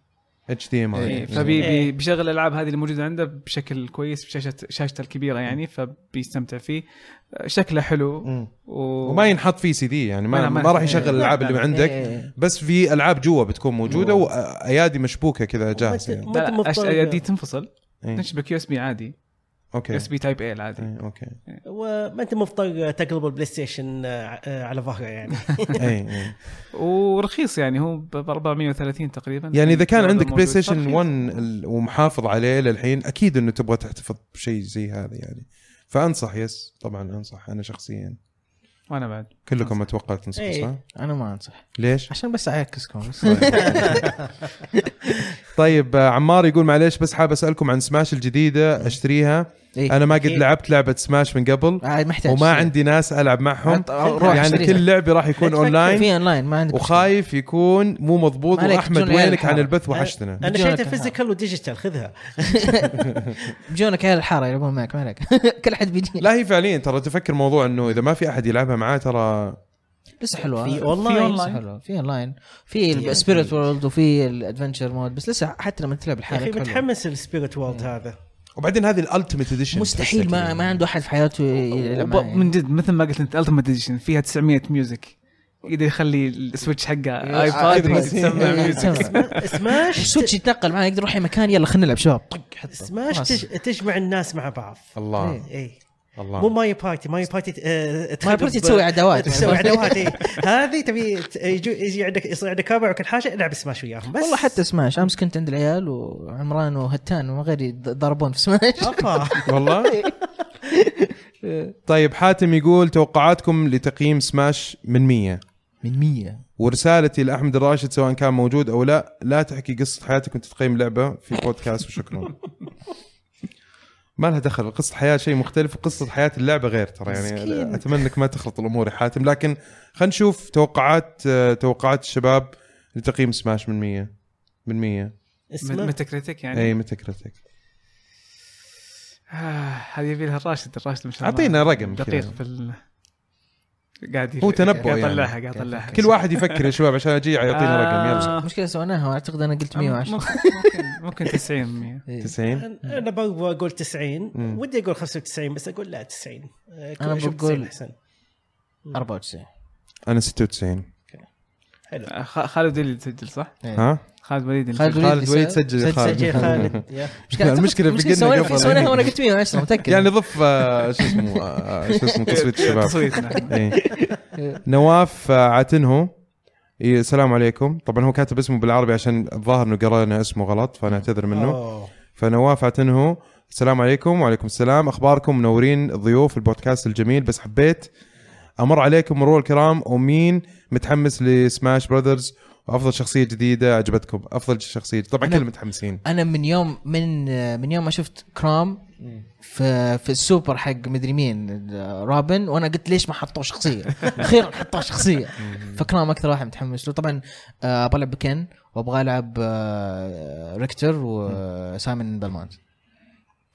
[SPEAKER 1] اتش دي ام
[SPEAKER 4] إيه.
[SPEAKER 3] فبيشغل الالعاب هذه اللي موجوده عنده بشكل كويس بشاشه شاشته الكبيره يعني فبيستمتع فيه شكله حلو و...
[SPEAKER 1] وما ينحط فيه سي دي يعني ما,
[SPEAKER 3] ما- ما-
[SPEAKER 1] ما راح
[SPEAKER 3] إيه.
[SPEAKER 1] يشغل الالعاب اللي
[SPEAKER 3] إيه.
[SPEAKER 1] عندك
[SPEAKER 2] إيه.
[SPEAKER 1] بس في العاب جوا بتكون موجوده وايادي مشبوكه كذا جاهزه يعني.
[SPEAKER 4] ما
[SPEAKER 3] لا
[SPEAKER 4] أنت
[SPEAKER 3] لا
[SPEAKER 4] مضطر-
[SPEAKER 3] أش- يدي تنفصل
[SPEAKER 1] إيه.
[SPEAKER 3] تنشبك يو اس بي عادي يو
[SPEAKER 1] اوكي
[SPEAKER 3] اس بي تايب اي العادي
[SPEAKER 1] إيه، اوكي
[SPEAKER 4] وما انت مضطر تقلب البلاي ستيشن آه، آه، على ظهره يعني
[SPEAKER 1] اي اي
[SPEAKER 3] ورخيص يعني هو ب 430 تقريبا
[SPEAKER 1] يعني اذا كان
[SPEAKER 3] إيه، هذا
[SPEAKER 1] عندك بلاي
[SPEAKER 3] موجود.
[SPEAKER 1] ستيشن
[SPEAKER 3] فرخيص.
[SPEAKER 1] 1 ال- ومحافظ عليه للحين اكيد انه تبغى تحتفظ بشيء زي هذا يعني فانصح يس طبعا انصح انا شخصيا
[SPEAKER 3] وانا بعد
[SPEAKER 1] كلكم اتوقع تنصحوا
[SPEAKER 4] إيه.
[SPEAKER 1] صح؟
[SPEAKER 2] انا ما انصح
[SPEAKER 1] ليش؟
[SPEAKER 2] عشان بس اعكسكم بس
[SPEAKER 1] طيب آه، عمار يقول معليش بس حاب اسالكم عن سماش الجديده اشتريها
[SPEAKER 2] إيه.
[SPEAKER 1] انا ما قد
[SPEAKER 4] أكيد.
[SPEAKER 1] لعبت لعبه سماش من قبل
[SPEAKER 2] عاد محتاج
[SPEAKER 1] وما عندي ناس العب معهم
[SPEAKER 2] عط- روح
[SPEAKER 1] يعني
[SPEAKER 2] اشتريها.
[SPEAKER 1] كل لعبه راح يكون
[SPEAKER 4] لا تفكر
[SPEAKER 1] اونلاين
[SPEAKER 2] في اونلاين ما عندي
[SPEAKER 1] وخايف يكون مو مضبوط
[SPEAKER 2] ما عليك، يعني
[SPEAKER 1] واحمد
[SPEAKER 2] تجون العيال
[SPEAKER 1] وينك عن
[SPEAKER 2] الحارة.
[SPEAKER 1] البث وحشتنا
[SPEAKER 4] انا
[SPEAKER 2] بيجونك
[SPEAKER 4] شريته
[SPEAKER 2] الحال.
[SPEAKER 4] فيزيكال وديجيتال خذها
[SPEAKER 2] بيجونك عيال الحاره يلعبون معك ما عليك كل احد بيجي
[SPEAKER 1] لا هي فعليا ترى تفكر موضوع انه اذا ما في احد يلعبها معاه ترى
[SPEAKER 2] لسه حلوه
[SPEAKER 4] في
[SPEAKER 3] في
[SPEAKER 4] اونلاين
[SPEAKER 3] أونلاين.
[SPEAKER 2] لسه حلوه في اونلاين في السبيريت وورلد وفي الادفنشر مود بس لسه حتى لما تلعب
[SPEAKER 4] يا اخي
[SPEAKER 2] لحالك حلوة.
[SPEAKER 4] متحمس للسبيريت وورد هذا
[SPEAKER 1] وبعدين هذه الالتيميت اديشن
[SPEAKER 2] مستحيل ما ما عنده احد في حياته يلعب
[SPEAKER 3] وب-
[SPEAKER 2] معاه يعني.
[SPEAKER 3] من جد مثل ما قلت انت التيمت اديشن فيها 900 ميوزك يقدر يخلي السويتش حقه ايباد
[SPEAKER 1] آيباد.
[SPEAKER 3] يقدر يسمع
[SPEAKER 1] إيه.
[SPEAKER 3] ميوزك
[SPEAKER 4] سماش
[SPEAKER 2] السويتش يتنقل معاه يقدر يروح اي مكان يلا خلينا نلعب شباب طق حط
[SPEAKER 4] سماش
[SPEAKER 2] خلاص.
[SPEAKER 4] تج- تجمع الناس مع بعض
[SPEAKER 1] الله
[SPEAKER 2] إيه.
[SPEAKER 4] اي مو
[SPEAKER 1] الله
[SPEAKER 4] ماي بارتي ماي بارتي آه، تخرب-
[SPEAKER 2] ماي بارتي تسوي عداوات.
[SPEAKER 4] تسوي عداوات إيه. هذه تبي ت- يجو- يجي عندك يصير عندك ربع وكل حاجه العب سماش وياهم بس
[SPEAKER 2] والله حتى سماش امس كنت عند العيال وعمران وهتان وما غيري ضربون في سماش
[SPEAKER 4] أوبا.
[SPEAKER 1] والله
[SPEAKER 2] إيه.
[SPEAKER 1] طيب حاتم يقول توقعاتكم لتقييم سماش من 100
[SPEAKER 2] من 100
[SPEAKER 1] ورسالتي لاحمد الراشد سواء كان موجود او لا لا تحكي قصه حياتك وانت تقيم لعبه في بودكاست وشكرا ما لها دخل قصة حياة شيء مختلف وقصة حياة اللعبة غير ترى يعني
[SPEAKER 2] مسكين.
[SPEAKER 1] أتمنى أنك ما تخلط الأمور يا حاتم لكن خلينا نشوف توقعات آه، توقعات الشباب لتقييم سماش من 100 من 100
[SPEAKER 4] اسمه-
[SPEAKER 3] متى كريتك يعني
[SPEAKER 1] أي متى كرتك
[SPEAKER 3] آه، هذه يبي لها الراشد الراشد مش
[SPEAKER 1] أعطينا رقم كذا.
[SPEAKER 3] دقيق في ال... قاعد يف-
[SPEAKER 1] هو تنبؤ
[SPEAKER 3] قاعد
[SPEAKER 1] يعني.
[SPEAKER 3] يطلعها قاعد يطلعها
[SPEAKER 1] كل واحد يفكر يا شباب عشان أجي يعطينا رقم يلا
[SPEAKER 3] آه،
[SPEAKER 2] مشكله سويناها واعتقد انا قلت 110
[SPEAKER 3] ممكن ممكن 90 100
[SPEAKER 2] إيه.
[SPEAKER 1] 90
[SPEAKER 4] انا برضو اقول 90
[SPEAKER 1] مم.
[SPEAKER 4] ودي اقول 95 بس اقول لا 90 آه،
[SPEAKER 2] أنا
[SPEAKER 4] أشوف 90
[SPEAKER 2] بقول-
[SPEAKER 4] احسن
[SPEAKER 2] 94
[SPEAKER 1] أنا 96
[SPEAKER 4] حلو
[SPEAKER 3] آه، خ- خالد وليد سجل صح؟
[SPEAKER 2] إيه.
[SPEAKER 1] ها
[SPEAKER 3] خالد وليد اللي
[SPEAKER 2] خالد
[SPEAKER 3] سجل.
[SPEAKER 1] خالد وليد
[SPEAKER 2] وليد
[SPEAKER 1] سجل يا خالد.
[SPEAKER 4] سجل خالد يا.
[SPEAKER 1] المشكلة فقدنا
[SPEAKER 2] سوينا
[SPEAKER 1] قبل.
[SPEAKER 2] سويناها وانا قلت 110 متاكد
[SPEAKER 1] يعني ضف آه، شو اسمه آه، شو اسمه تصويت الشباب
[SPEAKER 3] تصويتنا
[SPEAKER 1] إيه. نواف آه، عتنهو إيه، السلام عليكم طبعا هو كاتب اسمه بالعربي عشان الظاهر انه قرانا اسمه غلط فانا اعتذر منه
[SPEAKER 4] أوه.
[SPEAKER 1] فنواف عتنهو السلام عليكم وعليكم السلام اخباركم منورين ضيوف البودكاست الجميل بس حبيت امر عليكم مرور الكرام ومين متحمس لسماش براذرز وافضل شخصيه جديده عجبتكم افضل شخصيه طبعا
[SPEAKER 2] أنا-
[SPEAKER 1] كلنا متحمسين
[SPEAKER 2] انا من يوم من من يوم ما شفت كرام في في السوبر حق مدري مين رابن وانا قلت ليش ما حطوه شخصيه اخيرا حطوه شخصيه فكرام اكثر واحد متحمس له طبعا آه، ابغى العب بكن وابغى العب آه، ريكتر وسايمون بالمونت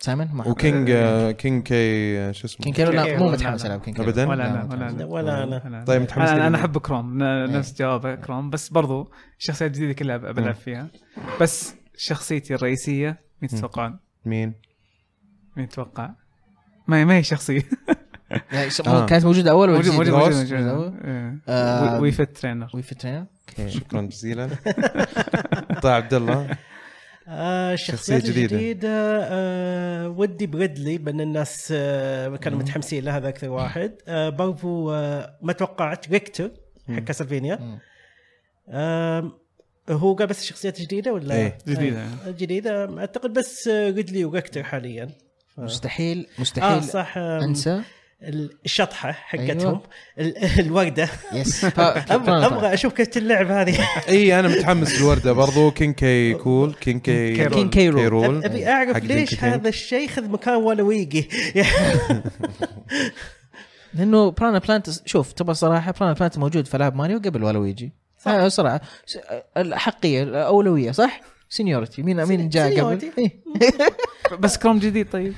[SPEAKER 2] سايمون ما
[SPEAKER 1] وكينج آه، كينج كي آه، شو اسمه
[SPEAKER 2] كين كيرو لا
[SPEAKER 4] كين
[SPEAKER 2] مو
[SPEAKER 4] كيرو.
[SPEAKER 2] متحمس العب كين كيرو
[SPEAKER 1] أبداً؟
[SPEAKER 3] ولا
[SPEAKER 2] لا،
[SPEAKER 3] انا
[SPEAKER 2] متحمس.
[SPEAKER 3] ولا انا
[SPEAKER 4] ولا انا
[SPEAKER 3] أنا-
[SPEAKER 1] طيب، متحمس
[SPEAKER 3] انا,
[SPEAKER 1] لمين؟
[SPEAKER 3] أنا احب كروم ن- نفس جواب كروم بس برضو الشخصيات الجديده كلها ب- بلعب فيها بس شخصيتي الرئيسيه مين تتوقعون؟
[SPEAKER 1] مين
[SPEAKER 3] مين يتوقع؟ ما هي ما هي شخصيه
[SPEAKER 2] يعني ش-
[SPEAKER 1] آه.
[SPEAKER 2] كانت موجوده اول ولا
[SPEAKER 3] موجود موجود
[SPEAKER 2] جديدة؟
[SPEAKER 1] موجود.
[SPEAKER 3] موجود
[SPEAKER 2] موجود.
[SPEAKER 3] موجود
[SPEAKER 2] آه،
[SPEAKER 3] إيه. وي فيت ترينر
[SPEAKER 2] وي في ترينر
[SPEAKER 1] شكرا جزيلا طيب عبد الله
[SPEAKER 4] آه الشخصيات
[SPEAKER 1] شخصية جديدة.
[SPEAKER 4] الجديدة آه ودي بريدلي بان الناس آه كانوا متحمسين له هذا اكثر واحد آه برضو آه ما توقعت ريكتر حق كاسلفينيا
[SPEAKER 2] مم.
[SPEAKER 4] آه هو قال بس الشخصيات الجديدة ولا
[SPEAKER 1] إيه،
[SPEAKER 3] جديدة. يعني.
[SPEAKER 4] آه جديدة اعتقد بس آه، ريدلي وريكتر حاليا
[SPEAKER 2] مستحيل
[SPEAKER 4] اه
[SPEAKER 2] مستحيل
[SPEAKER 4] صح آه
[SPEAKER 2] انسى
[SPEAKER 4] الشطحة حقتهم
[SPEAKER 2] أيوة.
[SPEAKER 4] ال- الوردة
[SPEAKER 2] يس
[SPEAKER 4] ابغى ابغى اشوف كيف اللعب هذه
[SPEAKER 1] اي انا متحمس للورده برضو كين كي كول كين كي
[SPEAKER 3] كين كين
[SPEAKER 2] كيرول.
[SPEAKER 1] كيرول.
[SPEAKER 4] ابي
[SPEAKER 1] حق
[SPEAKER 4] اعرف
[SPEAKER 1] Donkey Kong.
[SPEAKER 4] ليش هذا الشيء خذ مكان ولا ويجي
[SPEAKER 2] لانه برانا بلانت شوف تبغى صراحه برانا بلانت موجود في العاب ماريو قبل ولويجي
[SPEAKER 4] صح.
[SPEAKER 2] صح صراحه س- الاحقيه الاولويه صح؟ سينيورتي مين مين جاء قبل؟
[SPEAKER 4] سينيورتي.
[SPEAKER 2] إيه.
[SPEAKER 3] بس كروم جديد طيب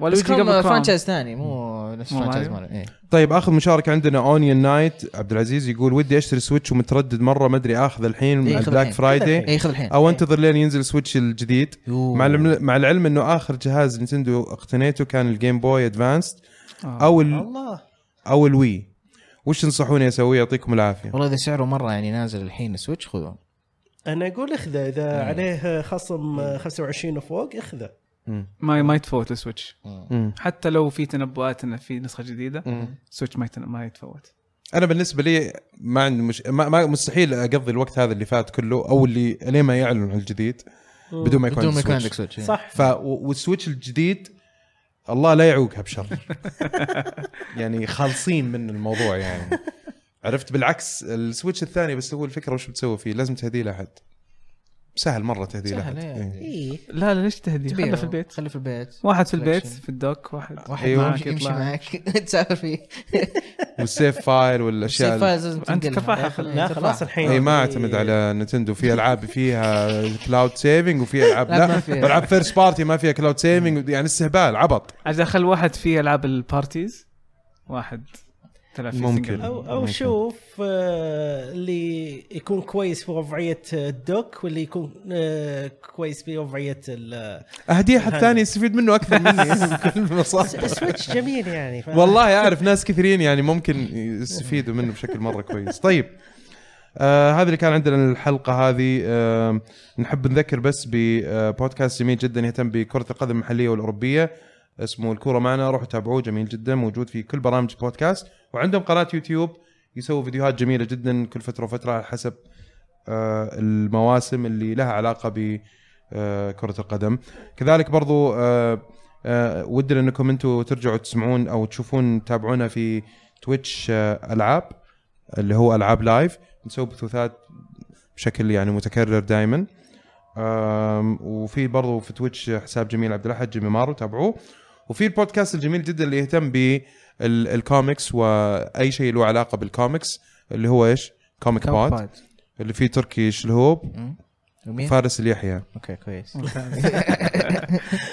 [SPEAKER 3] ولا
[SPEAKER 2] بس
[SPEAKER 3] يجي قبل
[SPEAKER 2] كروم
[SPEAKER 3] كروم
[SPEAKER 2] فرانشايز ثاني مو نفس
[SPEAKER 3] مو
[SPEAKER 2] فرانشايز
[SPEAKER 3] ماريو.
[SPEAKER 2] ماريو إيه.
[SPEAKER 1] طيب اخر مشارك عندنا اونيون نايت عبد العزيز يقول ودي اشتري سويتش ومتردد مره ما ادري اخذ الحين
[SPEAKER 2] إيه،
[SPEAKER 1] مع
[SPEAKER 2] خذ
[SPEAKER 1] البلاك
[SPEAKER 2] الحين.
[SPEAKER 1] فرايدي
[SPEAKER 2] اي خذ الحين
[SPEAKER 1] او انتظر لين ينزل سويتش الجديد
[SPEAKER 2] يوه.
[SPEAKER 1] مع العلم مع العلم انه اخر جهاز نتندو اقتنيته كان الجيم بوي ادفانس
[SPEAKER 3] آه.
[SPEAKER 1] او ال
[SPEAKER 4] الله
[SPEAKER 1] او الوي وش تنصحوني اسوي يعطيكم العافيه
[SPEAKER 2] والله اذا سعره مره يعني نازل الحين سويتش خذوه
[SPEAKER 4] انا اقول اخذه اذا عليه خصم 25 وفوق اخذه
[SPEAKER 3] ما ما يتفوت السويتش
[SPEAKER 1] مم.
[SPEAKER 3] حتى لو في تنبؤات انه في نسخه جديده
[SPEAKER 1] مم.
[SPEAKER 3] سويتش ما يتن- ما يتفوت
[SPEAKER 1] انا بالنسبه لي ما عندي مش ما, ما مستحيل اقضي الوقت هذا اللي فات كله او اللي لين ما يعلن عن الجديد بدون ما يكون
[SPEAKER 2] بدون ما يكون
[SPEAKER 1] عندي
[SPEAKER 2] عندك
[SPEAKER 1] سويتش
[SPEAKER 2] سويتش إيه.
[SPEAKER 4] صح
[SPEAKER 1] ف و- والسويتش الجديد الله لا يعوقها بشر يعني خالصين من الموضوع يعني عرفت بالعكس السويتش الثاني بس هو الفكره وش بتسوي فيه لازم تهديه لاحد سهل مره تهديه
[SPEAKER 2] سهل
[SPEAKER 1] لاحد
[SPEAKER 2] إيه.
[SPEAKER 1] إيه.
[SPEAKER 4] إيه.
[SPEAKER 3] لا لا ليش تهدي خله
[SPEAKER 2] تبيعه.
[SPEAKER 3] في البيت
[SPEAKER 2] خليه في البيت
[SPEAKER 3] واحد في البيت
[SPEAKER 2] Collection.
[SPEAKER 3] في الدوك واحد
[SPEAKER 2] واحد
[SPEAKER 1] أيوه.
[SPEAKER 2] معك يمشي
[SPEAKER 3] يطلع.
[SPEAKER 2] معك تسافر فيه
[SPEAKER 1] والسيف فايل والاشياء
[SPEAKER 2] السيف
[SPEAKER 1] ال-
[SPEAKER 2] لازم
[SPEAKER 3] أنت
[SPEAKER 2] تنقلها.
[SPEAKER 3] كفاحة في-
[SPEAKER 2] إيه،
[SPEAKER 4] لا
[SPEAKER 2] كفاحة.
[SPEAKER 4] خلاص الحين يعني
[SPEAKER 1] اي ما اعتمد على نتندو في العاب فيها كلاود سيفنج وفي العاب
[SPEAKER 2] لا،
[SPEAKER 1] لا
[SPEAKER 2] ما فيها.
[SPEAKER 1] العاب فيرست بارتي ما فيها كلاود سيفنج يعني استهبال عبط
[SPEAKER 3] عشان خل واحد فيه العاب البارتيز واحد تلعب فيه
[SPEAKER 1] ممكن.
[SPEAKER 3] single.
[SPEAKER 4] او او
[SPEAKER 1] ممكن.
[SPEAKER 4] شوف آه، اللي يكون كويس في وضعيه الدوك واللي يكون آه، كويس في وضعيه ال-
[SPEAKER 1] اهديه حد ثاني يستفيد منه اكثر مني كل مصادر.
[SPEAKER 4] السويتش جميل يعني ف-
[SPEAKER 1] والله اعرف ناس كثيرين يعني ممكن يستفيدوا منه بشكل مره كويس طيب آه هذا اللي كان عندنا الحلقه هذه آه نحب نذكر بس ببودكاست جميل جدا يهتم بكره القدم المحليه والاوروبيه اسمه الكوره معنا روحوا تابعوه جميل جدا موجود في كل برامج بودكاست وعندهم قناه يوتيوب يسووا فيديوهات جميله جدا كل فتره وفتره على حسب آه المواسم اللي لها علاقه ب آه، كرة القدم كذلك برضو آه، آه، ودنا انكم انتم ترجعوا تسمعون او تشوفون تتابعونا في تويتش آه، العاب اللي هو العاب لايف نسوي بثوثات بشكل يعني متكرر دائما وفي برضو في تويتش حساب جميل عبد الاحد جيمي مارو تابعوه وفي البودكاست الجميل جدا اللي يهتم بالكوميكس واي شيء له علاقه بالكوميكس اللي هو ايش؟ كوميك
[SPEAKER 2] كفاحة.
[SPEAKER 1] بود اللي فيه تركي شلهوب
[SPEAKER 2] مم. ومين؟
[SPEAKER 1] وفارس اليحيى
[SPEAKER 2] اوكي كويس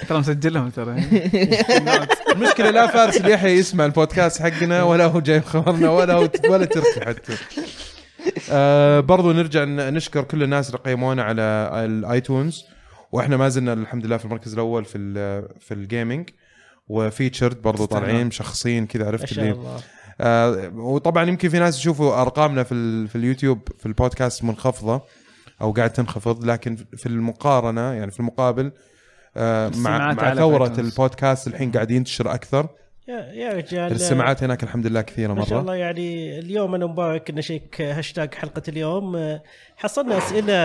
[SPEAKER 3] ترى مسجلهم ترى
[SPEAKER 1] المشكله لا فارس اليحيى يسمع البودكاست حقنا ولا هو جايب خبرنا ولا هو ولا تركي حتى آه برضو نرجع ن- نشكر كل الناس اللي قيمونا على الايتونز واحنا ما زلنا الحمد لله في المركز الاول في ال في الجيمنج وفيتشرد برضو
[SPEAKER 3] تستاهل.
[SPEAKER 1] طالعين شخصين كذا
[SPEAKER 4] ما
[SPEAKER 1] عرفت
[SPEAKER 4] شاء
[SPEAKER 1] اللي
[SPEAKER 4] الله
[SPEAKER 1] آه وطبعا يمكن في ناس يشوفوا ارقامنا في ال- في اليوتيوب في البودكاست منخفضه او قاعد تنخفض لكن في المقارنه يعني في المقابل آه مع
[SPEAKER 3] السماعات
[SPEAKER 1] مع
[SPEAKER 3] على
[SPEAKER 1] ثوره
[SPEAKER 3] iTunes.
[SPEAKER 1] البودكاست الحين قاعد ينتشر اكثر
[SPEAKER 4] يا يا رجال آه،
[SPEAKER 1] السماعات هناك الحمد لله كثيره
[SPEAKER 4] ما شاء
[SPEAKER 1] مره
[SPEAKER 4] الله يعني اليوم انا مبارك نشيك هاشتاج حلقه اليوم آه، حصلنا اسئله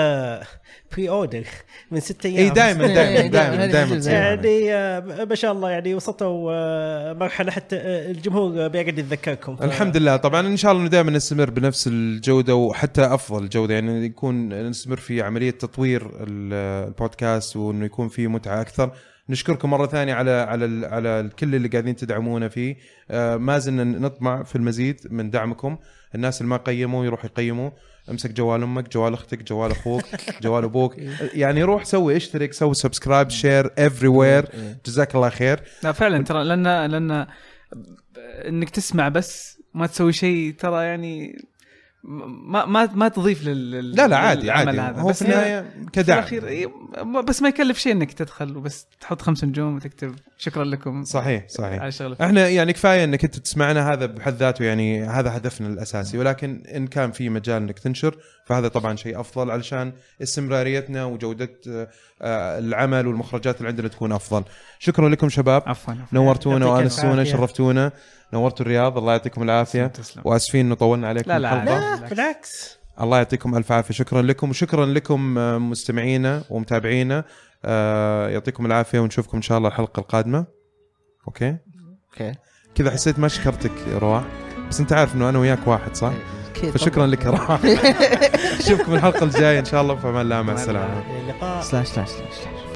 [SPEAKER 4] بري اوردر من ستة ايام
[SPEAKER 1] اي دائما دائما
[SPEAKER 2] إيه، دائماً،
[SPEAKER 1] دائما
[SPEAKER 2] هذه
[SPEAKER 1] دائما
[SPEAKER 2] الجزء.
[SPEAKER 1] تصير هذه.
[SPEAKER 4] يعني آه، ما شاء الله يعني وصلتوا آه، مرحله حتى آه، الجمهور بيقعد يتذكركم ف-
[SPEAKER 1] الحمد لله طبعا ان شاء الله انه دائما نستمر بنفس الجوده وحتى افضل جوده يعني يكون نستمر في عمليه تطوير ال- البودكاست وانه يكون في متعه اكثر نشكركم مره ثانيه على على ال- على الكل اللي قاعدين تدعمونا فيه آه، ما زلنا نطمع في المزيد من دعمكم الناس اللي ما قيموا يروح يقيموا امسك جوال امك جوال اختك جوال اخوك جوال ابوك
[SPEAKER 3] إيه.
[SPEAKER 1] يعني روح سوي اشترك سوي سبسكرايب شير افري وير
[SPEAKER 3] إيه.
[SPEAKER 1] جزاك الله خير
[SPEAKER 3] لا فعلا ترى لان لان انك تسمع بس ما تسوي شيء ترى يعني ما ما ما تضيف لل لل-
[SPEAKER 1] لا لا عادي
[SPEAKER 3] للعمل
[SPEAKER 1] عادي
[SPEAKER 3] هذا.
[SPEAKER 1] هو في
[SPEAKER 3] بس
[SPEAKER 1] النهايه
[SPEAKER 3] في
[SPEAKER 1] كدعم
[SPEAKER 3] الاخير إيه، ما- بس ما يكلف شيء انك تدخل وبس تحط خمس نجوم وتكتب شكرا لكم
[SPEAKER 1] صحيح صحيح
[SPEAKER 3] يعني على شغلك
[SPEAKER 1] احنا يعني كفايه انك انت تسمعنا هذا بحد ذاته يعني هذا هدفنا الاساسي
[SPEAKER 3] نعم.
[SPEAKER 1] ولكن ان كان في مجال انك تنشر فهذا طبعا شيء افضل علشان استمراريتنا وجوده آه، آه، العمل والمخرجات اللي عندنا تكون افضل شكرا لكم شباب
[SPEAKER 3] عفوا عفواً.
[SPEAKER 1] نورتونا
[SPEAKER 4] يعطيك
[SPEAKER 1] وانستونا
[SPEAKER 4] العافية.
[SPEAKER 1] شرفتونا نورتوا الرياض الله يعطيكم العافيه
[SPEAKER 3] تسلم.
[SPEAKER 1] واسفين انه طولنا عليكم
[SPEAKER 3] لا، لا،
[SPEAKER 1] الحلقه
[SPEAKER 4] لا بالعكس
[SPEAKER 1] الله يعطيكم الف عافيه شكرا لكم وشكرا لكم آه، مستمعينا ومتابعينا آه، يعطيكم العافيه ونشوفكم ان شاء الله الحلقه القادمه اوكي
[SPEAKER 2] اوكي
[SPEAKER 1] كذا حسيت ما شكرتك يا رواح بس انت عارف انه انا وياك واحد صح؟
[SPEAKER 2] إيه، أكيد
[SPEAKER 1] فشكرا لك يا رواح نشوفكم الحلقه الجايه ان شاء الله في امان الله مع السلامه
[SPEAKER 4] اللقاء
[SPEAKER 2] طبعاً. سلاش سلاش سلاش سلاش